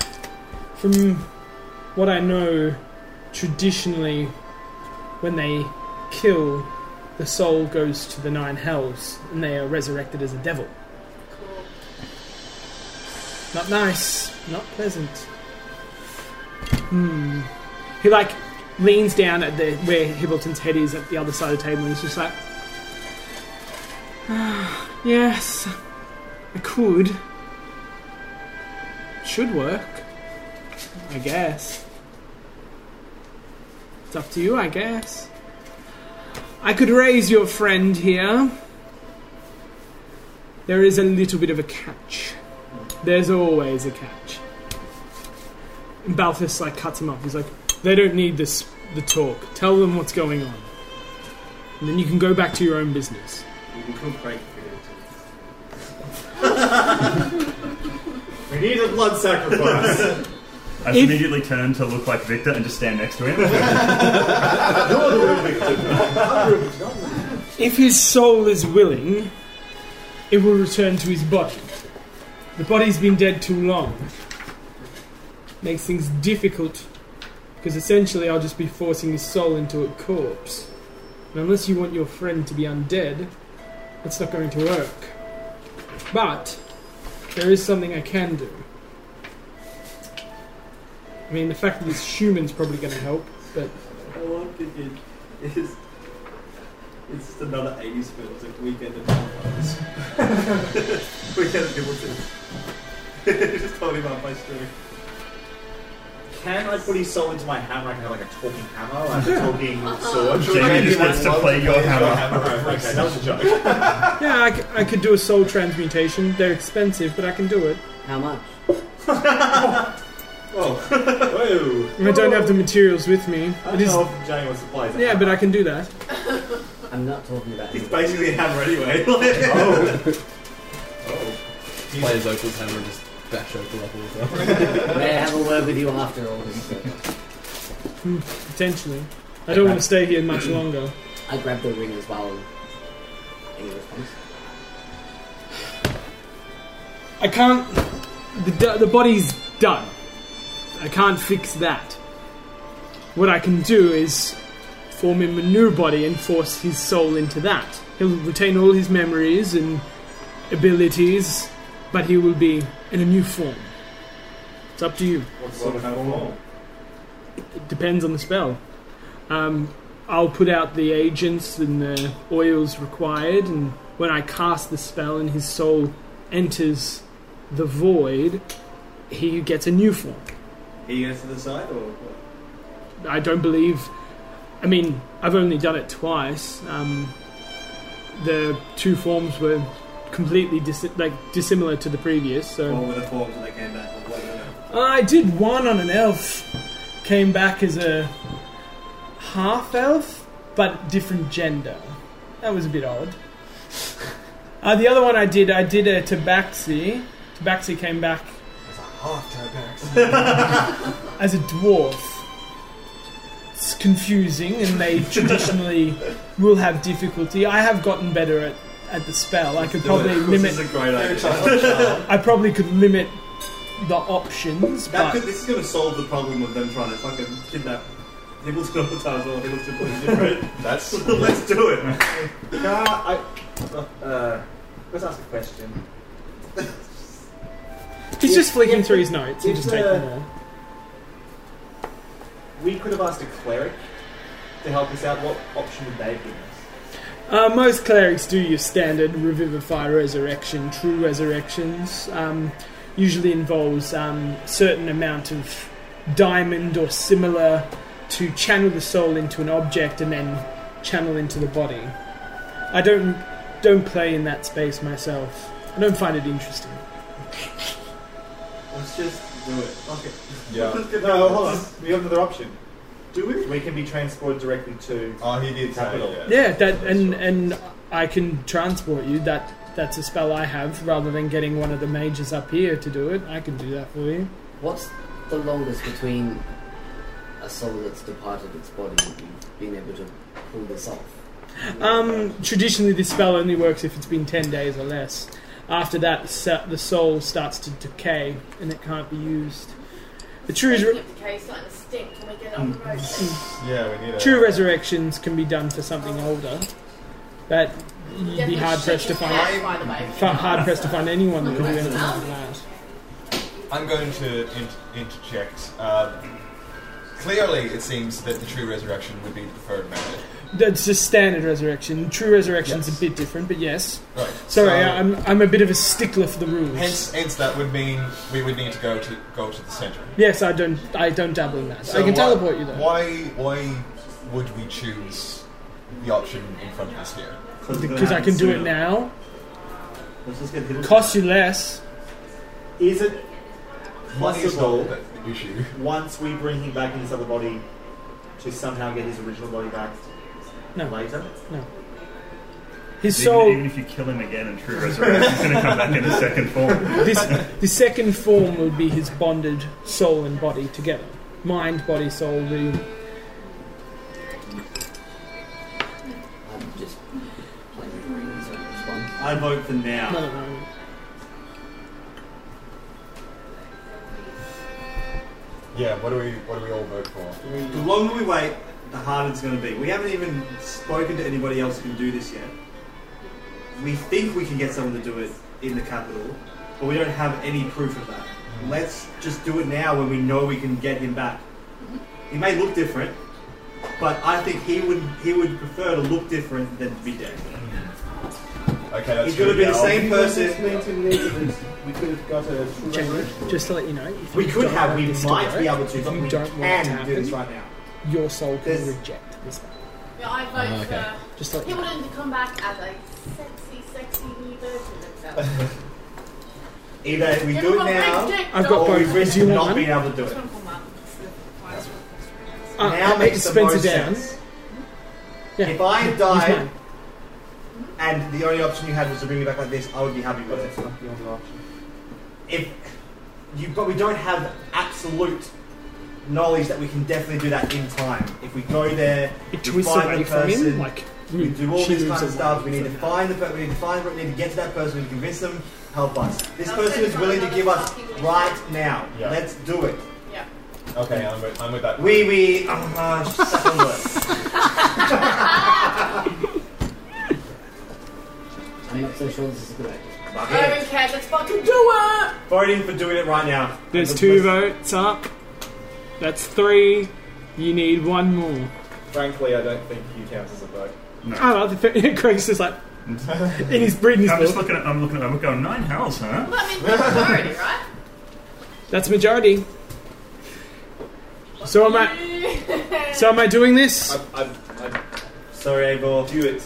Speaker 4: from what I know, traditionally, when they kill, the soul goes to the nine hells, and they are resurrected as a devil.
Speaker 1: Cool.
Speaker 4: Not nice. Not pleasant. Hmm. He like leans down at the where Hibbleton's head is at the other side of the table, and he's just like, "Ah, "Yes, I could. Should work, I guess. It's up to you, I guess. I could raise your friend here. There is a little bit of a catch." There's always a catch. And Balthus like cuts him off. He's like, they don't need this the talk. Tell them what's going on. And then you can go back to your own business.
Speaker 3: You can cook break if you need to. We need a blood sacrifice.
Speaker 7: I
Speaker 4: If-
Speaker 7: immediately turn to look like Victor and just stand next to him.
Speaker 4: If his soul is willing, it will return to his body. The body's been dead too long. Makes things difficult because essentially I'll just be forcing his soul into a corpse. And unless you want your friend to be undead, it's not going to work. But there is something I can do. I mean, the fact that it's human's probably going to help, but
Speaker 8: I love that it is. It's just another 80s film. It's like Weekend at Bernie's. Weekend at Bernie's. just told him about my story.
Speaker 3: Can I put his soul into my hammer? I can have like a talking hammer, like a
Speaker 4: Uh-uh.
Speaker 3: talking sword.
Speaker 7: Jamie just wants to play your hammer.
Speaker 3: okay, that was a joke.
Speaker 4: Yeah, I, c- I could do a soul transmutation. They're expensive, but I can do it.
Speaker 5: How much?
Speaker 8: Oh.
Speaker 3: Whoa.
Speaker 4: And I don't have the materials with me.
Speaker 3: I
Speaker 4: It
Speaker 3: don't
Speaker 4: is,
Speaker 3: know if Jamie wants to play.
Speaker 4: yeah, but I can do that.
Speaker 5: I'm not talking about
Speaker 3: It's
Speaker 5: him.
Speaker 3: basically a hammer anyway. oh.
Speaker 6: Play as Opal's hammer and just bash Opal up all the time.
Speaker 5: May I have a word with you after all this?
Speaker 4: Potentially. I don't want to stay here much longer.
Speaker 5: I grabbed the ring as well. Any response?
Speaker 4: I can't. The, d- the body's done. I can't fix that. What I can do is form him a new body and force his soul into that. He'll retain all his memories and abilities, but he will be in a new form. It's up to you.
Speaker 3: What sort of hammer?
Speaker 4: It depends on the spell. Um, I'll put out the agents and the oils required, and when I cast the spell and his soul enters the void, he gets a new form.
Speaker 8: He goes to the side, or what?
Speaker 4: I don't believe. I mean, I've only done it twice. Um, the two forms were completely dis- like dissimilar to the previous.
Speaker 3: Oh,
Speaker 4: So
Speaker 8: What were the forms when they came back? Or what were they?
Speaker 4: I did one on an elf. Came back as a half elf, but different gender. That was a bit odd. Uh, the other one I did, I did a Tabaxi. Tabaxi came back as a dwarf. It's confusing, and they traditionally will have difficulty. I have gotten better at, at the spell. I could probably limit.
Speaker 7: This is a great idea.
Speaker 4: I probably could limit the options,
Speaker 8: That
Speaker 4: but
Speaker 8: could, this is going to solve the problem of them trying to fucking kidnap Hibbleton all the time as well. Hibbleton was different.
Speaker 2: That's
Speaker 8: Let's do it.
Speaker 3: Can I, I uh, let's ask a question.
Speaker 4: he's just flicking through his notes and
Speaker 3: If
Speaker 4: just
Speaker 3: the-
Speaker 4: taking them all.
Speaker 3: We could have asked a cleric to help us out. What option would they have given us?
Speaker 4: Uh, most clerics do your standard revivify, resurrection, true resurrections. Um, usually involves um, certain amount of diamond or similar to channel the soul into an object and then channel into the body. I don't don't play in that space myself. I don't find it interesting.
Speaker 3: Let's just do it. Fuck it.
Speaker 2: yeah.
Speaker 3: No, hold on. We have another option.
Speaker 8: Do we?
Speaker 3: We can be transported directly to.
Speaker 2: Oh, he did say
Speaker 3: Capital.
Speaker 2: yeah.
Speaker 4: Yeah, that and
Speaker 2: right.
Speaker 4: and I can transport you. That that's a spell I have. Rather than getting one of the mages up here to do it, I can do that for you.
Speaker 5: What's the longest between a soul that's departed its body and you being able to pull this off?
Speaker 4: Um, traditionally, this spell only works if it's been 10 days or less. After that, se- the soul starts to decay and it can't be used. The true,
Speaker 1: Keep
Speaker 4: res-
Speaker 1: the case like a stink when we get on the road.
Speaker 2: Yeah, we need a
Speaker 4: true resurrections can be done for something older, but you'd be
Speaker 1: Definitely
Speaker 4: hard pressed to
Speaker 1: shake
Speaker 4: find.
Speaker 1: your hand, by the way.
Speaker 4: fi- Hard pressed to find anyone that can do anything like that.
Speaker 2: I'm going to in- interject. Uh, clearly, it seems that the true resurrection would be the preferred method.
Speaker 4: That's just standard resurrection. True resurrection's
Speaker 2: Yes.
Speaker 4: a bit different, but yes.
Speaker 2: Right.
Speaker 4: Sorry,
Speaker 2: so-
Speaker 4: I'm, I'm a bit of a stickler for the rules.
Speaker 2: Hence, hence that would mean we would need to go to go to the center.
Speaker 4: yes, I don't I don't dabble in that.
Speaker 2: So
Speaker 4: I can
Speaker 2: why-
Speaker 4: teleport you though.
Speaker 2: Why why would we choose the option in front of us here?
Speaker 4: Because I can do it now.
Speaker 8: Let's just get Hibbleton.
Speaker 4: Costs you less.
Speaker 3: Is it
Speaker 2: Money is not
Speaker 3: possible
Speaker 2: the issue.
Speaker 3: once we bring him back in his other body to somehow get his original body back
Speaker 4: No.
Speaker 3: later?
Speaker 4: His
Speaker 7: Even,
Speaker 4: soul,
Speaker 7: even if you kill him again in True Resurrection, he's going to come back in a second form.
Speaker 4: this, the second form would be his bonded soul and body together. Mind, body, soul, the.
Speaker 5: I'm just playing with rings and respond.
Speaker 8: I vote for now.
Speaker 4: No, no, no.
Speaker 2: Yeah. What do we what do we all vote for?
Speaker 8: The longer we wait, the harder it's going to be. We haven't even spoken to anybody else who can do this yet. We think we can get someone to do it in the capital, but we don't have any proof of that. Let's just do it now when we know we can get him back. He may look different, but I think he would he would prefer to look different than to be dead.
Speaker 2: Okay, that's
Speaker 8: He's going to be the
Speaker 2: true, yeah,
Speaker 8: same person.
Speaker 9: we could have got a true resurrection.
Speaker 4: Just to let you know. if
Speaker 3: We
Speaker 4: you
Speaker 3: could
Speaker 4: don't
Speaker 3: have,
Speaker 4: want
Speaker 3: we
Speaker 4: this to
Speaker 3: might be
Speaker 4: work,
Speaker 3: able to, but
Speaker 4: you
Speaker 3: we
Speaker 4: don't want it to
Speaker 3: can do this right
Speaker 4: happen.
Speaker 3: now.
Speaker 4: Your soul can
Speaker 3: There's-
Speaker 4: reject this spell.
Speaker 1: Yeah, I vote
Speaker 6: Oh, okay.
Speaker 1: for
Speaker 4: Just to let you know.
Speaker 1: Hilden to come back as a sexy, sexy new version of herself.
Speaker 3: Either if we do it now,
Speaker 4: I've got
Speaker 3: or we
Speaker 4: both.
Speaker 3: risk
Speaker 4: Do you want
Speaker 3: not
Speaker 4: one?
Speaker 3: being able to do it.
Speaker 4: Uh,
Speaker 3: now
Speaker 4: uh,
Speaker 3: makes the
Speaker 4: Spencer
Speaker 3: most
Speaker 4: down.
Speaker 3: sense.
Speaker 4: Yeah.
Speaker 3: If I had
Speaker 4: He's
Speaker 3: died
Speaker 4: mine.
Speaker 3: and the only option you had was to bring me back like this, I would be happy with it. If you, but we don't have absolute knowledge that we can definitely do that in time. If we go there,
Speaker 4: It
Speaker 3: we
Speaker 4: twists
Speaker 3: find
Speaker 4: away
Speaker 3: the
Speaker 4: from
Speaker 3: person,
Speaker 4: him. Like,
Speaker 3: we
Speaker 4: mm,
Speaker 3: do all
Speaker 4: she
Speaker 3: this
Speaker 4: moves
Speaker 3: kind of
Speaker 4: away
Speaker 3: stuff. We need to
Speaker 4: from
Speaker 3: find the person. We need to find. We need to get to that person. We need to convince them. Help us. This person is willing to give us right now.
Speaker 2: Yeah.
Speaker 3: Let's do it.
Speaker 1: Yeah.
Speaker 2: Okay, I'm with, I'm with that.
Speaker 3: Wee wee. Oh, uh, second word.
Speaker 5: I'm not so sure this is a good idea.
Speaker 1: I don't
Speaker 3: Fuck it.
Speaker 1: even care. Let's fucking do it.
Speaker 3: Voting for doing it right now.
Speaker 4: There's
Speaker 3: Let's-
Speaker 4: two
Speaker 3: let's-
Speaker 4: votes up. That's three. You need one more.
Speaker 3: Frankly, I don't think you count as a vote.
Speaker 4: I love the fact Craig's just like in his breeding
Speaker 7: I'm just
Speaker 4: thought.
Speaker 7: looking at. I'm looking at. I'm going nine howls, huh?
Speaker 1: Well, I mean, the majority, right?
Speaker 4: That's majority. So am I? So am I doing this?
Speaker 3: I, I, I
Speaker 8: Sorry, Eivor.
Speaker 3: do it.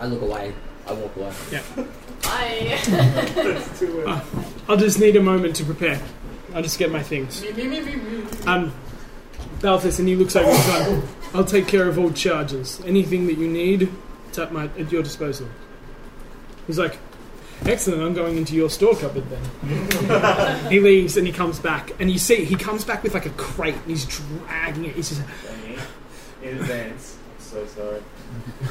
Speaker 5: I look away. I walk away.
Speaker 1: I.
Speaker 4: I'll just need a moment to prepare. I'll just get my things.
Speaker 1: me, me, me, me, me.
Speaker 4: Um, Balthus, and he looks over his gun. I'll take care of all charges. Anything that you need, it's at my at your disposal. He's like, excellent. I'm going into your store cupboard then. he leaves and he comes back, and you see he comes back with like a crate, and he's dragging it. He's just
Speaker 3: Danny, In advance. I'm so sorry. you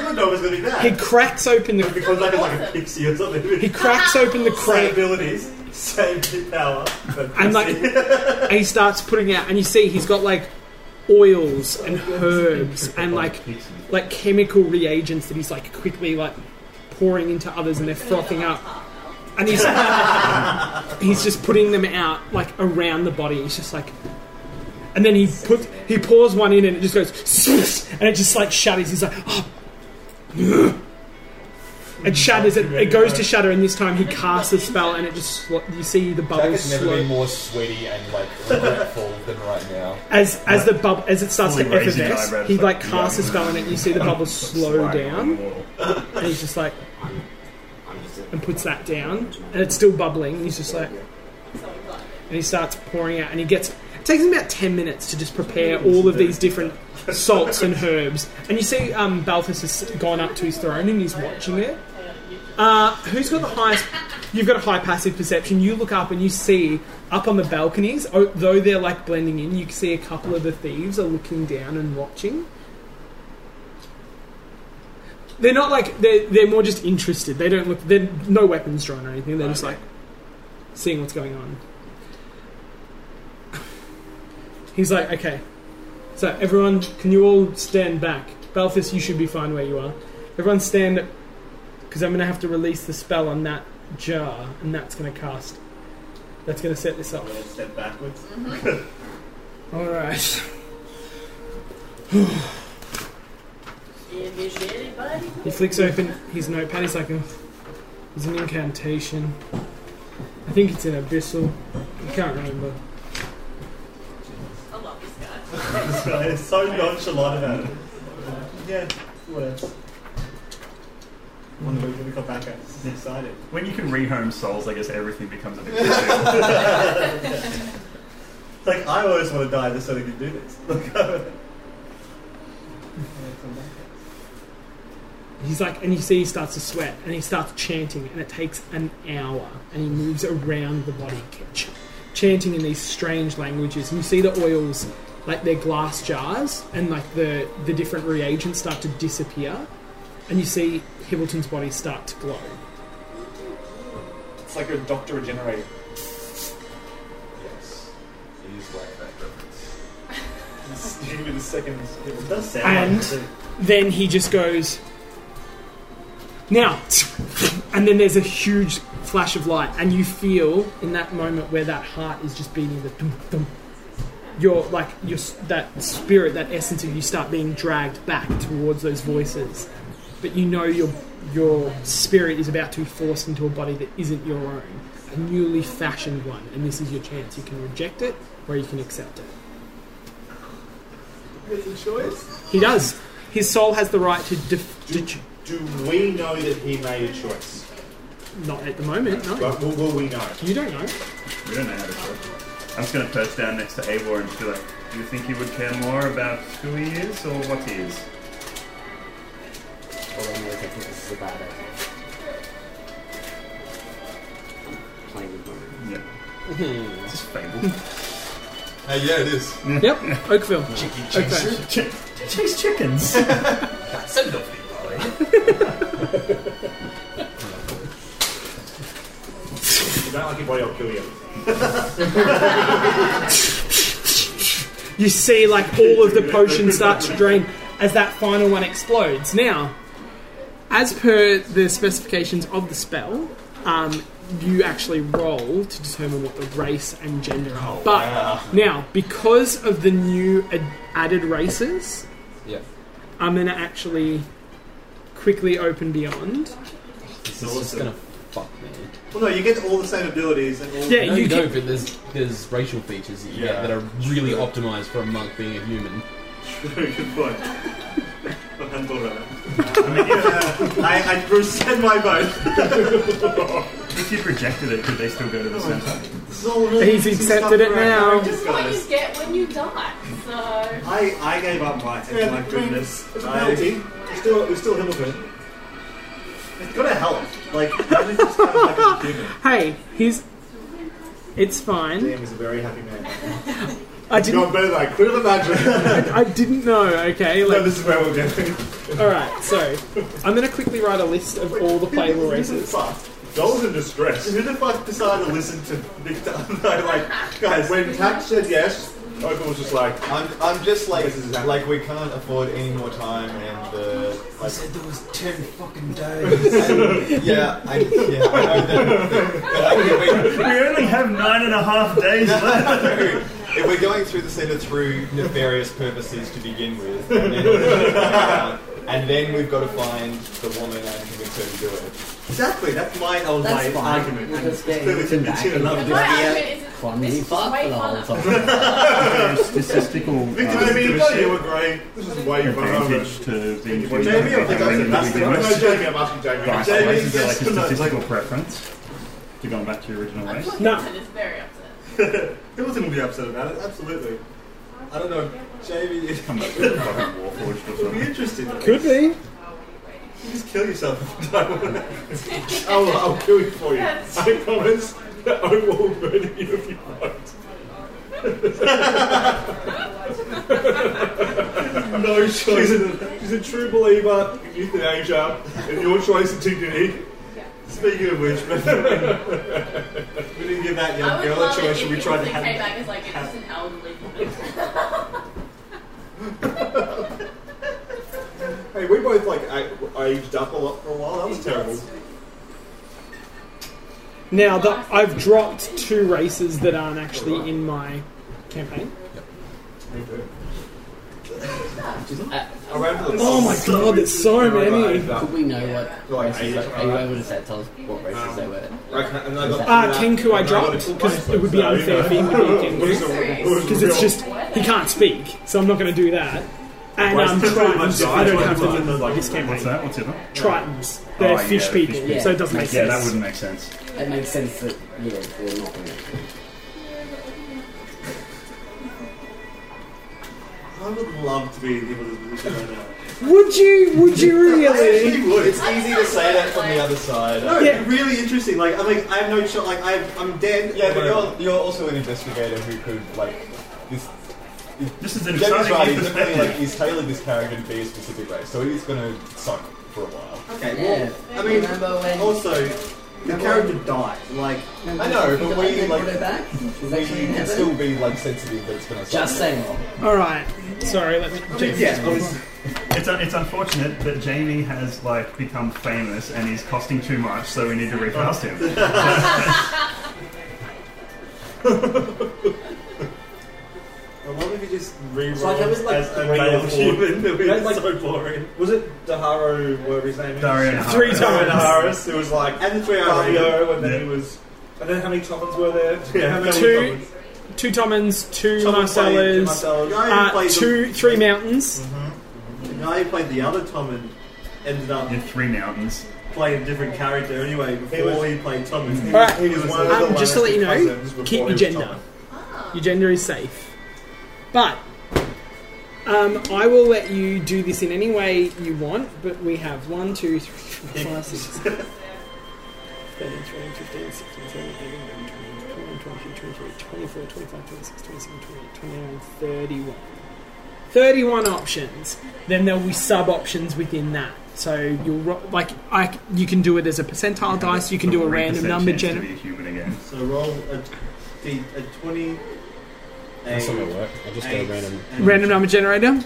Speaker 3: didn't know it was going to be
Speaker 4: he
Speaker 3: that.
Speaker 4: cracks open the
Speaker 3: Because like, it's like a pixie or something.
Speaker 4: he cracks open the
Speaker 3: Same
Speaker 4: crate.
Speaker 3: abilities, same power. but
Speaker 4: and like and he starts putting out and you see he's got like oils and herbs and like like chemical reagents that he's like quickly like pouring into others and they're frothing up and he's he's just putting them out like around the body he's just like and then he put he pours one in and it just goes "Swish," and it just like shatters he's like oh it shatters it, it goes to shatter and this time he casts a spell and it just slo- you see the
Speaker 2: Jack
Speaker 4: bubbles
Speaker 2: has never
Speaker 4: slow
Speaker 2: been more sweaty and like regretful than right now.
Speaker 4: as as the bubble as it starts to
Speaker 7: Fully raising
Speaker 4: effervesce,
Speaker 7: eyebrows,
Speaker 4: he like
Speaker 7: like,
Speaker 4: casts a
Speaker 7: yeah.
Speaker 4: spell on it. and You see the bubble slow
Speaker 7: Slide on
Speaker 4: down,
Speaker 7: the wall.
Speaker 4: and he's just like, and puts that down, and it's still bubbling. He's just like, and he starts pouring out, and he gets. It takes him about ten minutes to just prepare all of these different salts and herbs, and you see um, Balthus has gone up to his throne and he's watching it. Uh, who's got the highest? You've got a high passive perception. You look up and you see up on the balconies, oh, though they're like blending in. You see a couple of the thieves are looking down and watching. They're not like they're they're more just interested. They don't look. They're no weapons drawn or anything. They're just like seeing what's going on. He's like, okay, so everyone, can you all stand back? Balthus, you should be fine where you are. Everyone stand because I'm going to have to release the spell on that jar, and that's going to cast. That's going to set this up.
Speaker 3: I'm gonna Step backwards.
Speaker 4: All right.
Speaker 1: If it's anybody,
Speaker 4: He flicks open his notepad. He's like, "Oh, "It's an incantation. I think it's an abyssal. I can't remember."
Speaker 1: I love this guy.
Speaker 3: It's so nonchalant about it. Yeah, words. Wonder we're gonna come back at. This is exciting.
Speaker 7: When you can rehome souls, I guess everything becomes a bit different.
Speaker 3: Like I always want to die just so they can do this. Look,
Speaker 4: He's like, and you see he starts to sweat, and he starts chanting, and it takes an hour, and he moves around the body, ch- chanting in these strange languages. And you see the oils, like their glass jars, and like the the different reagents start to disappear, and you see Hibbleton's body start to glow.
Speaker 2: It's like a doctor regenerating. Yes, it is like that reference. This is usually the second.
Speaker 3: it does sound
Speaker 4: And-
Speaker 3: like
Speaker 4: Then he just goes, now, and then there's a huge flash of light, and you feel in that moment where that heart is just beating the dum dum. Your like your s- that spirit, that essence of you start being dragged back towards those voices, but you know your your spirit is about to be forced into a body that isn't your own, a newly fashioned one, and this is your chance. You can reject it or you can accept it. He does. His soul has the right to. Def- to ch-
Speaker 3: Do we know that he made a choice?
Speaker 4: not at the moment, no.
Speaker 3: But will, will we know?
Speaker 4: You don't know.
Speaker 7: we don't know how to talk. I'm just going to perch down next to Eivor and just be like, do you think he would care more about who he is or what he is?
Speaker 5: Well, anyways, I think this is a bad idea. I'm playing with my
Speaker 7: Yeah.
Speaker 4: Hmm.
Speaker 7: It's just fable.
Speaker 2: Hey, Uh, yeah, it is.
Speaker 4: Yep, Oakville. Oakville.
Speaker 7: Chick- Chase chickens.
Speaker 2: That's a lovely boy.
Speaker 3: If you don't like your body, I'll kill you.
Speaker 4: You see, like, all of the potion starts to drain as that final one explodes. Now, as per the specifications of the spell, um, you actually roll to determine what the race and gender are. but now, because of the new ad- added races,
Speaker 6: Yeah.
Speaker 4: I'm going to actually quickly open Beyond.
Speaker 6: This is just gonna fuck me.
Speaker 3: Well, no, you get all the same abilities and all.
Speaker 4: Yeah,
Speaker 6: No,
Speaker 4: you
Speaker 6: you
Speaker 4: can.
Speaker 6: don't, but there's there's racial features that you
Speaker 2: Yeah,
Speaker 6: get that are really optimized for a monk being a human.
Speaker 3: Very good point. I hadn't thought about that. I, mean, yeah, I, I rescind my vote.
Speaker 7: If you projected it, could they still go to the centre?
Speaker 3: This is all really
Speaker 4: He's
Speaker 3: this is
Speaker 4: accepted
Speaker 3: stuff
Speaker 4: it
Speaker 3: for our
Speaker 4: now.
Speaker 3: characters,
Speaker 1: This is what you
Speaker 3: guys.
Speaker 1: get when you die. So
Speaker 3: I, I gave up my
Speaker 8: Yeah, I
Speaker 3: my
Speaker 8: mean,
Speaker 3: goodness.
Speaker 8: It's a
Speaker 3: I-
Speaker 8: penalty. It's still, it's still Hamilton.
Speaker 3: It's gonna help. Like, even if it's kind of like a human.
Speaker 4: Hey, he's. It's fine.
Speaker 3: Liam is a very happy man.
Speaker 4: I didn't.
Speaker 3: better than I could have imagined.
Speaker 4: I didn't know. Okay.
Speaker 3: no,
Speaker 4: Like,
Speaker 3: this is where we're going.
Speaker 4: all right. So I'm going to quickly write a list of all the playable
Speaker 3: Who the
Speaker 4: races.
Speaker 3: fuck?
Speaker 8: Dolls in distress.
Speaker 3: Who the fuck decided to listen to Victor? No, like, guys,
Speaker 8: When Kat said yes, Opal was just like,
Speaker 2: I'm, I'm just like,
Speaker 3: This is exactly-
Speaker 2: like we can't afford any more time, and uh,
Speaker 9: I said there was ten fucking days.
Speaker 2: like, yeah, I, yeah, I know that. But like, if,
Speaker 7: We only have nine and a half days left.
Speaker 2: we, if we're going through the center through nefarious purposes to begin with, and then, and then we've got to find the woman and convince her to do it.
Speaker 3: exactly. That's my, that was
Speaker 5: That's
Speaker 3: my
Speaker 5: fine.
Speaker 3: argument.
Speaker 5: We'll just get
Speaker 3: Clearly
Speaker 5: Ethan
Speaker 3: didn't
Speaker 5: back
Speaker 3: you
Speaker 5: and
Speaker 3: love
Speaker 5: we'll
Speaker 1: my
Speaker 5: just be
Speaker 1: argument
Speaker 5: a
Speaker 1: is it's
Speaker 5: clumsy
Speaker 1: just
Speaker 5: fuck
Speaker 1: way
Speaker 5: for the whole
Speaker 1: fun.
Speaker 5: time.
Speaker 7: Statistical
Speaker 3: Victor, I mean,
Speaker 7: um,
Speaker 3: no, you were great. This is way better.
Speaker 7: advantage to being human.
Speaker 3: Jamie, I
Speaker 7: I
Speaker 3: think I
Speaker 7: mean,
Speaker 3: said
Speaker 7: that would
Speaker 3: Master.
Speaker 7: be the
Speaker 3: No,
Speaker 7: most-
Speaker 3: no, Jamie, I'm asking Jamie.
Speaker 7: Right, so
Speaker 3: Jamie,
Speaker 7: race is it like
Speaker 3: yes
Speaker 7: a
Speaker 3: or no? Like,
Speaker 7: statistical preference to going back to your original race?
Speaker 1: Look,
Speaker 4: No.
Speaker 1: It's very upset.
Speaker 3: Hamilton will be upset about it, absolutely.
Speaker 2: I don't know, Jamie. Is,
Speaker 7: Come back to the fucking Warforged or
Speaker 3: It'll be
Speaker 7: something.
Speaker 3: interesting. though.
Speaker 4: Could be.
Speaker 3: You just kill yourself if you die. I'll, I'll kill you for you.
Speaker 1: Yes.
Speaker 3: I promise that I will murder you if you don't. no choice. She's a, she's a true believer in euthanasia and your choice of dignity. Speaking of which, we didn't give that
Speaker 1: I
Speaker 3: young
Speaker 1: would
Speaker 3: girl a
Speaker 1: love it
Speaker 3: choice
Speaker 1: if
Speaker 3: and we tried to
Speaker 1: Ethan came
Speaker 3: have
Speaker 1: back as like it's just an elderly woman.
Speaker 3: Hey, we both like I, aged up a lot for a while. That was terrible.
Speaker 4: Now that I've dropped two races that aren't actually in my campaign.
Speaker 5: Uh,
Speaker 3: Around for the
Speaker 4: Oh my god, there's so many.
Speaker 5: Could we know what
Speaker 2: Like,
Speaker 5: races
Speaker 2: I-
Speaker 5: they Are you able to say, tell us what races they were?
Speaker 2: Um,
Speaker 4: Ah, Kenku I dropped because it would be unfair for him to be Kenku because it's just he can't speak, so I'm not going to do that. And um, Tritons, I don't have them in this
Speaker 7: What's
Speaker 4: campaign.
Speaker 7: that? What's it? Yeah,
Speaker 4: Tritons,
Speaker 7: Oh,
Speaker 4: they're
Speaker 7: yeah,
Speaker 4: fish
Speaker 7: they're
Speaker 4: people,
Speaker 7: fish
Speaker 5: people.
Speaker 4: so it doesn't make sense.
Speaker 7: that wouldn't make sense.
Speaker 5: It makes sense that, yeah, they're not going to.
Speaker 3: I would love to be in Himmler's position right now.
Speaker 4: Would you? Would you really?
Speaker 3: would.
Speaker 2: it's easy to say that from the other side.
Speaker 3: No,
Speaker 4: Yeah.
Speaker 3: really interesting. Like, I'm like, I have no shot. Like, I'm, I'm dead.
Speaker 2: Yeah, but you're, you're also an investigator who could like this.
Speaker 7: This is an
Speaker 2: James
Speaker 7: exciting
Speaker 2: Riley
Speaker 7: new
Speaker 2: definitely like
Speaker 7: perspective.
Speaker 2: he's tailored this character to be a specific race, so it is going to suck for a while.
Speaker 3: Okay.
Speaker 5: Yeah.
Speaker 3: Well, I mean,
Speaker 5: remember when.
Speaker 2: Oh,
Speaker 3: also, the character died. Like,
Speaker 5: remember
Speaker 2: I know, but
Speaker 5: when
Speaker 2: we,
Speaker 5: they
Speaker 2: like-
Speaker 5: put it back? Is
Speaker 2: But
Speaker 5: that
Speaker 2: you
Speaker 5: actually
Speaker 2: can
Speaker 5: happened?
Speaker 2: still be like sensitive, but it's going to suck.
Speaker 5: Just saying.
Speaker 4: All right. Sorry, let me.
Speaker 3: yes, obviously.
Speaker 7: It's, un- it's unfortunate that Jamie has like become famous and he's costing too much, so we need to recast him.
Speaker 3: I wonder if you just reroll
Speaker 8: So, like, that was, like,
Speaker 3: as a
Speaker 8: way
Speaker 3: male
Speaker 8: before-
Speaker 3: human. It
Speaker 8: That's,
Speaker 3: was
Speaker 8: like-
Speaker 3: so boring.
Speaker 8: was it Daharo, whatever his name is?
Speaker 7: Dario Nahara.
Speaker 4: Three
Speaker 3: Darren
Speaker 4: times.
Speaker 3: Harris, it was like, and the three hour
Speaker 7: Dario,
Speaker 3: and then
Speaker 7: yeah.
Speaker 3: he was.
Speaker 8: And then how many Toppins were there?
Speaker 3: Yeah, how many
Speaker 4: Two Two Tommins, two
Speaker 3: Thomas played- Marcellus.
Speaker 4: Marcellas,
Speaker 3: The guy who
Speaker 4: uh,
Speaker 3: played the- Mm-hmm.
Speaker 4: two, three mountains.
Speaker 3: The guy who played the other Tommen ended up
Speaker 7: Yeah, three mountains.
Speaker 3: playing a different character anyway before he,
Speaker 8: was-
Speaker 3: played Tommen. He
Speaker 4: Alright.
Speaker 3: he was one of
Speaker 4: Um,
Speaker 3: the
Speaker 4: just to let you know,
Speaker 3: last cousins before
Speaker 4: keep
Speaker 3: he
Speaker 4: your
Speaker 3: was
Speaker 4: gender.
Speaker 3: Tommen.
Speaker 4: Your gender is safe. But um, I will let you do this in any way you want, but we have 1, 2, 3, 4, 5, 6, 7, 13, 14, 15, 16, 17, 18, 19, 20, 21, 22, 23, 24, 25, 26, 27, 28, 29, 31. 31 options. Then there'll be sub options within that. So you'll ro- like I c- you can do it as a percentile dice. You can do a
Speaker 7: 40%
Speaker 4: random number
Speaker 7: chance to
Speaker 4: generator.
Speaker 7: be a human again.
Speaker 3: So roll a, the, a 20.
Speaker 6: That's not gonna work. I just got a
Speaker 3: eight,
Speaker 6: random.
Speaker 3: and-
Speaker 4: Random number generator.
Speaker 7: Can,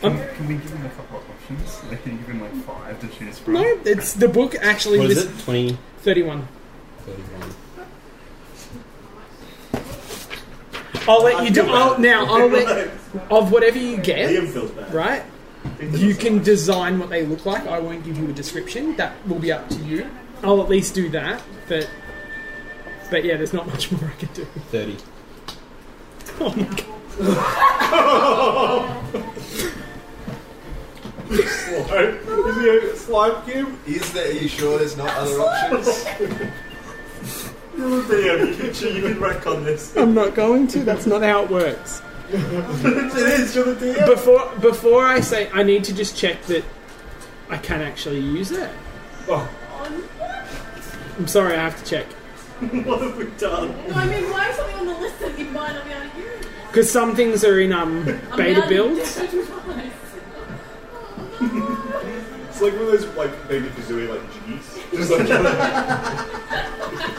Speaker 7: can we give him a couple of options? Like, can you give him like five to choose from?
Speaker 4: No, it's the book actually.
Speaker 11: What
Speaker 4: this,
Speaker 11: is it? 20,
Speaker 4: 31.
Speaker 11: 31.
Speaker 4: I'll let you do. I'll, now, I'll let. Of whatever you
Speaker 3: Liam
Speaker 4: get,
Speaker 3: feels bad.
Speaker 4: right? You can design what they look like. I won't give you a description. That will be up to you. I'll at least do that, but. But yeah, there's not much more I can do.
Speaker 11: 30.
Speaker 4: Oh my god.
Speaker 3: Is he a slime cube?
Speaker 2: Is there? Are you sure there's not other options?
Speaker 3: Liam, you can, ch- you can wreck on this.
Speaker 4: I'm not going to. That's not how it works.
Speaker 3: it is, you're the DM.
Speaker 4: Before before I say, I need to just check that I can actually use it. Oh. I'm sorry, I have to check
Speaker 3: What have we done?
Speaker 1: No, I mean, why is something on the list that you might not be able to use?
Speaker 4: because some things are in um
Speaker 1: I'm
Speaker 4: beta
Speaker 1: now-
Speaker 4: builds.
Speaker 3: It's like one of those, like, maybe Kazooie, like, jeez. Just like.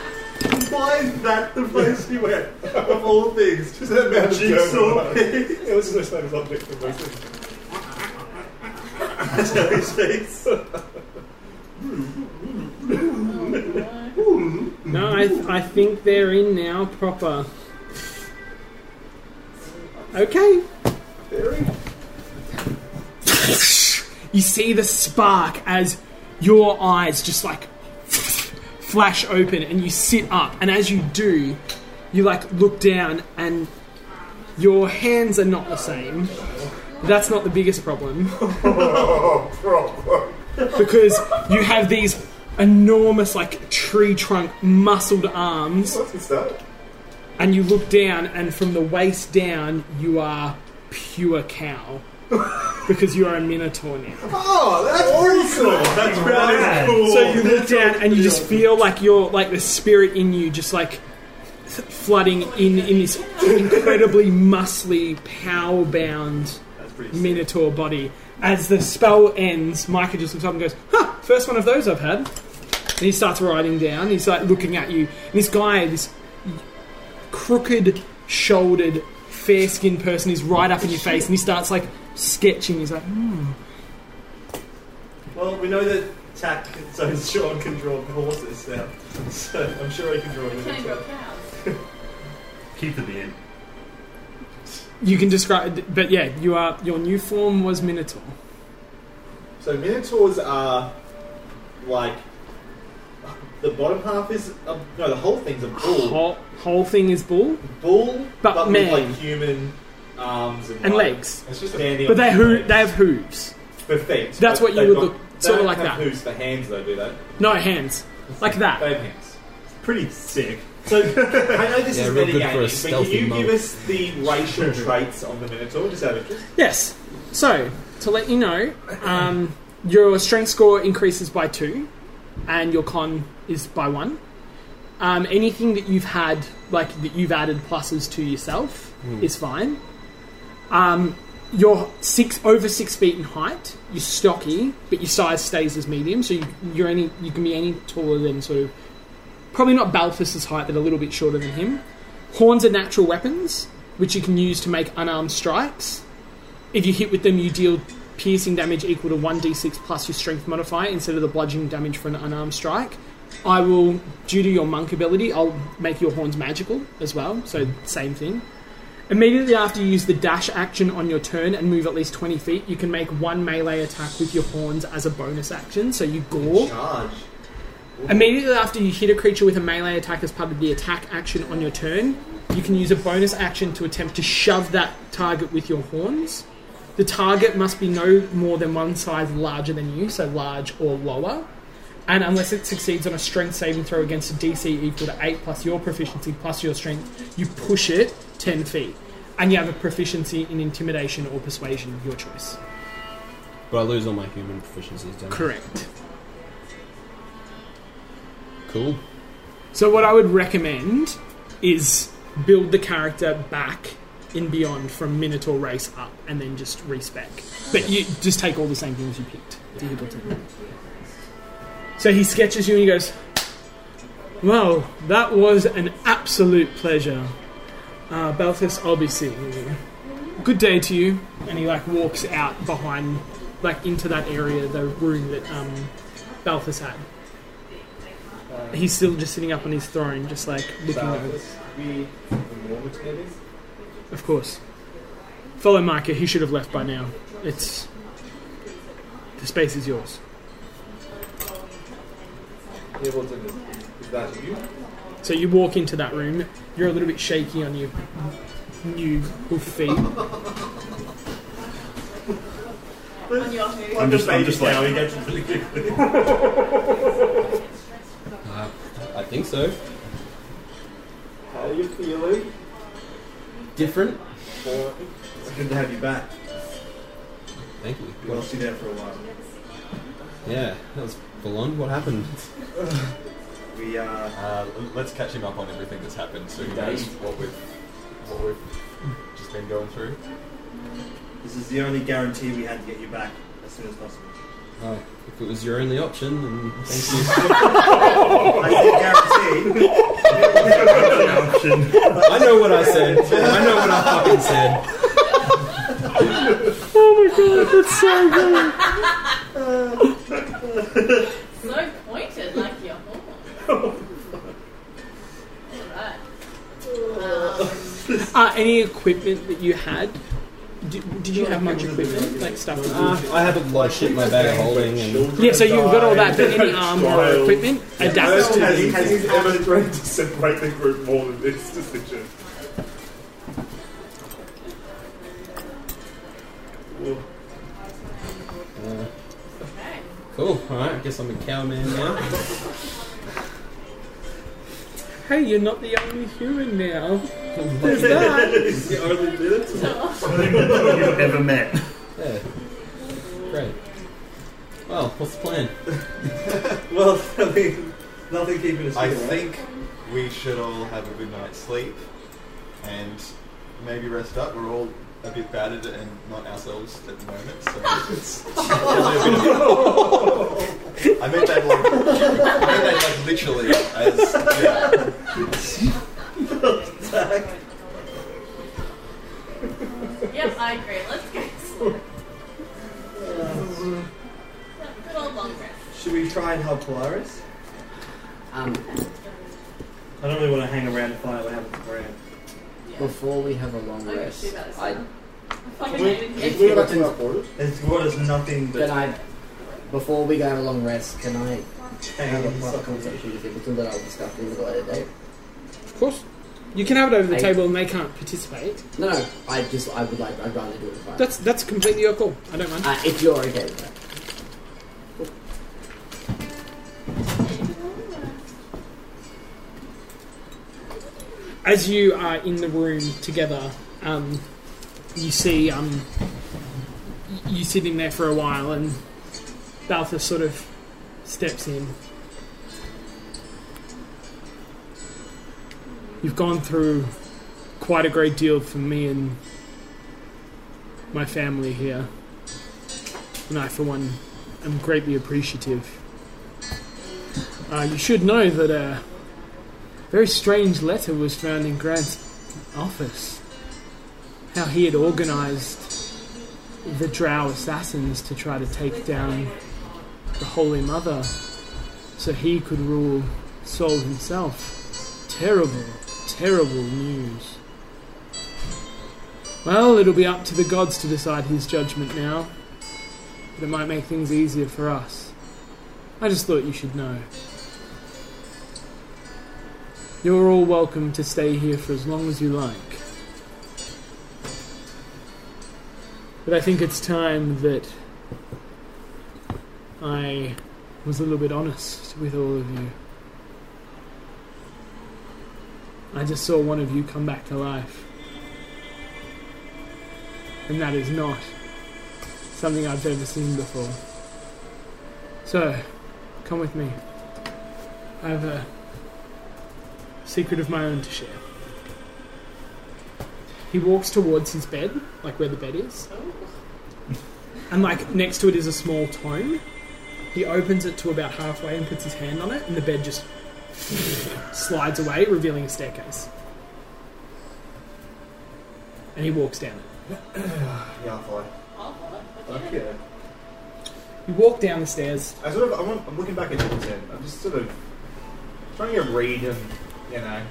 Speaker 3: Why is that the place you went? Of all things, just that man jigsaw. it was just like object for most things. Terry's face.
Speaker 4: No, I, I think they're in now proper. Okay. You see the spark as your eyes just like flash open and you sit up. And as you do, you like look down and your hands are not the same. That's not the biggest problem. because you have these enormous like tree trunk muscled arms
Speaker 3: What's that?
Speaker 4: and you look down, and from the waist down, you are pure cow because you are a minotaur now.
Speaker 3: Oh, that's awesome! That's really cool!
Speaker 4: So you look down, and you just feel like you're like the spirit in you, just like th- flooding in in this incredibly muscly, power bound minotaur body. As the spell ends, Micah just looks up and goes, "Huh, first one of those I've had." And he starts writing down. He's like looking at you. And this guy, this crooked shouldered, fair skinned person is right up in your face and he starts like sketching. He's like, hmm.
Speaker 3: Well, we know that Tack, so Sean can draw horses now. So I'm sure he can draw
Speaker 1: Can I
Speaker 3: horses.
Speaker 1: grow cows?
Speaker 7: Keep the beard.
Speaker 4: You can describe, but yeah, you are your new form was Minotaur.
Speaker 3: So minotaurs are like the bottom half is a, no, the whole thing's a bull,
Speaker 4: Whole, whole thing is bull
Speaker 3: bull,
Speaker 4: But
Speaker 3: with,
Speaker 4: man.
Speaker 3: like human arms and,
Speaker 4: and
Speaker 3: like,
Speaker 4: legs,
Speaker 2: It's just a
Speaker 3: standing
Speaker 4: but
Speaker 3: on
Speaker 4: they
Speaker 3: two
Speaker 4: hoo-
Speaker 3: legs.
Speaker 4: they have hooves.
Speaker 3: for feet.
Speaker 4: That's
Speaker 3: but
Speaker 4: what you
Speaker 3: they
Speaker 4: would
Speaker 3: don't-
Speaker 4: look-
Speaker 3: they
Speaker 4: sorta
Speaker 3: don't
Speaker 4: like
Speaker 3: have
Speaker 4: that.
Speaker 3: Hooves for hands though, do they?
Speaker 4: No hands, like that.
Speaker 3: They have hands. Pretty sick. So I know this
Speaker 11: Yeah,
Speaker 3: is
Speaker 11: real good for a
Speaker 3: metagaming, but can
Speaker 11: stealthy
Speaker 3: you give
Speaker 11: monk.
Speaker 3: us the racial traits of the minotaur? Just out of interest.
Speaker 4: Yes. So to let you know, um, your strength score increases by two, and your con is by one. Um, anything that you've had, like that you've added pluses to yourself, is fine. Um, you're six over six feet in height. You're stocky, but your size stays as medium, so you, you're any you can be any taller than sort of probably not Balthus's height, but a little bit shorter than him. Horns are natural weapons, which you can use to make unarmed strikes. If you hit with them, you deal piercing damage equal to 1d6 plus your strength modifier instead of the bludgeoning damage for an unarmed strike. I will, due to your monk ability, I'll make your horns magical as well, so same thing. Immediately after you use the dash action on your turn and move at least 20 feet, you can make one melee attack with your horns as a bonus action, so you gore.
Speaker 3: Charge.
Speaker 4: Immediately after you hit a creature with a melee attack as part of the attack action on your turn, you can use a bonus action to attempt to shove that target with your horns. The target must be no more than one size larger than you, so large or lower. And unless it succeeds on a strength saving throw against a DC equal to 8 plus your proficiency plus your strength, you push it 10 feet. And you have a proficiency in intimidation or persuasion, your choice.
Speaker 11: But I lose all my human proficiencies, don't I?
Speaker 4: Correct.
Speaker 11: Cool.
Speaker 4: So what I would recommend is build the character back in Beyond from Minotaur race up, and then just respec. But you just take all the same things you picked. that you got to. So he sketches you and he goes, "Well, that was an absolute pleasure, uh, Balthus. I'll be seeing you." good day to you. And he like walks out behind, like into that area, the room that um, Balthus had. He's still just sitting up on his throne, just like looking over.
Speaker 3: we warmer together.
Speaker 4: Of course. Follow Micah. He should have left by now. It's the space is yours.
Speaker 3: Yeah, well, then, is that you?
Speaker 4: So you walk into that room. You're a little bit shaky on your new hoof feet.
Speaker 1: On your who?
Speaker 7: I'm just, I'm
Speaker 3: Baby
Speaker 7: just
Speaker 3: cow,
Speaker 7: like,
Speaker 3: he gets really good.
Speaker 11: Uh, I think so.
Speaker 3: How are you feeling?
Speaker 11: Different.
Speaker 3: Or-
Speaker 8: It's good to have you back.
Speaker 11: Thank you.
Speaker 8: We lost you there for a while.
Speaker 11: Yeah, that was blonde. What happened?
Speaker 8: We, uh,
Speaker 2: Uh, l- let's catch him up on everything that's happened so he knows what we've, what we've just been going through.
Speaker 8: this is the only guarantee we had to get you back as soon as possible.
Speaker 11: Oh, if it was your only option, then thank you.
Speaker 8: I said guarantee.
Speaker 11: I know what I said. I know what I fucking said.
Speaker 4: Oh my god, that's so good.
Speaker 1: So pointed, like your horn. Alright. Um,
Speaker 4: Uh, any equipment that you had? Did, did you have much equipment, like stuff? that you-
Speaker 3: Uh,
Speaker 11: I have a lot of shit in my bag of holding, and
Speaker 4: yeah, so you've got all that, Um, but any armor or equipment adapts to
Speaker 3: Has,
Speaker 4: the
Speaker 3: has he ever tried to separate the group more than this decision?
Speaker 11: cool. All right, I guess I'm a cowman now.
Speaker 4: Hey, you're not the only human now. There's that.
Speaker 3: Is the only bit?
Speaker 7: you've ever met.
Speaker 11: Yeah. Great. Well, what's the plan?
Speaker 8: Well, I mean, nothing keeping us
Speaker 2: I
Speaker 8: here, right?
Speaker 2: think we should all have a good night's sleep and maybe rest up. We're all a bit battered and not ourselves at the moment, so it's I meant that like, I meant that like literally as yeah.
Speaker 1: Yep, I agree. Let's go. Good old long rest.
Speaker 8: Should we try and help Polaris?
Speaker 5: Um,
Speaker 8: I don't really want to hang around and find out what happened to Bran.
Speaker 5: before we have a long
Speaker 1: Okay,
Speaker 5: rest,
Speaker 1: shoot, that is-
Speaker 5: I
Speaker 1: I fucking hated
Speaker 5: If
Speaker 1: it.
Speaker 5: we were to-
Speaker 8: It's brought us nothing but
Speaker 5: can I before we go have a long rest, can I have a
Speaker 8: pain.
Speaker 5: proper conversation with people to let I'll discuss things at a later date?
Speaker 4: Of course. You can have it over the
Speaker 5: I-
Speaker 4: table and they can't participate.
Speaker 5: No, no. I just I would like I'd rather do it in private.
Speaker 4: That's that's completely your call. I don't mind.
Speaker 5: Uh, if you're okay with that.
Speaker 4: as you are in the room together, um, you see um, y- you sitting there for a while, and Balthus sort of steps in. You've gone through quite a great deal for me and my family here, and I, for one, am greatly appreciative. Uh, you should know that. Uh, very strange letter was found in Grant's office. How he had organized the Drow assassins to try to take down the Holy Mother so he could rule Sol himself. Terrible, terrible news. Well, it'll be up to the gods to decide his judgment now, but it might make things easier for us. I just thought you should know. You're all welcome to stay here for as long as you like. But I think it's time that I was a little bit honest with all of you. I just saw one of you come back to life. And that is not something I've ever seen before. So, come with me. I have a secret of my own to share. He walks towards his bed, like where the bed is, and like next to it is a small tome. He opens it to about halfway and puts his hand on it, and the bed just slides away, revealing a staircase. And he walks down it.
Speaker 3: Yeah, I'll follow.
Speaker 1: I'll follow.
Speaker 3: Fuck yeah.
Speaker 4: You walk down the stairs.
Speaker 3: I sort of, I want, I'm looking back at Jimson. I'm just sort of trying to read him, you know,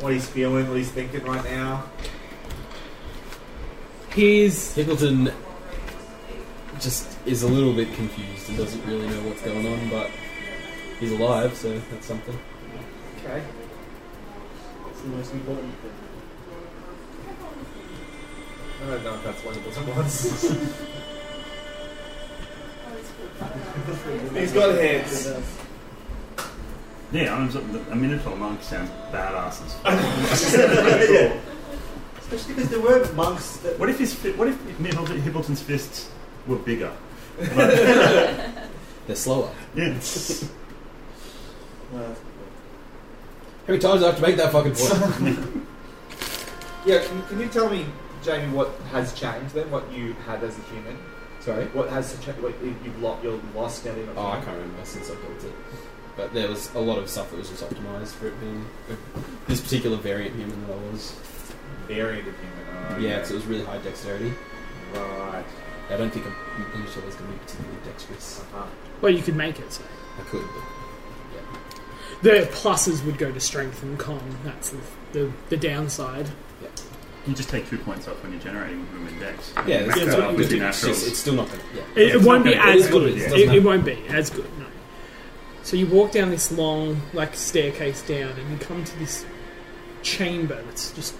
Speaker 3: what he's feeling, what he's thinking right now.
Speaker 4: He's
Speaker 11: Hickleton just is a little bit confused and doesn't really know what's going on, but he's alive, so that's something.
Speaker 3: Okay.
Speaker 8: It's the most important thing.
Speaker 3: I don't know if that's one of the ones. he's got hands.
Speaker 7: Yeah, I'm, a Minotaur monk sounds badass as fuck.
Speaker 3: yeah.
Speaker 8: Especially because there were monks that
Speaker 7: What if his fi- what if Hibbleton, Hibbleton's fists were bigger?
Speaker 11: They're slower.
Speaker 7: Yeah.
Speaker 8: were.
Speaker 11: How many times do I have to make that fucking point?
Speaker 3: Yeah, can, can you tell me, Jamie, what has changed then? What you had as a human?
Speaker 11: Sorry.
Speaker 3: What has changed? What you- you've lost? You're lost now. that you're not
Speaker 11: Oh, I
Speaker 3: human?
Speaker 11: can't remember since I built it. But there was a lot of stuff that was just optimized for it being this particular variant human that I was.
Speaker 3: Variant of human. Oh,
Speaker 11: Yeah, because it was really high dexterity.
Speaker 3: Right.
Speaker 11: I don't think a miniature was going to be particularly dexterous.
Speaker 3: Uh-huh.
Speaker 4: well, you could make it. So
Speaker 11: I could, but
Speaker 4: the pluses would go to strength and con. That's the the, the downside.
Speaker 7: You just take two points off when you're generating them in Dex.
Speaker 11: yeah,
Speaker 7: Back
Speaker 11: that's, that's
Speaker 7: it
Speaker 11: what
Speaker 7: up
Speaker 11: you
Speaker 7: with your
Speaker 11: would do. It's,
Speaker 7: naturals.
Speaker 11: just, it's still not going. to... Yeah.
Speaker 4: It, it
Speaker 7: It's
Speaker 4: won't
Speaker 7: not
Speaker 4: be
Speaker 7: gonna-
Speaker 4: as
Speaker 7: it's what
Speaker 4: good.
Speaker 7: it is,
Speaker 4: It,
Speaker 11: doesn't
Speaker 4: it won't be as good. No. So you walk down this long, like staircase down, and you come to this chamber that's just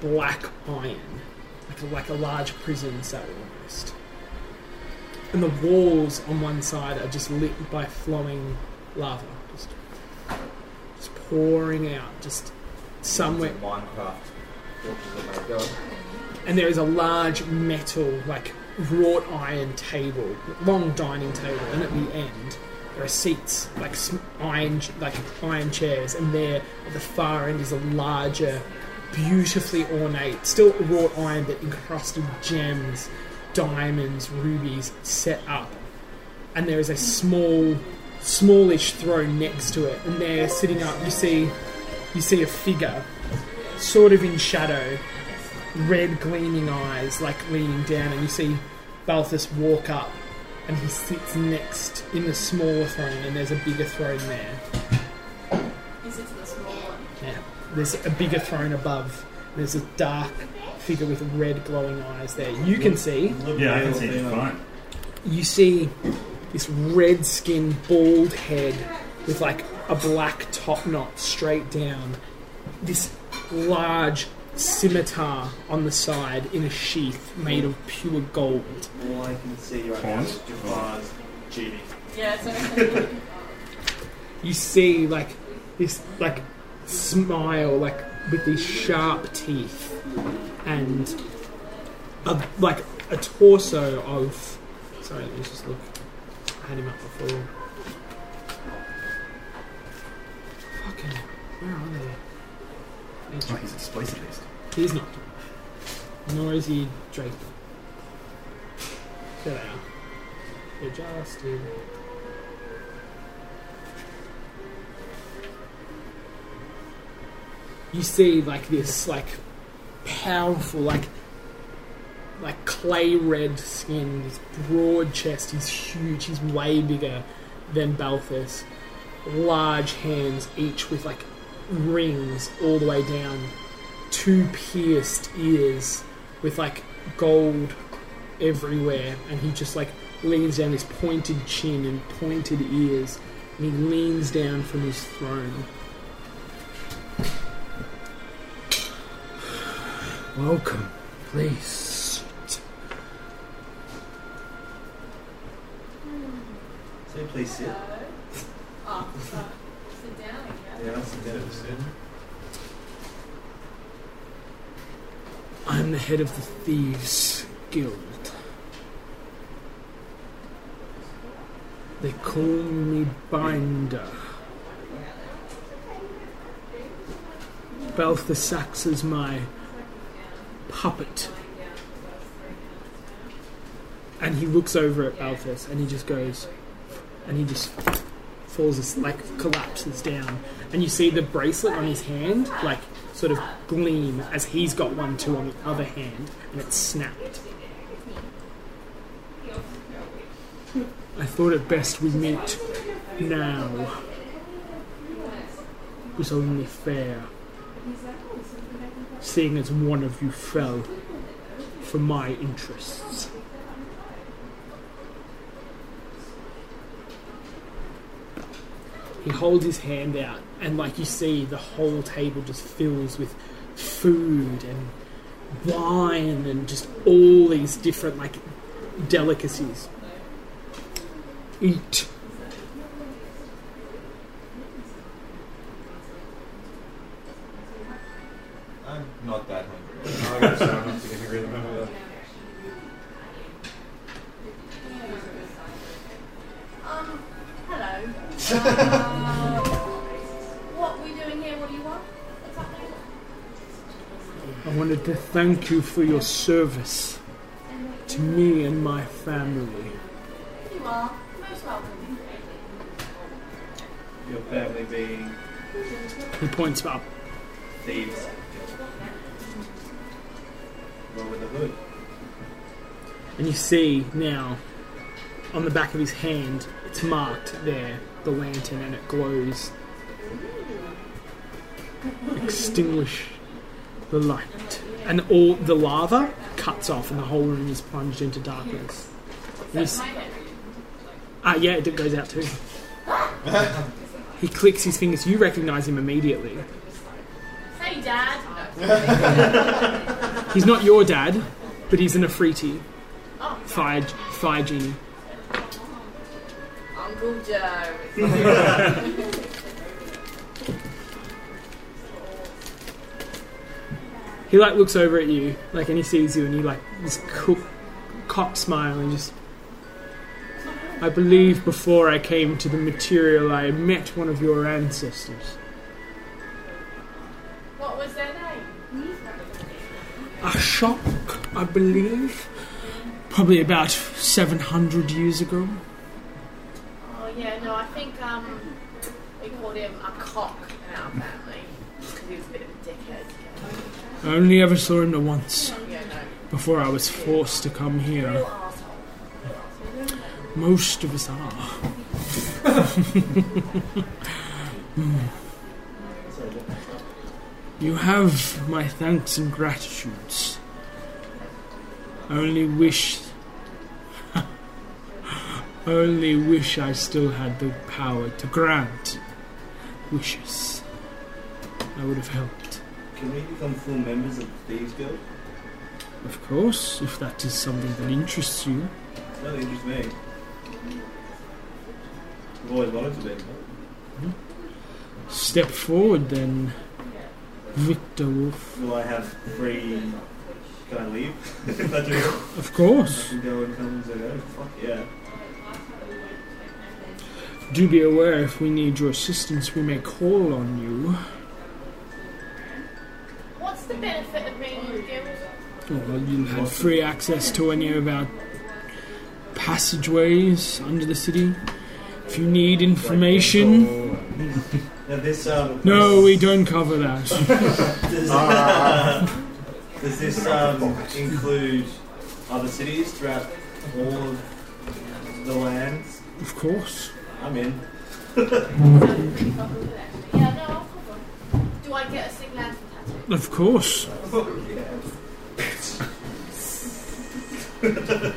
Speaker 4: black iron, like a, like a large prison cell almost. And the walls on one side are just lit by flowing lava, just, just pouring out, just somewhere
Speaker 3: It's a Minecraft. Fortress of my God.
Speaker 4: and there is a large metal, like wrought iron table, long dining table, and at the end there are seats, like sm- iron, like iron chairs, and there at the far end is a larger, beautifully ornate, still wrought iron but encrusted with gems, diamonds, rubies set up, and there is a small, smallish throne next to it, and there sitting up you see, you see a figure, sort of in shadow red gleaming eyes, like leaning down, and you see Balthus walk up, and he sits next in the smaller throne, and there's a bigger throne there.
Speaker 1: Is it to the small one?
Speaker 4: Yeah. There's a bigger throne above. There's a dark figure with red glowing eyes there. You can see.
Speaker 7: yeah, I can see it fine.
Speaker 4: You see this red skinned, bald head with like a black top knot straight down. This large scimitar on the side in a sheath made of pure gold.
Speaker 8: All I can see right now
Speaker 7: Horns?
Speaker 8: is Jafar's genie.
Speaker 1: Yeah, it's okay.
Speaker 4: you see like this like smile like with these sharp teeth and a, like a torso of sorry let me just look I had him up before fucking where are they
Speaker 7: Oh,
Speaker 4: They're
Speaker 7: he's explosive beast.
Speaker 4: He's not. Nor is he Drake. There they are. They're just in. You see, like this, like powerful, like like clay red skin, this broad chest. He's huge. He's way bigger than Balthus. Large hands, each with like rings all the way down two pierced ears with like gold everywhere and he just like leans down his pointed chin and pointed ears and he leans down from his throne welcome please sit.
Speaker 8: Say please sit.
Speaker 1: Oh, so sit down, I guess.
Speaker 8: Yeah, that's the
Speaker 4: i'm the head of the thieves guild they call me binder Balth the Sax is my puppet. And he looks over at Balthus and he just goes, and he just falls, as- like collapses down, and you see the bracelet on his hand, like sort of gleam as he's got one too on the other hand, and it's snapped. I thought it best we meet now. It was only fair, seeing as one of you fell for my interests. He holds his hand out, and like you see, the whole table just fills with food and wine and just all these different like delicacies. Eat.
Speaker 2: I'm not that hungry. Um,
Speaker 3: I guess I'm not going to remember that.
Speaker 1: Um, hello. Uh, what we doing here? What do you want? What's happening?
Speaker 4: I wanted to thank you for your service to me and my family.
Speaker 1: You are most welcome.
Speaker 8: Your family being
Speaker 4: He points up.
Speaker 8: thieves. Over the hood.
Speaker 4: And you see now on the back of his hand, it's marked there, the lantern, and it glows. Extinguish the light. And all the lava cuts off, and the whole room is plunged into darkness. And you s- Ah, yeah, it goes out too. he clicks his fingers. You recognize him immediately.
Speaker 1: Hey, Dad.
Speaker 4: He's not your dad, but he's an Afriti. Fire, fire genie.
Speaker 1: Uncle Joe.
Speaker 4: He like looks over at you, like, and he sees you, and he like this cook, cop smile, and just. I believe before I came to the material, I met one of your ancestors,
Speaker 1: What was their name?
Speaker 4: Ashok, I believe, probably about seven hundred years ago.
Speaker 1: Oh yeah, no, I think um, we called him a cock in our family because he was a bit of a dickhead.
Speaker 4: I only ever saw him the once
Speaker 1: Yeah, no,
Speaker 4: before I was forced to come here.
Speaker 1: real asshole.
Speaker 4: Most of us are. Hmm. you have my thanks and gratitudes. I only wish. I only wish I still had the power to grant wishes. I would have helped.
Speaker 8: Can we become full members of Thieves Guild?
Speaker 4: Of course, if that is something that interests you.
Speaker 8: That interests me. I've always wanted to be.
Speaker 4: Step forward then, Victor Wolf.
Speaker 8: Will I have free? Can I leave? if I do, I
Speaker 4: Of course.
Speaker 8: can go and come and say, oh, fuck yeah.
Speaker 4: Do be aware if we need your assistance, we may call on you.
Speaker 1: What's the benefit of being in the guild?
Speaker 4: Oh, Well, you had free access to any of our passageways under the city. If you need information.
Speaker 8: Now this um.
Speaker 4: No, we don't cover that.
Speaker 8: Does,
Speaker 3: Ah.
Speaker 8: does this um, include other cities throughout all of the lands?
Speaker 4: Of course.
Speaker 8: I'm in.
Speaker 1: Sounds pretty fucking good, actually. Yeah, no, I'll call him. Do I get a sick lantern tattoo?
Speaker 4: Of course.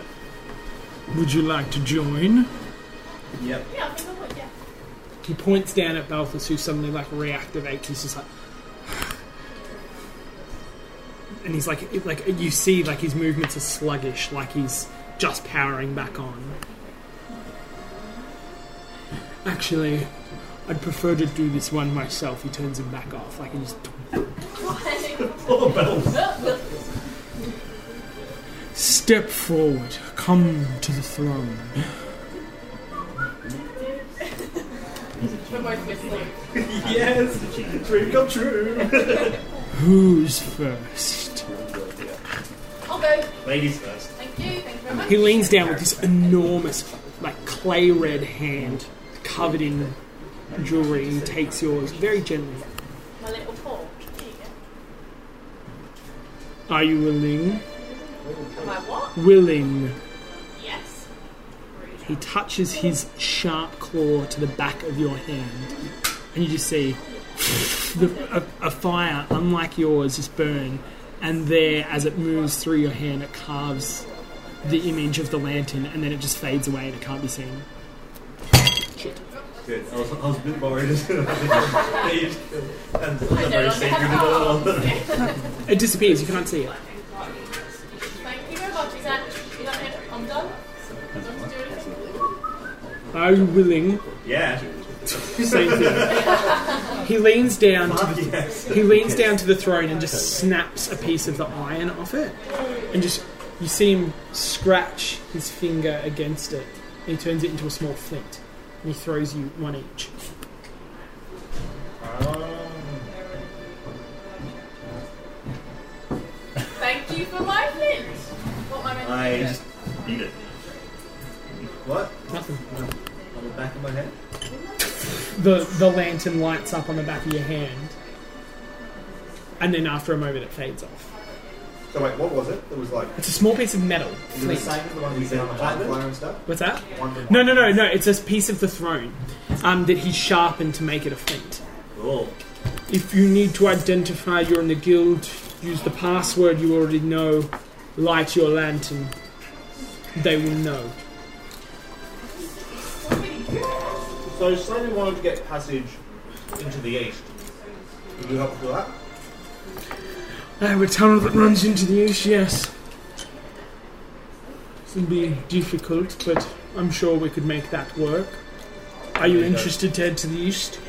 Speaker 4: Would you like to join?
Speaker 8: Yep.
Speaker 1: Yeah, I think I would. Yeah.
Speaker 4: He points down at Balthus, who suddenly like reactivates. He's just like, and he's like, it- like you see, like his movements are sluggish, like he's just powering back on. Actually, I'd prefer to do this one myself. He turns him back off, like he just step forward, come to the throne.
Speaker 1: We're both whistling.
Speaker 8: Yes. Dream come true.
Speaker 4: Who's first?
Speaker 1: I'll go.
Speaker 8: Ladies first.
Speaker 1: Thank you. Thank you very much.
Speaker 4: He leans down with this enormous, like clay red hand covered in jewelry and takes yours very gently.
Speaker 1: My little paw. There you
Speaker 4: Are you willing?
Speaker 1: go. My what?
Speaker 4: Willing.
Speaker 1: Yes.
Speaker 4: He touches his sharp claw to the back of your hand, and you just see the, a, a fire, unlike yours, just burn. And there, as it moves through your hand, it carves the image of the lantern, and then it just fades away and it can't be seen.
Speaker 8: Good. I was, I was a bit worried. They just killed it. and it's not
Speaker 1: I
Speaker 8: very
Speaker 1: don't
Speaker 8: secret
Speaker 1: have
Speaker 8: at all.
Speaker 4: It disappears. You can't see it.
Speaker 1: Thank you very much. Is that, is that it? I'm done? Do I have to do anything?
Speaker 4: Are you willing?
Speaker 8: Yeah.
Speaker 4: Same thing. He leans down to the
Speaker 8: Yes.
Speaker 4: He leans down to the throne and just snaps a piece of the iron off it, and just you see him scratch his finger against it, and he turns it into a small flint, and he throws you one each.
Speaker 1: Thank you for my hint. What am I meant
Speaker 8: I
Speaker 1: to do?
Speaker 8: just
Speaker 7: Eat it.
Speaker 8: what?
Speaker 4: Nothing.
Speaker 8: On the back of my head.
Speaker 4: The the lantern lights up on the back of your hand, and then after a moment it fades off.
Speaker 3: So wait, what was it? It was like
Speaker 4: It's a small piece of metal.
Speaker 3: is it the
Speaker 4: Flint.
Speaker 3: same as the one we found on the
Speaker 8: diamond?
Speaker 3: bonfire and stuff?
Speaker 4: What's that?
Speaker 3: One from
Speaker 4: No,
Speaker 3: one-
Speaker 4: no, no, no. It's a piece of the throne um, that he sharpened to make it a flint.
Speaker 8: Cool.
Speaker 4: If you need to identify you're in the guild, use the password you already know, light your lantern. They will know.
Speaker 3: So Slater wanted to get passage into the east. Would you help us with that?
Speaker 4: I have a tunnel that runs into the east, yes. This will be difficult, but I'm sure we could make that work. Are you interested to head to the east?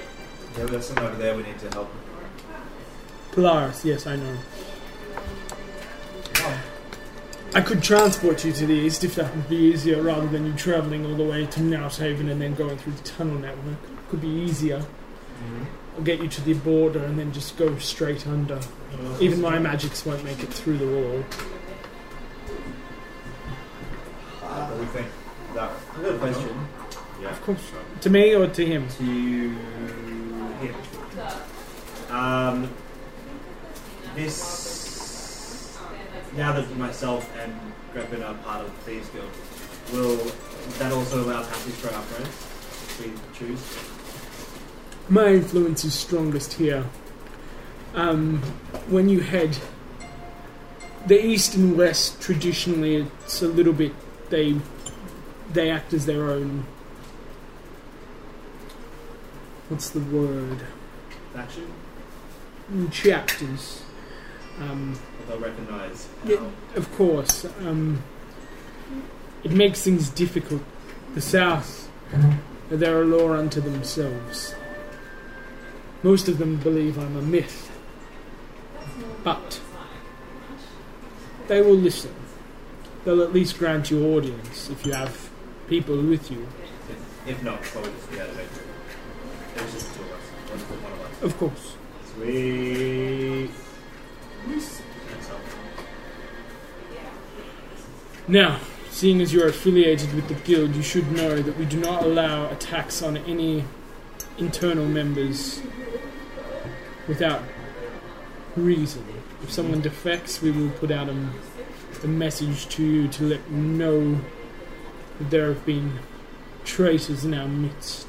Speaker 3: Yeah, but there's something over there we need to help.
Speaker 4: Polaris, yes, I know. I could transport you to the east if that would be easier rather than you travelling all the way to Nowthaven and then going through the tunnel network. Could be easier. I'll get you to the border and then just go straight under. Even my magics won't make it through the wall.
Speaker 8: Uh,
Speaker 3: What do we think? That
Speaker 8: I've got a question
Speaker 4: Of course. To me or to him?
Speaker 8: to him. Um, this now that myself and Greppin are part of Thieves Guild, will that also allow passage for our friends? If we choose.
Speaker 4: My influence is strongest here. Um, when you head the east and west, traditionally, it's a little bit they they act as their own. What's the word? Mm,
Speaker 8: faction
Speaker 4: Chapters. Um,
Speaker 8: that they'll recognise.
Speaker 4: Yeah.
Speaker 8: how-
Speaker 4: of course, um, it makes things difficult. The South, they're a law unto themselves. Most of them believe I'm a myth, but they will listen. They'll at least grant you audience if you have people with you.
Speaker 8: If, if not, probably just the other way. It was just two of us. One one of us.
Speaker 4: Of course.
Speaker 8: Sweet. That's all.
Speaker 4: Now, seeing as you're affiliated with the guild, you should know that we do not allow attacks on any internal members without reason. If someone defects, we will put out a, a message to you to let you know that there have been traitors in our midst.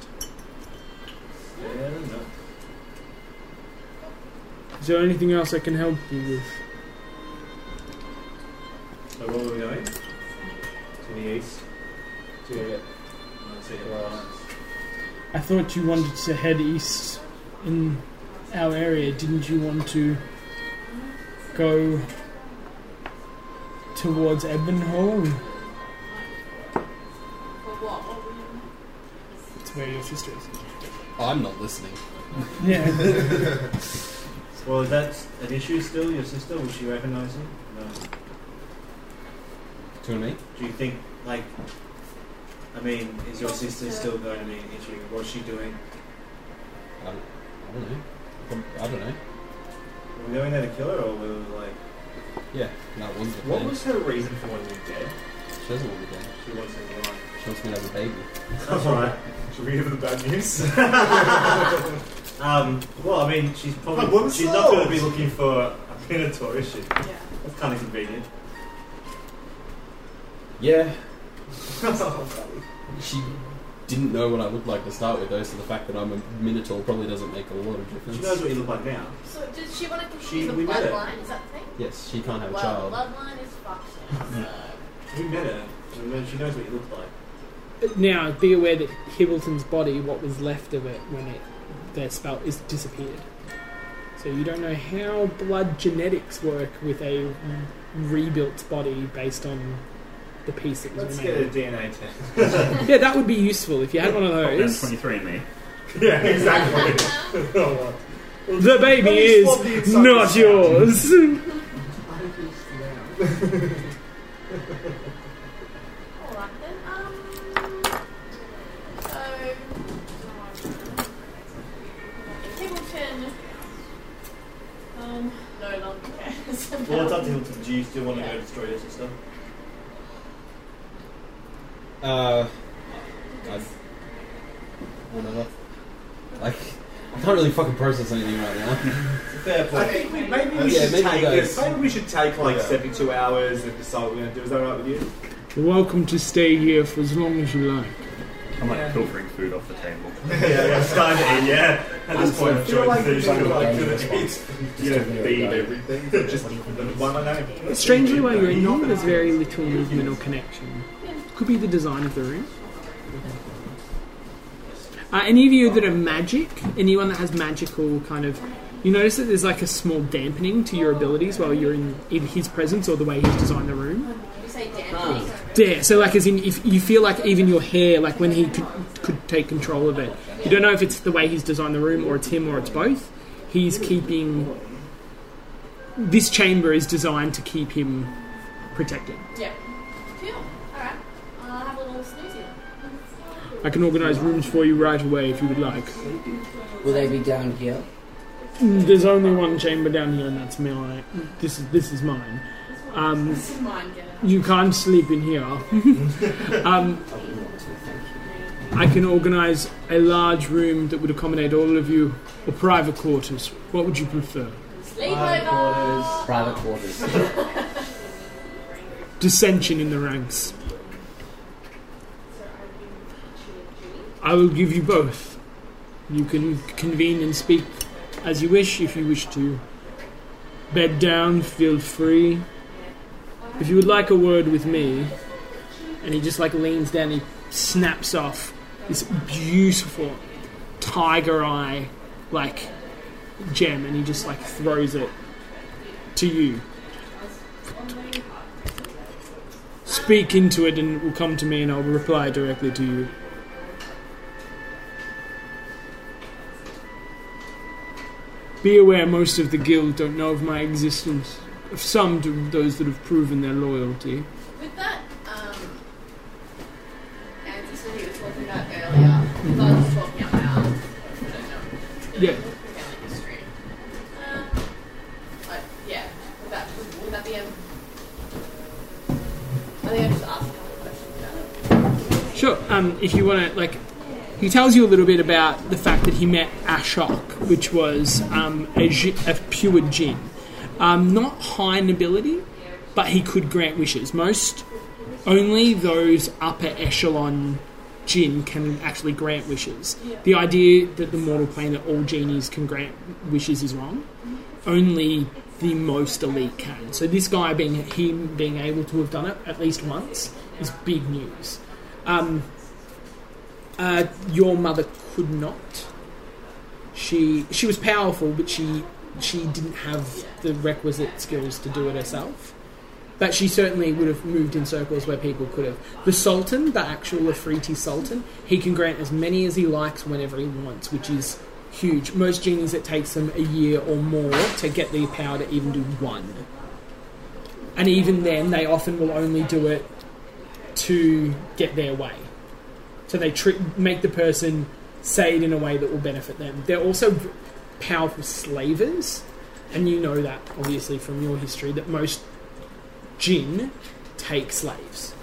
Speaker 8: Yeah, no.
Speaker 4: Is there anything else I can help you with?
Speaker 8: So where were we going? To the east. To the see it.
Speaker 4: I thought you wanted to head east in our area. Didn't you want to go towards Ebbenhall?
Speaker 1: For what? What were you
Speaker 4: It's where your sister is.
Speaker 11: I'm not listening.
Speaker 4: Yeah.
Speaker 8: Well, is that an issue still? Your sister? Will she recognise you? No.
Speaker 11: Do you know what I mean?
Speaker 8: Do you think, like, I mean, is your sister still going to be an issue? What's she doing?
Speaker 11: I don't know. Um, I don't know.
Speaker 8: Were we going there to kill her, or were we like.
Speaker 11: Yeah, that was the
Speaker 3: What
Speaker 11: plan.
Speaker 3: was her reason for wanting you dead?
Speaker 11: She doesn't want me dead.
Speaker 3: She wants him alive.
Speaker 11: She wants me to have a baby.
Speaker 3: That's alright. Should we give her the bad news?
Speaker 8: Um, well, I mean, she's probably
Speaker 3: Like, women's
Speaker 8: she's not going to
Speaker 3: laws.
Speaker 8: be looking for a minotaur, is she?
Speaker 1: Yeah.
Speaker 8: That's kind of convenient.
Speaker 11: Yeah, she didn't know what I looked like to start with, though, so the fact that I'm a minotaur probably doesn't make a lot of difference.
Speaker 8: She knows what you look like now.
Speaker 1: So does she want to
Speaker 8: She-
Speaker 1: continue the
Speaker 8: we met her.
Speaker 1: bloodline? Is that the thing?
Speaker 11: Yes, she can't have a
Speaker 1: Well,
Speaker 11: child.
Speaker 1: bloodline is fucked. now,
Speaker 8: We met her, and then she knows what you look like.
Speaker 4: Now, be aware that Hibbleton's body, what was left of it when it, their spell is disappeared. So you don't know how blood genetics work with a rebuilt body based on the piece that was
Speaker 3: Let's get a
Speaker 4: remaining.
Speaker 3: DNA test.
Speaker 4: Yeah, that would be useful if you had one of
Speaker 7: That's
Speaker 4: those.
Speaker 7: 23 and me.
Speaker 3: yeah, exactly.
Speaker 4: The baby
Speaker 3: Oh, Let me swab the
Speaker 4: is
Speaker 3: inside
Speaker 4: not
Speaker 3: this
Speaker 4: yours.
Speaker 1: So. All right then. Um. So. Hibbleton. Um. No longer cares.
Speaker 8: Well, it's up to him. to- Do you still want to go destroy your sister?
Speaker 11: Uh, I, I don't know. Like, I can't really fucking process anything right now.
Speaker 8: Fair
Speaker 3: I
Speaker 8: point.
Speaker 3: think we, maybe we
Speaker 11: Yeah,
Speaker 3: should
Speaker 11: maybe
Speaker 3: take
Speaker 11: go.
Speaker 3: this. Maybe we should take like
Speaker 2: Yeah.
Speaker 3: 72 hours and decide what we're going to do. Is that alright with you?
Speaker 4: You're welcome to stay here for as long as you like.
Speaker 7: I'm like pilfering food off the table.
Speaker 8: yeah, yeah, it's time to eat. Yeah, at this point, I've joined the
Speaker 3: we should,
Speaker 8: decision.
Speaker 3: like,
Speaker 11: Yeah.
Speaker 3: do the- it's- you
Speaker 11: give me
Speaker 3: know,
Speaker 11: a
Speaker 3: feed
Speaker 11: go.
Speaker 3: everything. but Just the one I know.
Speaker 4: Strangely, while you're in here, there's very little movement or connection. Could be the design of the room. Uh, any of you that are magic, anyone that has magical kind of, you notice that there's like a small dampening to your abilities while you're in either his presence or the way he's designed the room.
Speaker 1: You say dampening.
Speaker 4: Yeah, so like as in, if you feel like even your hair, like when he could, could take control of it, you don't know if it's the way he's designed the room or it's him or it's both. He's keeping. This chamber is designed to keep him protected.
Speaker 1: Yeah. Cool. All right. I'll have a little snoozy then.
Speaker 4: I can organise rooms for you right away if you would like.
Speaker 5: Will they be down here?
Speaker 4: Mm, There's only one chamber down here, and that's mine. This is this is mine. Um,
Speaker 1: This is mine. Get out.
Speaker 4: you can't sleep in here. um, I can organise a large room that would accommodate all of you, or private quarters. What would you prefer?
Speaker 1: Sleepover.
Speaker 5: Private quarters.
Speaker 4: Dissension in the ranks. I will give you both. You can convene and speak as you wish if you wish to. Bed down, feel free. If you would like a word with me, and he just like leans down, he snaps off this beautiful tiger eye like gem and he just like throws it to you. Speak into it and it will come to me and I'll reply directly to you. Be aware most of the guild don't know of my existence. Of some do those that have proven their loyalty.
Speaker 1: With that, um, and this is what he was talking about earlier, because I was talking out loud. I don't know.
Speaker 4: Yeah.
Speaker 1: Family history. Um, like, yeah. Would that, would, would that be, um, I think I just asked a couple of questions about it.
Speaker 4: Sure. Um, if you want to, like, he tells you a little bit about the fact that he met Ashok, which was um, a, ji- a pure jinn. Um, not high nobility, but he could grant wishes. Most, only those upper echelon jinn can actually grant wishes. The idea that the mortal plane that all genies can grant wishes is wrong. Only the most elite can. So this guy being him being able to have done it at least once is big news. Um, uh, your mother could not. She she was powerful, but she she didn't have the requisite skills to do it herself. But she certainly would have moved in circles where people could have. The Sultan, the actual Afriti Sultan, he can grant as many as he likes whenever he wants, which is huge. Most genies, it takes them a year or more to get the power to even do one. And even then, they often will only do it to get their way. So they tr- make the person say it in a way that will benefit them. They're also v- powerful slavers, and you know that obviously from your history that most jinn take slaves.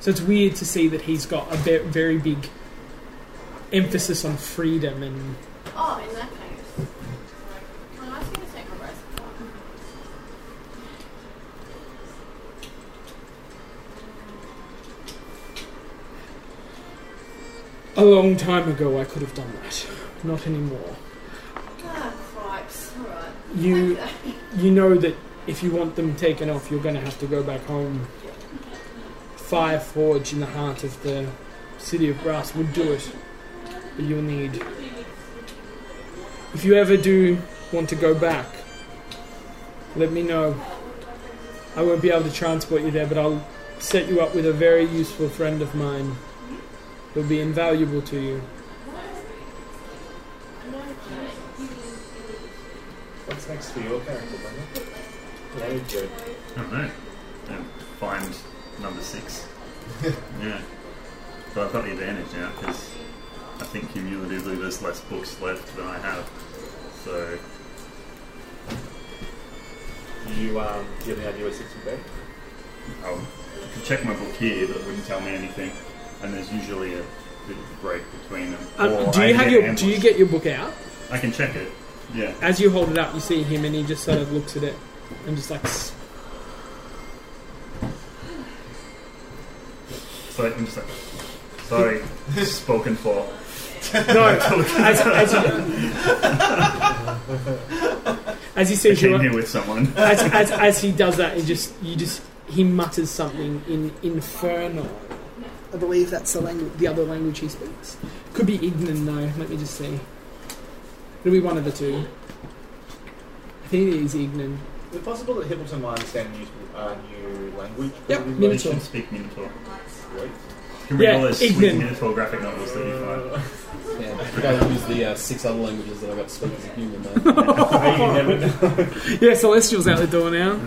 Speaker 4: So it's weird to see that he's got a ve- very big emphasis on freedom and
Speaker 1: Oh, in that case. Well, I was going to take a rest.
Speaker 4: a long time ago I could have done that. Not anymore.
Speaker 1: Ah, cripes. Alright.
Speaker 4: You
Speaker 1: Okay.
Speaker 4: you know that if you want them taken off, you're going to have to go back home. Fire Forge in the heart of the city of brass would do it, but you'll need. If you ever do want to go back, let me know. I won't be able to transport you there, but I'll set you up with a very useful friend of mine. He'll be invaluable to you.
Speaker 3: What's next for your character, Brendan? Yeah, good.
Speaker 7: I don't know. Um, find number six. yeah. But I've got the advantage now because I think cumulatively there's less books left than I have. So
Speaker 3: You, um, do you have any idea where six would be?
Speaker 7: I'll, I could check my book here, but it wouldn't tell me anything. And there's usually a bit of a break between them.
Speaker 4: Um,
Speaker 7: Or
Speaker 4: do
Speaker 7: I
Speaker 4: you have
Speaker 7: get
Speaker 4: your
Speaker 7: ambushed.
Speaker 4: Do you get your book out?
Speaker 7: I can check it. Yeah.
Speaker 4: As you hold it up, you see him, and he just sort of looks at it and just like s-
Speaker 7: So I can just like, sorry, spoken for.
Speaker 4: no. as, as, he, as he
Speaker 7: I
Speaker 4: sees
Speaker 7: came
Speaker 4: you,
Speaker 7: here with someone.
Speaker 4: as, as, as he does that, he just you just he mutters something in infernal. I believe that's the language, the other language he speaks. Could be Ignan though. Let me just see. It'll be one of the two. I think it is Ignan.
Speaker 3: Is it possible that Hippleton might understand new, uh, new language?
Speaker 7: You
Speaker 4: Yep, Minotaur.
Speaker 7: can speak Minotaur.
Speaker 3: Sweet.
Speaker 7: You can read
Speaker 4: Yeah,
Speaker 7: all those sweet
Speaker 4: Ignan.
Speaker 7: Minotaur graphic novels that you find.
Speaker 11: Yeah, I think I use the uh, six other languages that I got to speak as a human, man.
Speaker 3: Uh,
Speaker 4: Yeah, Celestial's out the door now.
Speaker 9: Why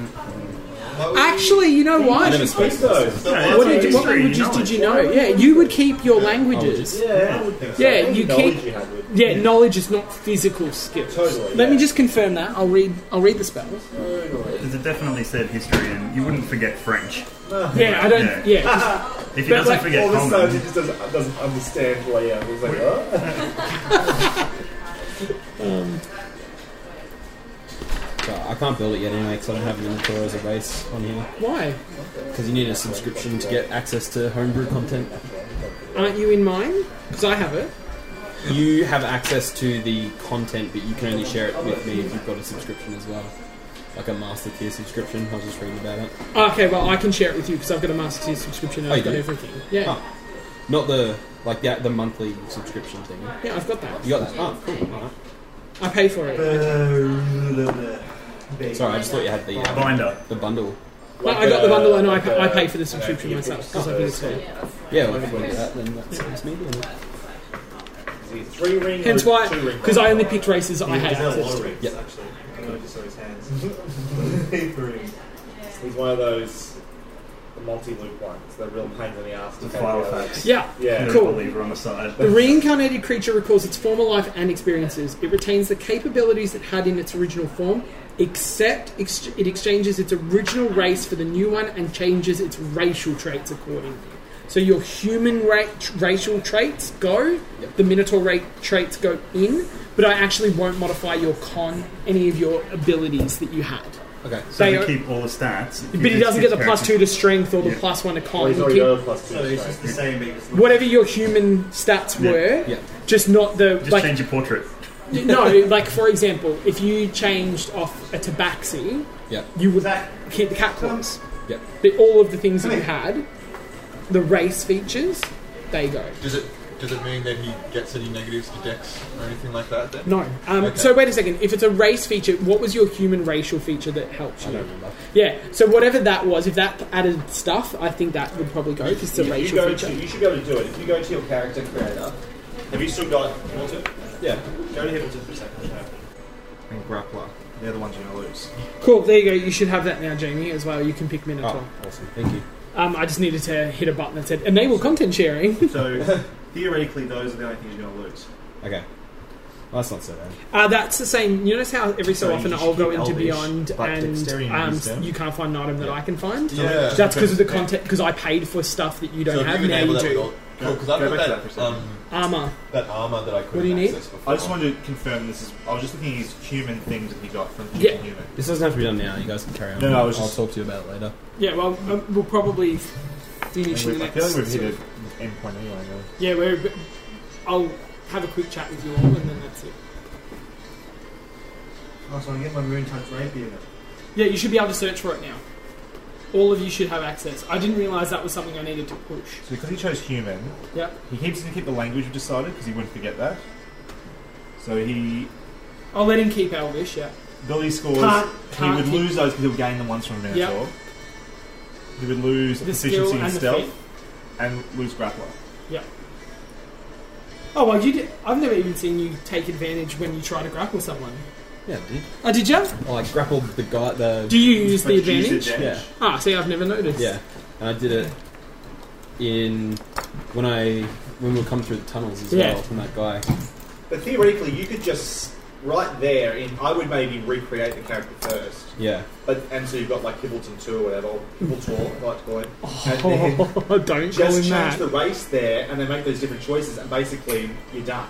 Speaker 9: would
Speaker 4: Actually, you know
Speaker 11: I
Speaker 4: what?
Speaker 11: never speak those.
Speaker 4: What, did you, what languages did you know? Yeah, you would keep your languages.
Speaker 3: Yeah, I would think so.
Speaker 4: Yeah,
Speaker 3: Any
Speaker 4: you
Speaker 3: knowledge
Speaker 4: keep-
Speaker 3: you have would-
Speaker 4: Yeah, knowledge is not physical skill.
Speaker 3: Totally,
Speaker 4: Let me
Speaker 3: yeah.
Speaker 4: just confirm that. I'll read. I'll read the spell.
Speaker 3: Totally.
Speaker 7: Because it definitely said history, and you wouldn't forget French.
Speaker 4: Yeah, I
Speaker 7: Yeah.
Speaker 4: don't. Yeah,
Speaker 7: If he
Speaker 4: But,
Speaker 7: doesn't
Speaker 4: like,
Speaker 7: forget
Speaker 3: All of a sudden, he
Speaker 7: Conan,
Speaker 3: just doesn't, doesn't understand Leia. He's like, oh.
Speaker 11: So I can't build it yet anyway because I don't have Minotaur as a race on here.
Speaker 4: why?
Speaker 11: Because you need a subscription to get access to homebrew content.
Speaker 4: Aren't you in mine? Because I have it.
Speaker 11: You have access to the content, but you can only share it with me if you've got a subscription as well. Like a master tier subscription. I was just reading about it.
Speaker 4: Oh, Okay, well I can share it with you because I've got a master tier subscription and
Speaker 11: Oh,
Speaker 4: I've got
Speaker 11: you do?
Speaker 4: everything. Yeah,
Speaker 11: Oh. Not the like the, the monthly subscription thing.
Speaker 4: yeah, I've got that.
Speaker 11: You got that? Oh, cool. All right.
Speaker 4: I pay for it.
Speaker 8: Oh,
Speaker 11: Sorry, I just thought you had the uh,
Speaker 7: binder.
Speaker 11: the bundle.
Speaker 4: No, I got the bundle and I, pa- I pay for the subscription myself because I think it's fair.
Speaker 11: Yeah, well, if we do that, then that sounds me. doesn't it?
Speaker 3: Three ring.
Speaker 4: Hence
Speaker 3: or
Speaker 4: why,
Speaker 3: two ring
Speaker 4: because I only picked races I had
Speaker 8: He's got a lot
Speaker 4: access
Speaker 8: of
Speaker 4: to.
Speaker 8: rings,
Speaker 11: Yeah.
Speaker 8: actually. I noticed on his hands. Three.
Speaker 3: He's one of those multi-loop ones. They're real pains in the ass. to
Speaker 7: The
Speaker 3: take
Speaker 7: file
Speaker 3: out.
Speaker 7: facts.
Speaker 4: Yeah,
Speaker 3: Yeah.
Speaker 4: Cool.
Speaker 7: Believer on the side.
Speaker 4: The reincarnated creature recalls its former life and experiences. It retains the capabilities it had in its original form, except ex- it exchanges its original race for the new one and changes its racial traits accordingly. So your human ra- racial traits go, the Minotaur ra- traits go in, but I actually won't modify your con, any of your abilities that you had.
Speaker 11: Okay.
Speaker 7: So
Speaker 4: They
Speaker 7: you
Speaker 4: are-
Speaker 7: keep all the stats. you keep
Speaker 4: But he
Speaker 7: his
Speaker 4: doesn't get the
Speaker 7: character-
Speaker 4: plus two to strength or the
Speaker 7: Yeah.
Speaker 4: plus one to con.
Speaker 3: Well, he's
Speaker 4: You
Speaker 3: already
Speaker 4: keep-
Speaker 3: got a plus two.
Speaker 8: So it's
Speaker 3: so-
Speaker 8: just the same, but it's
Speaker 4: whatever your human stats
Speaker 7: Yeah.
Speaker 4: were,
Speaker 11: Yeah.
Speaker 4: just not the
Speaker 7: Just
Speaker 4: like
Speaker 7: change your portrait.
Speaker 4: no, like for example, if you changed off a tabaxi,
Speaker 11: Yeah.
Speaker 4: you would
Speaker 8: Zach.
Speaker 4: keep the cat claws.
Speaker 11: Yeah.
Speaker 4: The, all of the things that you had, the race features, they go.
Speaker 6: Does it does it mean that he gets any negatives to Dex or anything like that? Then
Speaker 4: No. Um,
Speaker 6: Okay.
Speaker 4: So wait a second. If it's a race feature, what was your human racial feature that helped
Speaker 11: I
Speaker 4: you?
Speaker 11: don't remember.
Speaker 4: Yeah. So whatever that was, if that added stuff, I think that would probably go because it's a
Speaker 3: you, you
Speaker 4: racial
Speaker 3: go
Speaker 4: feature.
Speaker 3: to, you should go to do it. If you go to your character creator, have you still got Hilton?
Speaker 11: Yeah.
Speaker 3: Go to Hilton for a second.
Speaker 9: And grappler. They're the ones you're gonna lose.
Speaker 4: Cool. There you go. You should have that now, Jamie, as well. You can pick Minotaur.
Speaker 11: Oh, awesome. Thank you.
Speaker 4: Um, I just needed to hit a button that said enable content sharing.
Speaker 9: So theoretically, those are the only things you're gonna lose.
Speaker 11: Okay. Well, that's not so bad.
Speaker 4: Uh, that's the same. You notice how every so,
Speaker 11: So you
Speaker 4: often
Speaker 11: just
Speaker 4: I'll go
Speaker 11: keep
Speaker 4: into
Speaker 11: Elvish,
Speaker 4: Beyond
Speaker 11: but
Speaker 4: and
Speaker 11: dexterity
Speaker 4: um,
Speaker 11: is down.
Speaker 4: you can't find an item that I can find.
Speaker 2: Yeah.
Speaker 4: That's because of the
Speaker 2: Yeah.
Speaker 4: content. Because I paid for stuff that you don't
Speaker 2: so if
Speaker 4: have.
Speaker 2: you
Speaker 4: now
Speaker 2: enable
Speaker 4: you
Speaker 2: that with
Speaker 4: do.
Speaker 2: all- Cool, because I've
Speaker 3: Go back to
Speaker 2: got
Speaker 3: that for a
Speaker 2: that,
Speaker 3: second.
Speaker 2: um,
Speaker 4: Armor.
Speaker 2: that armor that I couldn't
Speaker 4: What do you need?
Speaker 2: access before.
Speaker 3: I just wanted to confirm this is. I was just looking at his human things that he got from
Speaker 4: Yeah.
Speaker 3: thinking human.
Speaker 11: This doesn't have to be done now. You guys can carry on.
Speaker 3: No, no, I was
Speaker 11: I'll
Speaker 3: just-
Speaker 11: talk to you about it later.
Speaker 4: Yeah. Well, um, we'll probably
Speaker 3: I
Speaker 4: finish in
Speaker 3: feel
Speaker 4: the
Speaker 3: like
Speaker 4: next.
Speaker 3: we've
Speaker 4: sort
Speaker 3: hit
Speaker 4: of-
Speaker 3: an endpoint anyway. Really.
Speaker 4: Yeah. We're, I'll have a quick chat with you all, and then that's it.
Speaker 8: Oh, so I can get my moon touch rapier.
Speaker 4: Yeah, you should be able to search for it now. All of you should have access. I didn't realize that was something I needed to push.
Speaker 3: So because he chose human,
Speaker 4: Yep.
Speaker 3: he keeps to keep the language we decided because he wouldn't forget that. So he,
Speaker 4: I'll let him keep Elvish. Yeah.
Speaker 3: Billy scores.
Speaker 4: Can't-
Speaker 3: he
Speaker 4: can't
Speaker 3: would
Speaker 4: keep-
Speaker 3: lose those because he would gain them once from a
Speaker 4: Yep.
Speaker 3: minotaur. He would lose
Speaker 4: The skill
Speaker 3: proficiency in
Speaker 4: and the
Speaker 3: stealth
Speaker 4: feat.
Speaker 3: and lose grappler.
Speaker 4: Oh well, you did. I've never even seen you take advantage when you try to grapple someone.
Speaker 11: Yeah, dude.
Speaker 4: Oh, did you?
Speaker 11: I like grappled the guy. The
Speaker 4: Do you use
Speaker 3: But
Speaker 4: the
Speaker 3: you use
Speaker 4: advantage?
Speaker 11: yeah,
Speaker 4: Ah, see, I've never noticed.
Speaker 11: yeah, and I did it in when I when we were coming through the tunnels as
Speaker 4: Yeah.
Speaker 11: well from that guy.
Speaker 3: But theoretically, you could just right there. In I would maybe recreate the character first,
Speaker 11: Yeah,
Speaker 3: but and so you've got like Hibbleton two or whatever, or Hibbleton, I like to call it, and then
Speaker 4: Oh, don't go
Speaker 3: just
Speaker 4: in
Speaker 3: change
Speaker 4: that.
Speaker 3: the race there, and they make those different choices, and basically you're done.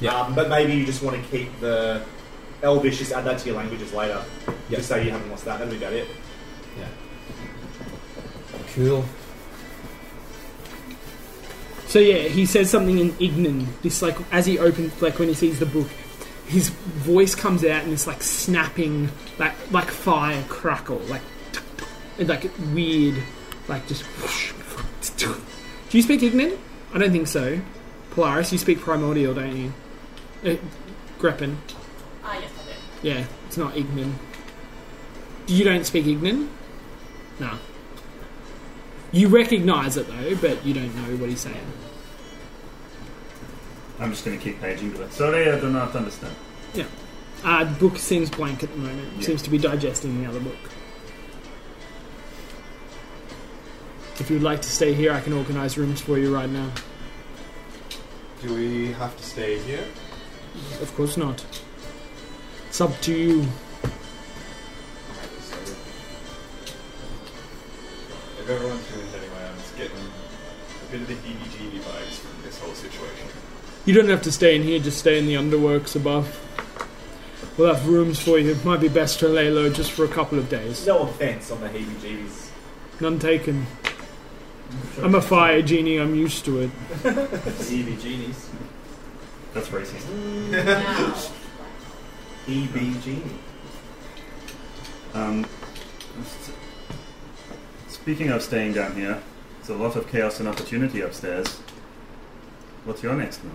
Speaker 11: Yeah.
Speaker 3: Um, but maybe you just want to keep the Elvish. Just add that to your languages later.
Speaker 11: Yeah.
Speaker 3: Just say you haven't lost that. That'll be about it.
Speaker 11: cool.
Speaker 4: So yeah, he says something in Ignan. This like as he opens, like when he sees the book, his voice comes out and it's like snapping, like like fire crackle, like tuck, tuck, and like weird, like just. whoosh, tuck. Do you speak Ignan? I don't think so. Polaris, you speak primordial, don't you? Uh, Greppin.
Speaker 1: Ah, yes, I do.
Speaker 4: Yeah, it's not Ignan. You don't speak Ignan? No. You recognise it though, but you don't know what he's saying.
Speaker 7: I'm just going to keep paging. But sorry, I do not understand.
Speaker 4: Uh, the book seems blank at the moment.
Speaker 7: Yeah.
Speaker 4: Seems to be digesting the other book. If you'd like to stay here, I can organise rooms for you right now.
Speaker 2: Do we have to stay here?
Speaker 4: Of course not. It's up to you.
Speaker 2: If everyone's doing it anyway, I'm just getting a bit of the heebie-jeebie vibes from this whole situation.
Speaker 4: You don't have to stay in here, just stay in the underworks above. We'll have rooms for you. Might be best to lay low just for a couple of days.
Speaker 3: No offense on the heebie-jeebies.
Speaker 4: None taken. I'm a fire genie, I'm used to it.
Speaker 8: Evie genies.
Speaker 7: That's racist.
Speaker 1: Now,
Speaker 8: EB genie.
Speaker 7: Um, speaking of staying down here, it's a lot of chaos and opportunity upstairs. What's your next move?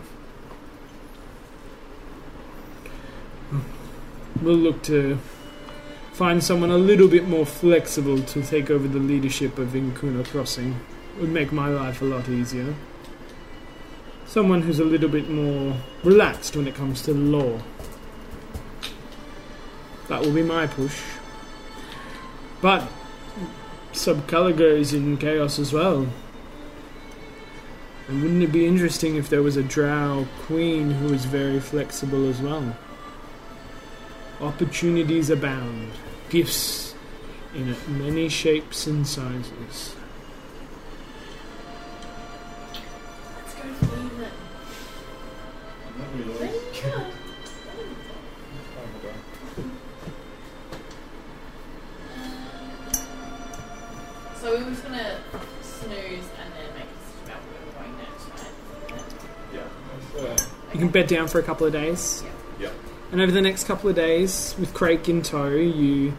Speaker 4: We'll look to find someone a little bit more flexible to take over the leadership of Incuna Crossing. Would make my life a lot easier. Someone who's a little bit more relaxed when it comes to law. That will be my push. But Subcaliger is in chaos as well. And wouldn't it be interesting if there was a drow queen who was very flexible as well? Opportunities abound, gifts in many shapes and sizes.
Speaker 1: let's go to Cleveland.
Speaker 8: Not really.
Speaker 1: Where do you go? So we were just gonna snooze and then make a decision about where we're going next, right?
Speaker 2: Yeah.
Speaker 4: You can bed down for a couple of days.
Speaker 2: Yeah.
Speaker 4: And over the next couple of days, with Craig in tow, you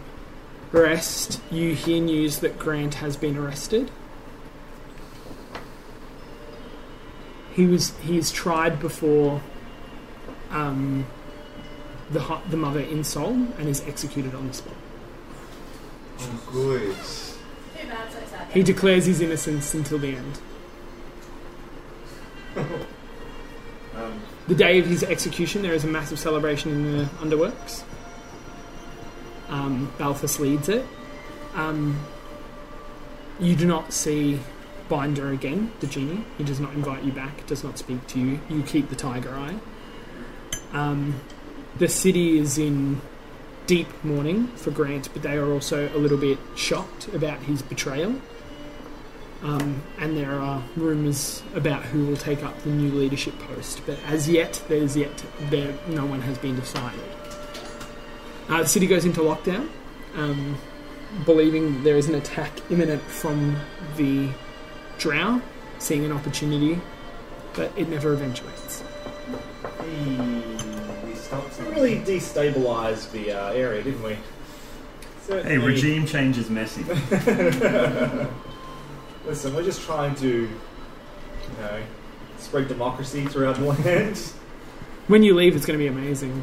Speaker 4: rest. You hear news that Grant has been arrested. He was he is tried before um, the hu- the mother in Seoul and is executed on the spot.
Speaker 2: Oh, good.
Speaker 1: Too bad, so sad.
Speaker 4: He declares his innocence until the end.
Speaker 8: Um,
Speaker 4: The day of his execution, there is a massive celebration in the underworks. Um, Balthus leads it. Um, you do not see Binder again, the genie. He does not invite you back, does not speak to you. You keep the tiger eye. Um, the city is in deep mourning for Grant, but they are also a little bit shocked about his betrayal. Um, and there are rumours about who will take up the new leadership post, but as yet, there's yet there no one has been decided. Uh, the city goes into lockdown, um, believing that there is an attack imminent from the drow, seeing an opportunity, but it never eventuates.
Speaker 3: We really destabilized the uh, area, didn't we?
Speaker 7: Hey,
Speaker 3: Certainly-
Speaker 7: regime change is messy.
Speaker 3: Listen, we're just trying to, you know, spread democracy throughout the land.
Speaker 4: When you leave, it's going to be amazing.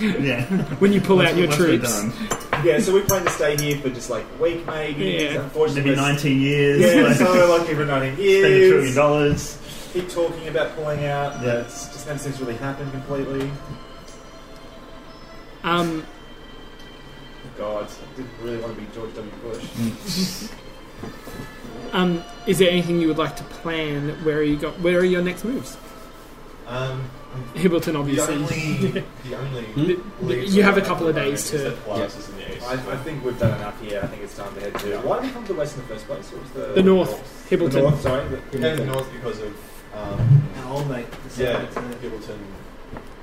Speaker 7: yeah.
Speaker 4: When you pull
Speaker 7: Once-
Speaker 4: out your
Speaker 7: once we're
Speaker 4: troops,
Speaker 7: done.
Speaker 3: yeah, so we plan to stay here for just like a week, maybe.
Speaker 4: Yeah.
Speaker 3: Unfortunately,
Speaker 7: Maybe 19 years.
Speaker 3: Yeah,
Speaker 7: like,
Speaker 3: so like every 19
Speaker 7: spend a trillion
Speaker 3: years.
Speaker 7: dollars.
Speaker 3: Keep talking about pulling out.
Speaker 7: Yeah.
Speaker 3: Yeah. It's just never seems to really happen completely.
Speaker 4: um,
Speaker 3: God, I didn't really want to be George W. Bush.
Speaker 7: Mm.
Speaker 4: um, is there anything you would like to plan? Where are you go? Where are your next moves?
Speaker 2: Um,
Speaker 4: Hibbleton,
Speaker 2: the
Speaker 4: obviously.
Speaker 2: only, the only. leads
Speaker 4: you have a
Speaker 2: I
Speaker 4: couple
Speaker 2: at
Speaker 4: of
Speaker 2: the
Speaker 4: days
Speaker 2: moment is
Speaker 4: to-
Speaker 2: the Polaris in the east.
Speaker 3: I, I think we've done enough here. I think it's time to head to. Why did we come to the west in the first place? What was the,
Speaker 4: The north,
Speaker 3: The
Speaker 4: Hibbleton.
Speaker 3: north, sorry. The,
Speaker 2: We came to the north because of um,
Speaker 8: Our old mate
Speaker 2: yeah,
Speaker 8: decided to
Speaker 2: Gibbleton.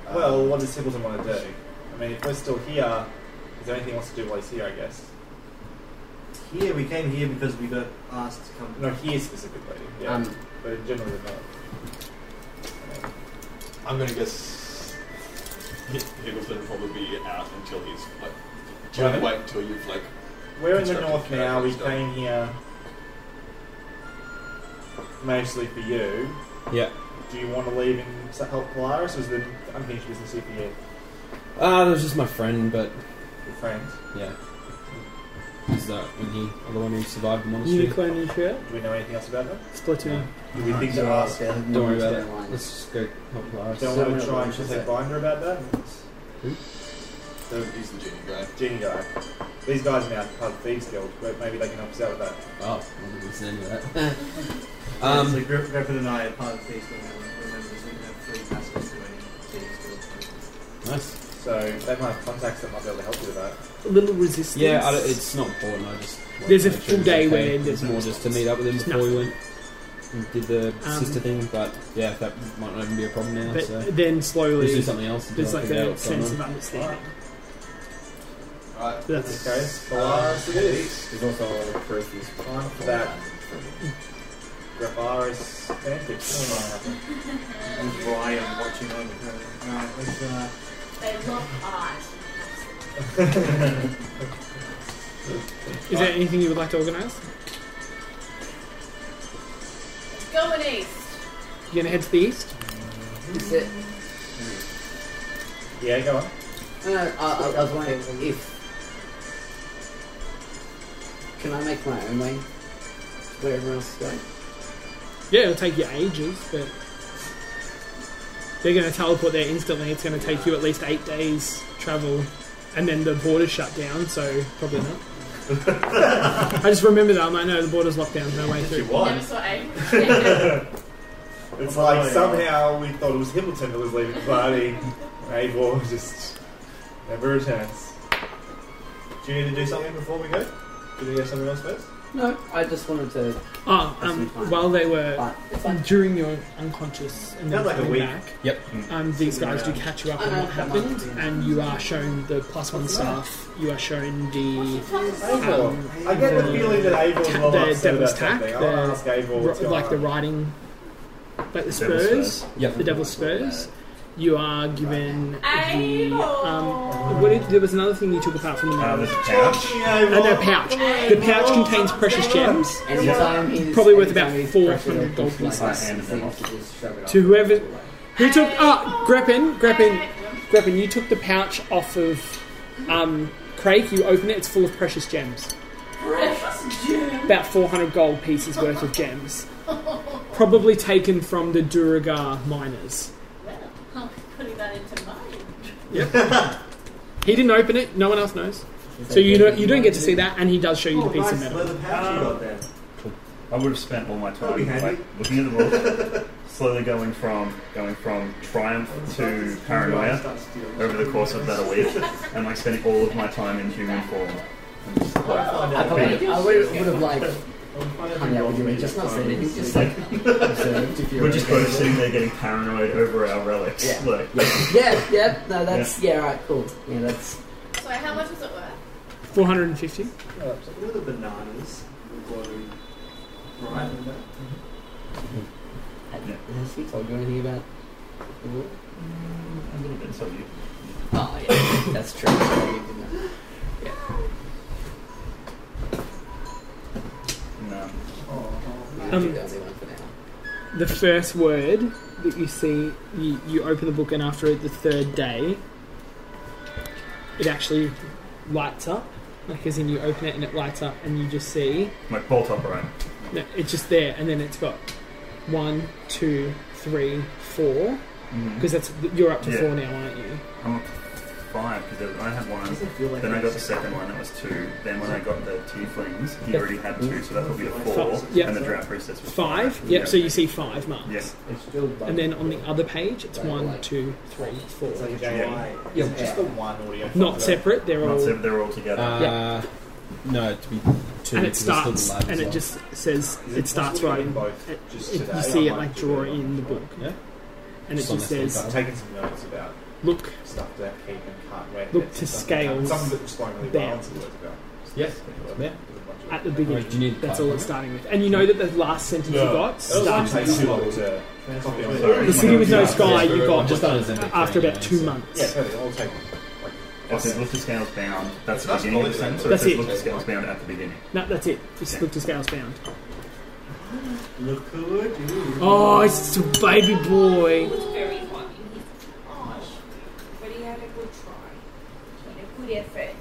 Speaker 2: uh,
Speaker 3: Well, what does Hibbleton want to do? I mean, if we're still here, is there anything he wants to do while he's here, I guess?
Speaker 8: Here, we came here because we got asked to come.
Speaker 3: Not here specifically, yeah.
Speaker 5: Um,
Speaker 3: but in general, we're not.
Speaker 2: I'm going to guess Hi- Hibbleton will probably be out until he's like. Do you want to wait until you've like?
Speaker 3: We're in the
Speaker 2: Constructive
Speaker 3: north now, we
Speaker 2: characters, though.
Speaker 3: came here mostly for you.
Speaker 11: Yeah.
Speaker 3: Do you want to leave and s- help Polaris, or is the unfinished business here for you?
Speaker 11: Ah, that was just my friend, but
Speaker 3: Your friend?
Speaker 11: yeah. Is that when he, the one who survived the monastery?
Speaker 4: Unicorn new shirt.
Speaker 3: Do we know anything else about them?
Speaker 4: Splatoon.
Speaker 3: Do we think to ask?
Speaker 11: Don't worry about it. Let's just go help Polaris.
Speaker 3: Don't want to try and contact Binder about that?
Speaker 2: The, he's the genie guy.
Speaker 3: Genie guy. These guys are now part of Thieves Guild, but maybe they can help us out with that.
Speaker 11: Oh, I didn't listen to that.
Speaker 8: Um,
Speaker 11: um,
Speaker 8: Griffin, Griffin and I are part of the team, and remember, we have free passes to any teams.
Speaker 11: nice.
Speaker 3: So they might have contacts that might be able to help you with that.
Speaker 4: A little resistance.
Speaker 11: Yeah, I don't, it's not important. I just wanted
Speaker 4: There's a
Speaker 11: to make
Speaker 4: full
Speaker 11: sure
Speaker 4: day
Speaker 11: it's
Speaker 4: where
Speaker 11: okay.
Speaker 4: there's
Speaker 11: it's more
Speaker 4: no
Speaker 11: just to meet up with him before we went and did the
Speaker 4: Um,
Speaker 11: sister thing. But yeah, that might not even be a problem now.
Speaker 4: But
Speaker 11: so
Speaker 4: then
Speaker 11: let's do
Speaker 4: slowly,
Speaker 11: something else. until
Speaker 4: there's
Speaker 11: I
Speaker 4: like
Speaker 11: figure out
Speaker 4: a
Speaker 11: what's going
Speaker 4: sense
Speaker 11: on.
Speaker 4: of understanding.
Speaker 2: Right.
Speaker 4: That's
Speaker 3: Okay, Polaris it is.
Speaker 11: There's also a Perseus.
Speaker 3: Time for that Grapharis fanfic. Oh,
Speaker 8: And Brian watching on. Alright, let's, uh,
Speaker 1: They look hard.
Speaker 4: Is there anything you would like to organise?
Speaker 1: Going east.
Speaker 4: You're gonna head to the east.
Speaker 5: Is it?
Speaker 3: Yeah, go on.
Speaker 5: No, no, I, I, I was wondering if. Can I make my own way where everyone else is going?
Speaker 4: Yeah, it'll take you ages, but they're gonna teleport there instantly. It's gonna take you at least eight days travel, and then the border's shut down, so probably not. I just remember that. I'm like, no, the border's locked down. No way through.
Speaker 1: Never saw Aiden.
Speaker 3: It's like somehow we thought it was Hibbleton that was leaving the party. Eivor just never returns. Do you need to do something before we go? Do we have something else first?
Speaker 5: No, I just wanted to.
Speaker 4: Oh, um, while they were
Speaker 5: But it's fine.
Speaker 4: during your unconscious and then
Speaker 3: Sounds like a
Speaker 4: coming
Speaker 3: week.
Speaker 4: back,
Speaker 11: Yep.
Speaker 4: um, these guys do catch you up on what happened, and you are shown the plus one staff. You are shown the
Speaker 3: Eivor.
Speaker 4: Um,
Speaker 3: I get the feeling that Eivor's a
Speaker 4: ta-
Speaker 3: little
Speaker 4: the
Speaker 3: upset
Speaker 4: devil's
Speaker 3: about something. I
Speaker 4: tack,
Speaker 3: want to ask
Speaker 4: the-
Speaker 3: Eivor
Speaker 4: ro-
Speaker 3: what's going
Speaker 4: like the
Speaker 3: on.
Speaker 4: riding, like the
Speaker 7: Devil's
Speaker 4: spurs,
Speaker 11: Yep.
Speaker 4: the devil's spurs. You are given the
Speaker 1: Eivor.
Speaker 4: um. What did, there was another thing you took apart from the
Speaker 7: Uh, there's
Speaker 4: mountain.
Speaker 7: a couch.
Speaker 4: And a pouch. The pouch contains precious gems.
Speaker 5: Anytime he's,
Speaker 4: Probably worth
Speaker 5: anytime
Speaker 4: about
Speaker 5: he's
Speaker 4: 400
Speaker 5: pressured or
Speaker 4: gold
Speaker 5: pushed like
Speaker 4: pieces.
Speaker 5: that,
Speaker 7: I handed them
Speaker 5: he
Speaker 7: off.
Speaker 5: seems to just shove it
Speaker 4: To
Speaker 5: off.
Speaker 4: whoever, who took? Ah, Greppin, Greppin, Greppin. You took the pouch off of um, Craig. You open it. It's full of precious gems.
Speaker 1: Precious gem.
Speaker 4: About 400 gold pieces worth of gems, probably taken from the Duragar miners.
Speaker 1: Well, I'm putting that into mine.
Speaker 4: He didn't open it. No one else knows. So you don't, you don't get to see that, and he does show you
Speaker 8: oh,
Speaker 4: the piece
Speaker 8: nice
Speaker 4: of metal.
Speaker 8: leather pouch you got there.
Speaker 7: I would have spent all my
Speaker 8: That'd be
Speaker 7: time
Speaker 8: handy.
Speaker 7: like, looking at the wall. slowly going from going from triumph to paranoia over the course of about a week, and like spending all of my time in human form. And just, like,
Speaker 5: I probably I would, would have like
Speaker 4: Oh,
Speaker 5: hung out with you and just not said anything, just like observed if you
Speaker 7: We're just both sitting there getting paranoid over our relics.
Speaker 5: Yeah.
Speaker 7: Like,
Speaker 5: Yeah, yeah, no, that's yeah, right, cool. Yeah, that's
Speaker 1: So how much was it worth?
Speaker 4: 450.
Speaker 8: Look at uh, the bananas. Right.
Speaker 5: has he told you anything about the war?
Speaker 7: a little bit, so you.
Speaker 5: Oh yeah, that's true. Yeah, you didn't know.
Speaker 7: No.
Speaker 5: You
Speaker 4: Um,
Speaker 5: do the only one for now.
Speaker 4: The first word that you see, you, you open the book, and after the third day, it actually lights up. Like, as in, you open it and it lights up, and you just see
Speaker 7: Like bolt upright.
Speaker 4: no, it's just there, and then it's got one, two, three, four.
Speaker 7: Mm-hmm.
Speaker 4: Because that's you're up to
Speaker 7: Yeah.
Speaker 4: four now, aren't you?
Speaker 7: I'm up to five because I had one. Then I got the second one, that was two. Then when I got the two flings, he
Speaker 4: Yep.
Speaker 7: already had two, so that would be a four.
Speaker 4: Yep.
Speaker 7: And the draft recess was
Speaker 4: Five. Yep. So you see five marks.
Speaker 7: Yes.
Speaker 5: It's still
Speaker 4: And then on the other page, it's
Speaker 5: Like,
Speaker 4: one,
Speaker 5: like-
Speaker 4: two, three, four.
Speaker 3: It's like a
Speaker 7: Yeah.
Speaker 3: JY.
Speaker 4: Yeah.
Speaker 3: Is it just the one audio?
Speaker 4: Not
Speaker 3: file?
Speaker 4: separate. They're
Speaker 7: Not
Speaker 4: all.
Speaker 7: seven, they're all together.
Speaker 11: Uh, no, to be two.
Speaker 4: And it
Speaker 11: because I still
Speaker 4: starts,
Speaker 11: lab as
Speaker 4: and it
Speaker 11: well.
Speaker 4: just says
Speaker 3: Is
Speaker 4: it starts
Speaker 3: possible to
Speaker 4: right.
Speaker 3: get in both
Speaker 4: it-
Speaker 3: just
Speaker 4: It,
Speaker 3: today?
Speaker 4: you see
Speaker 3: I
Speaker 4: it
Speaker 3: might
Speaker 4: like
Speaker 3: do
Speaker 4: draw
Speaker 3: it
Speaker 4: in the book,
Speaker 11: Yeah.
Speaker 4: and it
Speaker 11: Just on
Speaker 4: just
Speaker 11: the same
Speaker 4: says,
Speaker 3: I've taken some notes about
Speaker 4: "Look,
Speaker 3: stuff that he can cut where
Speaker 4: Look to scales
Speaker 3: Some of it just going really well.
Speaker 4: down.
Speaker 3: and Some of it's going.
Speaker 11: Yes.
Speaker 4: at the
Speaker 11: Yeah. Alright, do you
Speaker 4: beginning.
Speaker 11: need
Speaker 4: That's
Speaker 11: five
Speaker 4: all it's
Speaker 11: more?
Speaker 4: starting with." And you know that the last sentence you got
Speaker 3: It was
Speaker 4: starts
Speaker 3: like
Speaker 4: with
Speaker 3: too long to copy on
Speaker 7: Sorry.
Speaker 4: "The city with no sky."
Speaker 11: Yeah,
Speaker 4: You got
Speaker 11: just done as an
Speaker 4: after about
Speaker 11: MBA,
Speaker 4: two
Speaker 11: so-
Speaker 3: Yeah,
Speaker 4: months.
Speaker 3: perfect. I'll take like
Speaker 7: It says lift the scales bound. That's the
Speaker 2: That's
Speaker 7: beginning of the
Speaker 2: all it
Speaker 7: sentence.
Speaker 2: is.
Speaker 7: So
Speaker 4: That's
Speaker 7: it says
Speaker 4: it.
Speaker 7: lift the scales bound at the beginning.
Speaker 4: No, that's it. Just look to scales bound.
Speaker 8: Look who it is.
Speaker 4: Oh, it's a baby boy.
Speaker 12: was very hot in his gosh. But he had a good try. He had a good effort.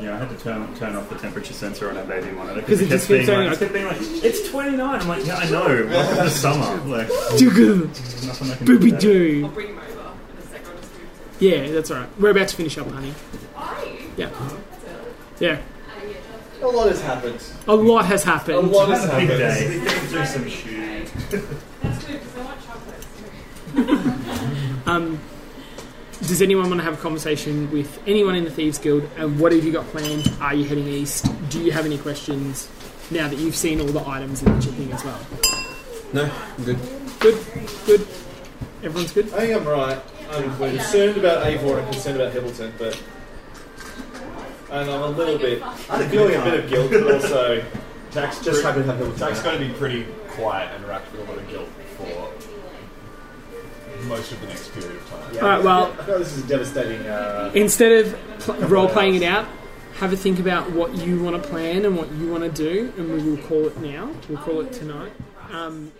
Speaker 7: Yeah, I had to turn turn off the temperature sensor on our baby monitor
Speaker 4: 'Cause it
Speaker 7: it
Speaker 4: just
Speaker 7: kept being
Speaker 4: keeps saying,
Speaker 7: like, it kept being like, it's 29. I'm like, yeah, I know. Welcome to summer. Like,
Speaker 4: Dugger,
Speaker 7: there's nothing I can do.
Speaker 4: booby
Speaker 7: about it.
Speaker 12: I'll
Speaker 4: doo.
Speaker 12: bring him over in a sec. I'll just move to
Speaker 4: Yeah, that's all right. We're about to finish up, honey.
Speaker 12: Are you?
Speaker 4: Yeah.
Speaker 12: Oh, that's early.
Speaker 4: Yeah,
Speaker 3: a lot has happened.
Speaker 4: a lot has
Speaker 3: A
Speaker 4: happened.
Speaker 3: lot has
Speaker 7: It's a big
Speaker 3: happened.
Speaker 7: day.
Speaker 12: That's
Speaker 7: do some
Speaker 12: big
Speaker 7: shooting.
Speaker 12: day. That's good because I want chocolates.
Speaker 4: Um, does anyone want to have a conversation with anyone in the Thieves Guild? And what have you got planned? Are you heading east? Do you have any questions now that you've seen all the items and that sort of thing as well?
Speaker 11: No, I'm good.
Speaker 4: Good, good. Everyone's good.
Speaker 3: I think I'm right. I'm, we're concerned about Avor and concerned about Hibbleton, but and I'm a little bit,
Speaker 8: I had a
Speaker 3: a
Speaker 8: good
Speaker 3: bit,
Speaker 8: yarn.
Speaker 3: of guilt, but also Jack's
Speaker 2: Just
Speaker 3: just happy to have Hibbleton.
Speaker 2: Zach's going to be pretty quiet and racked with a lot of guilt for most of the next period of time.
Speaker 3: Yeah.
Speaker 4: Alright, well-
Speaker 3: I feel this is a devastating. Uh,
Speaker 4: Instead of pl- role playing it out, have a think about what you want to plan and what you want to do, and we will call it now. We'll call it tonight. Um,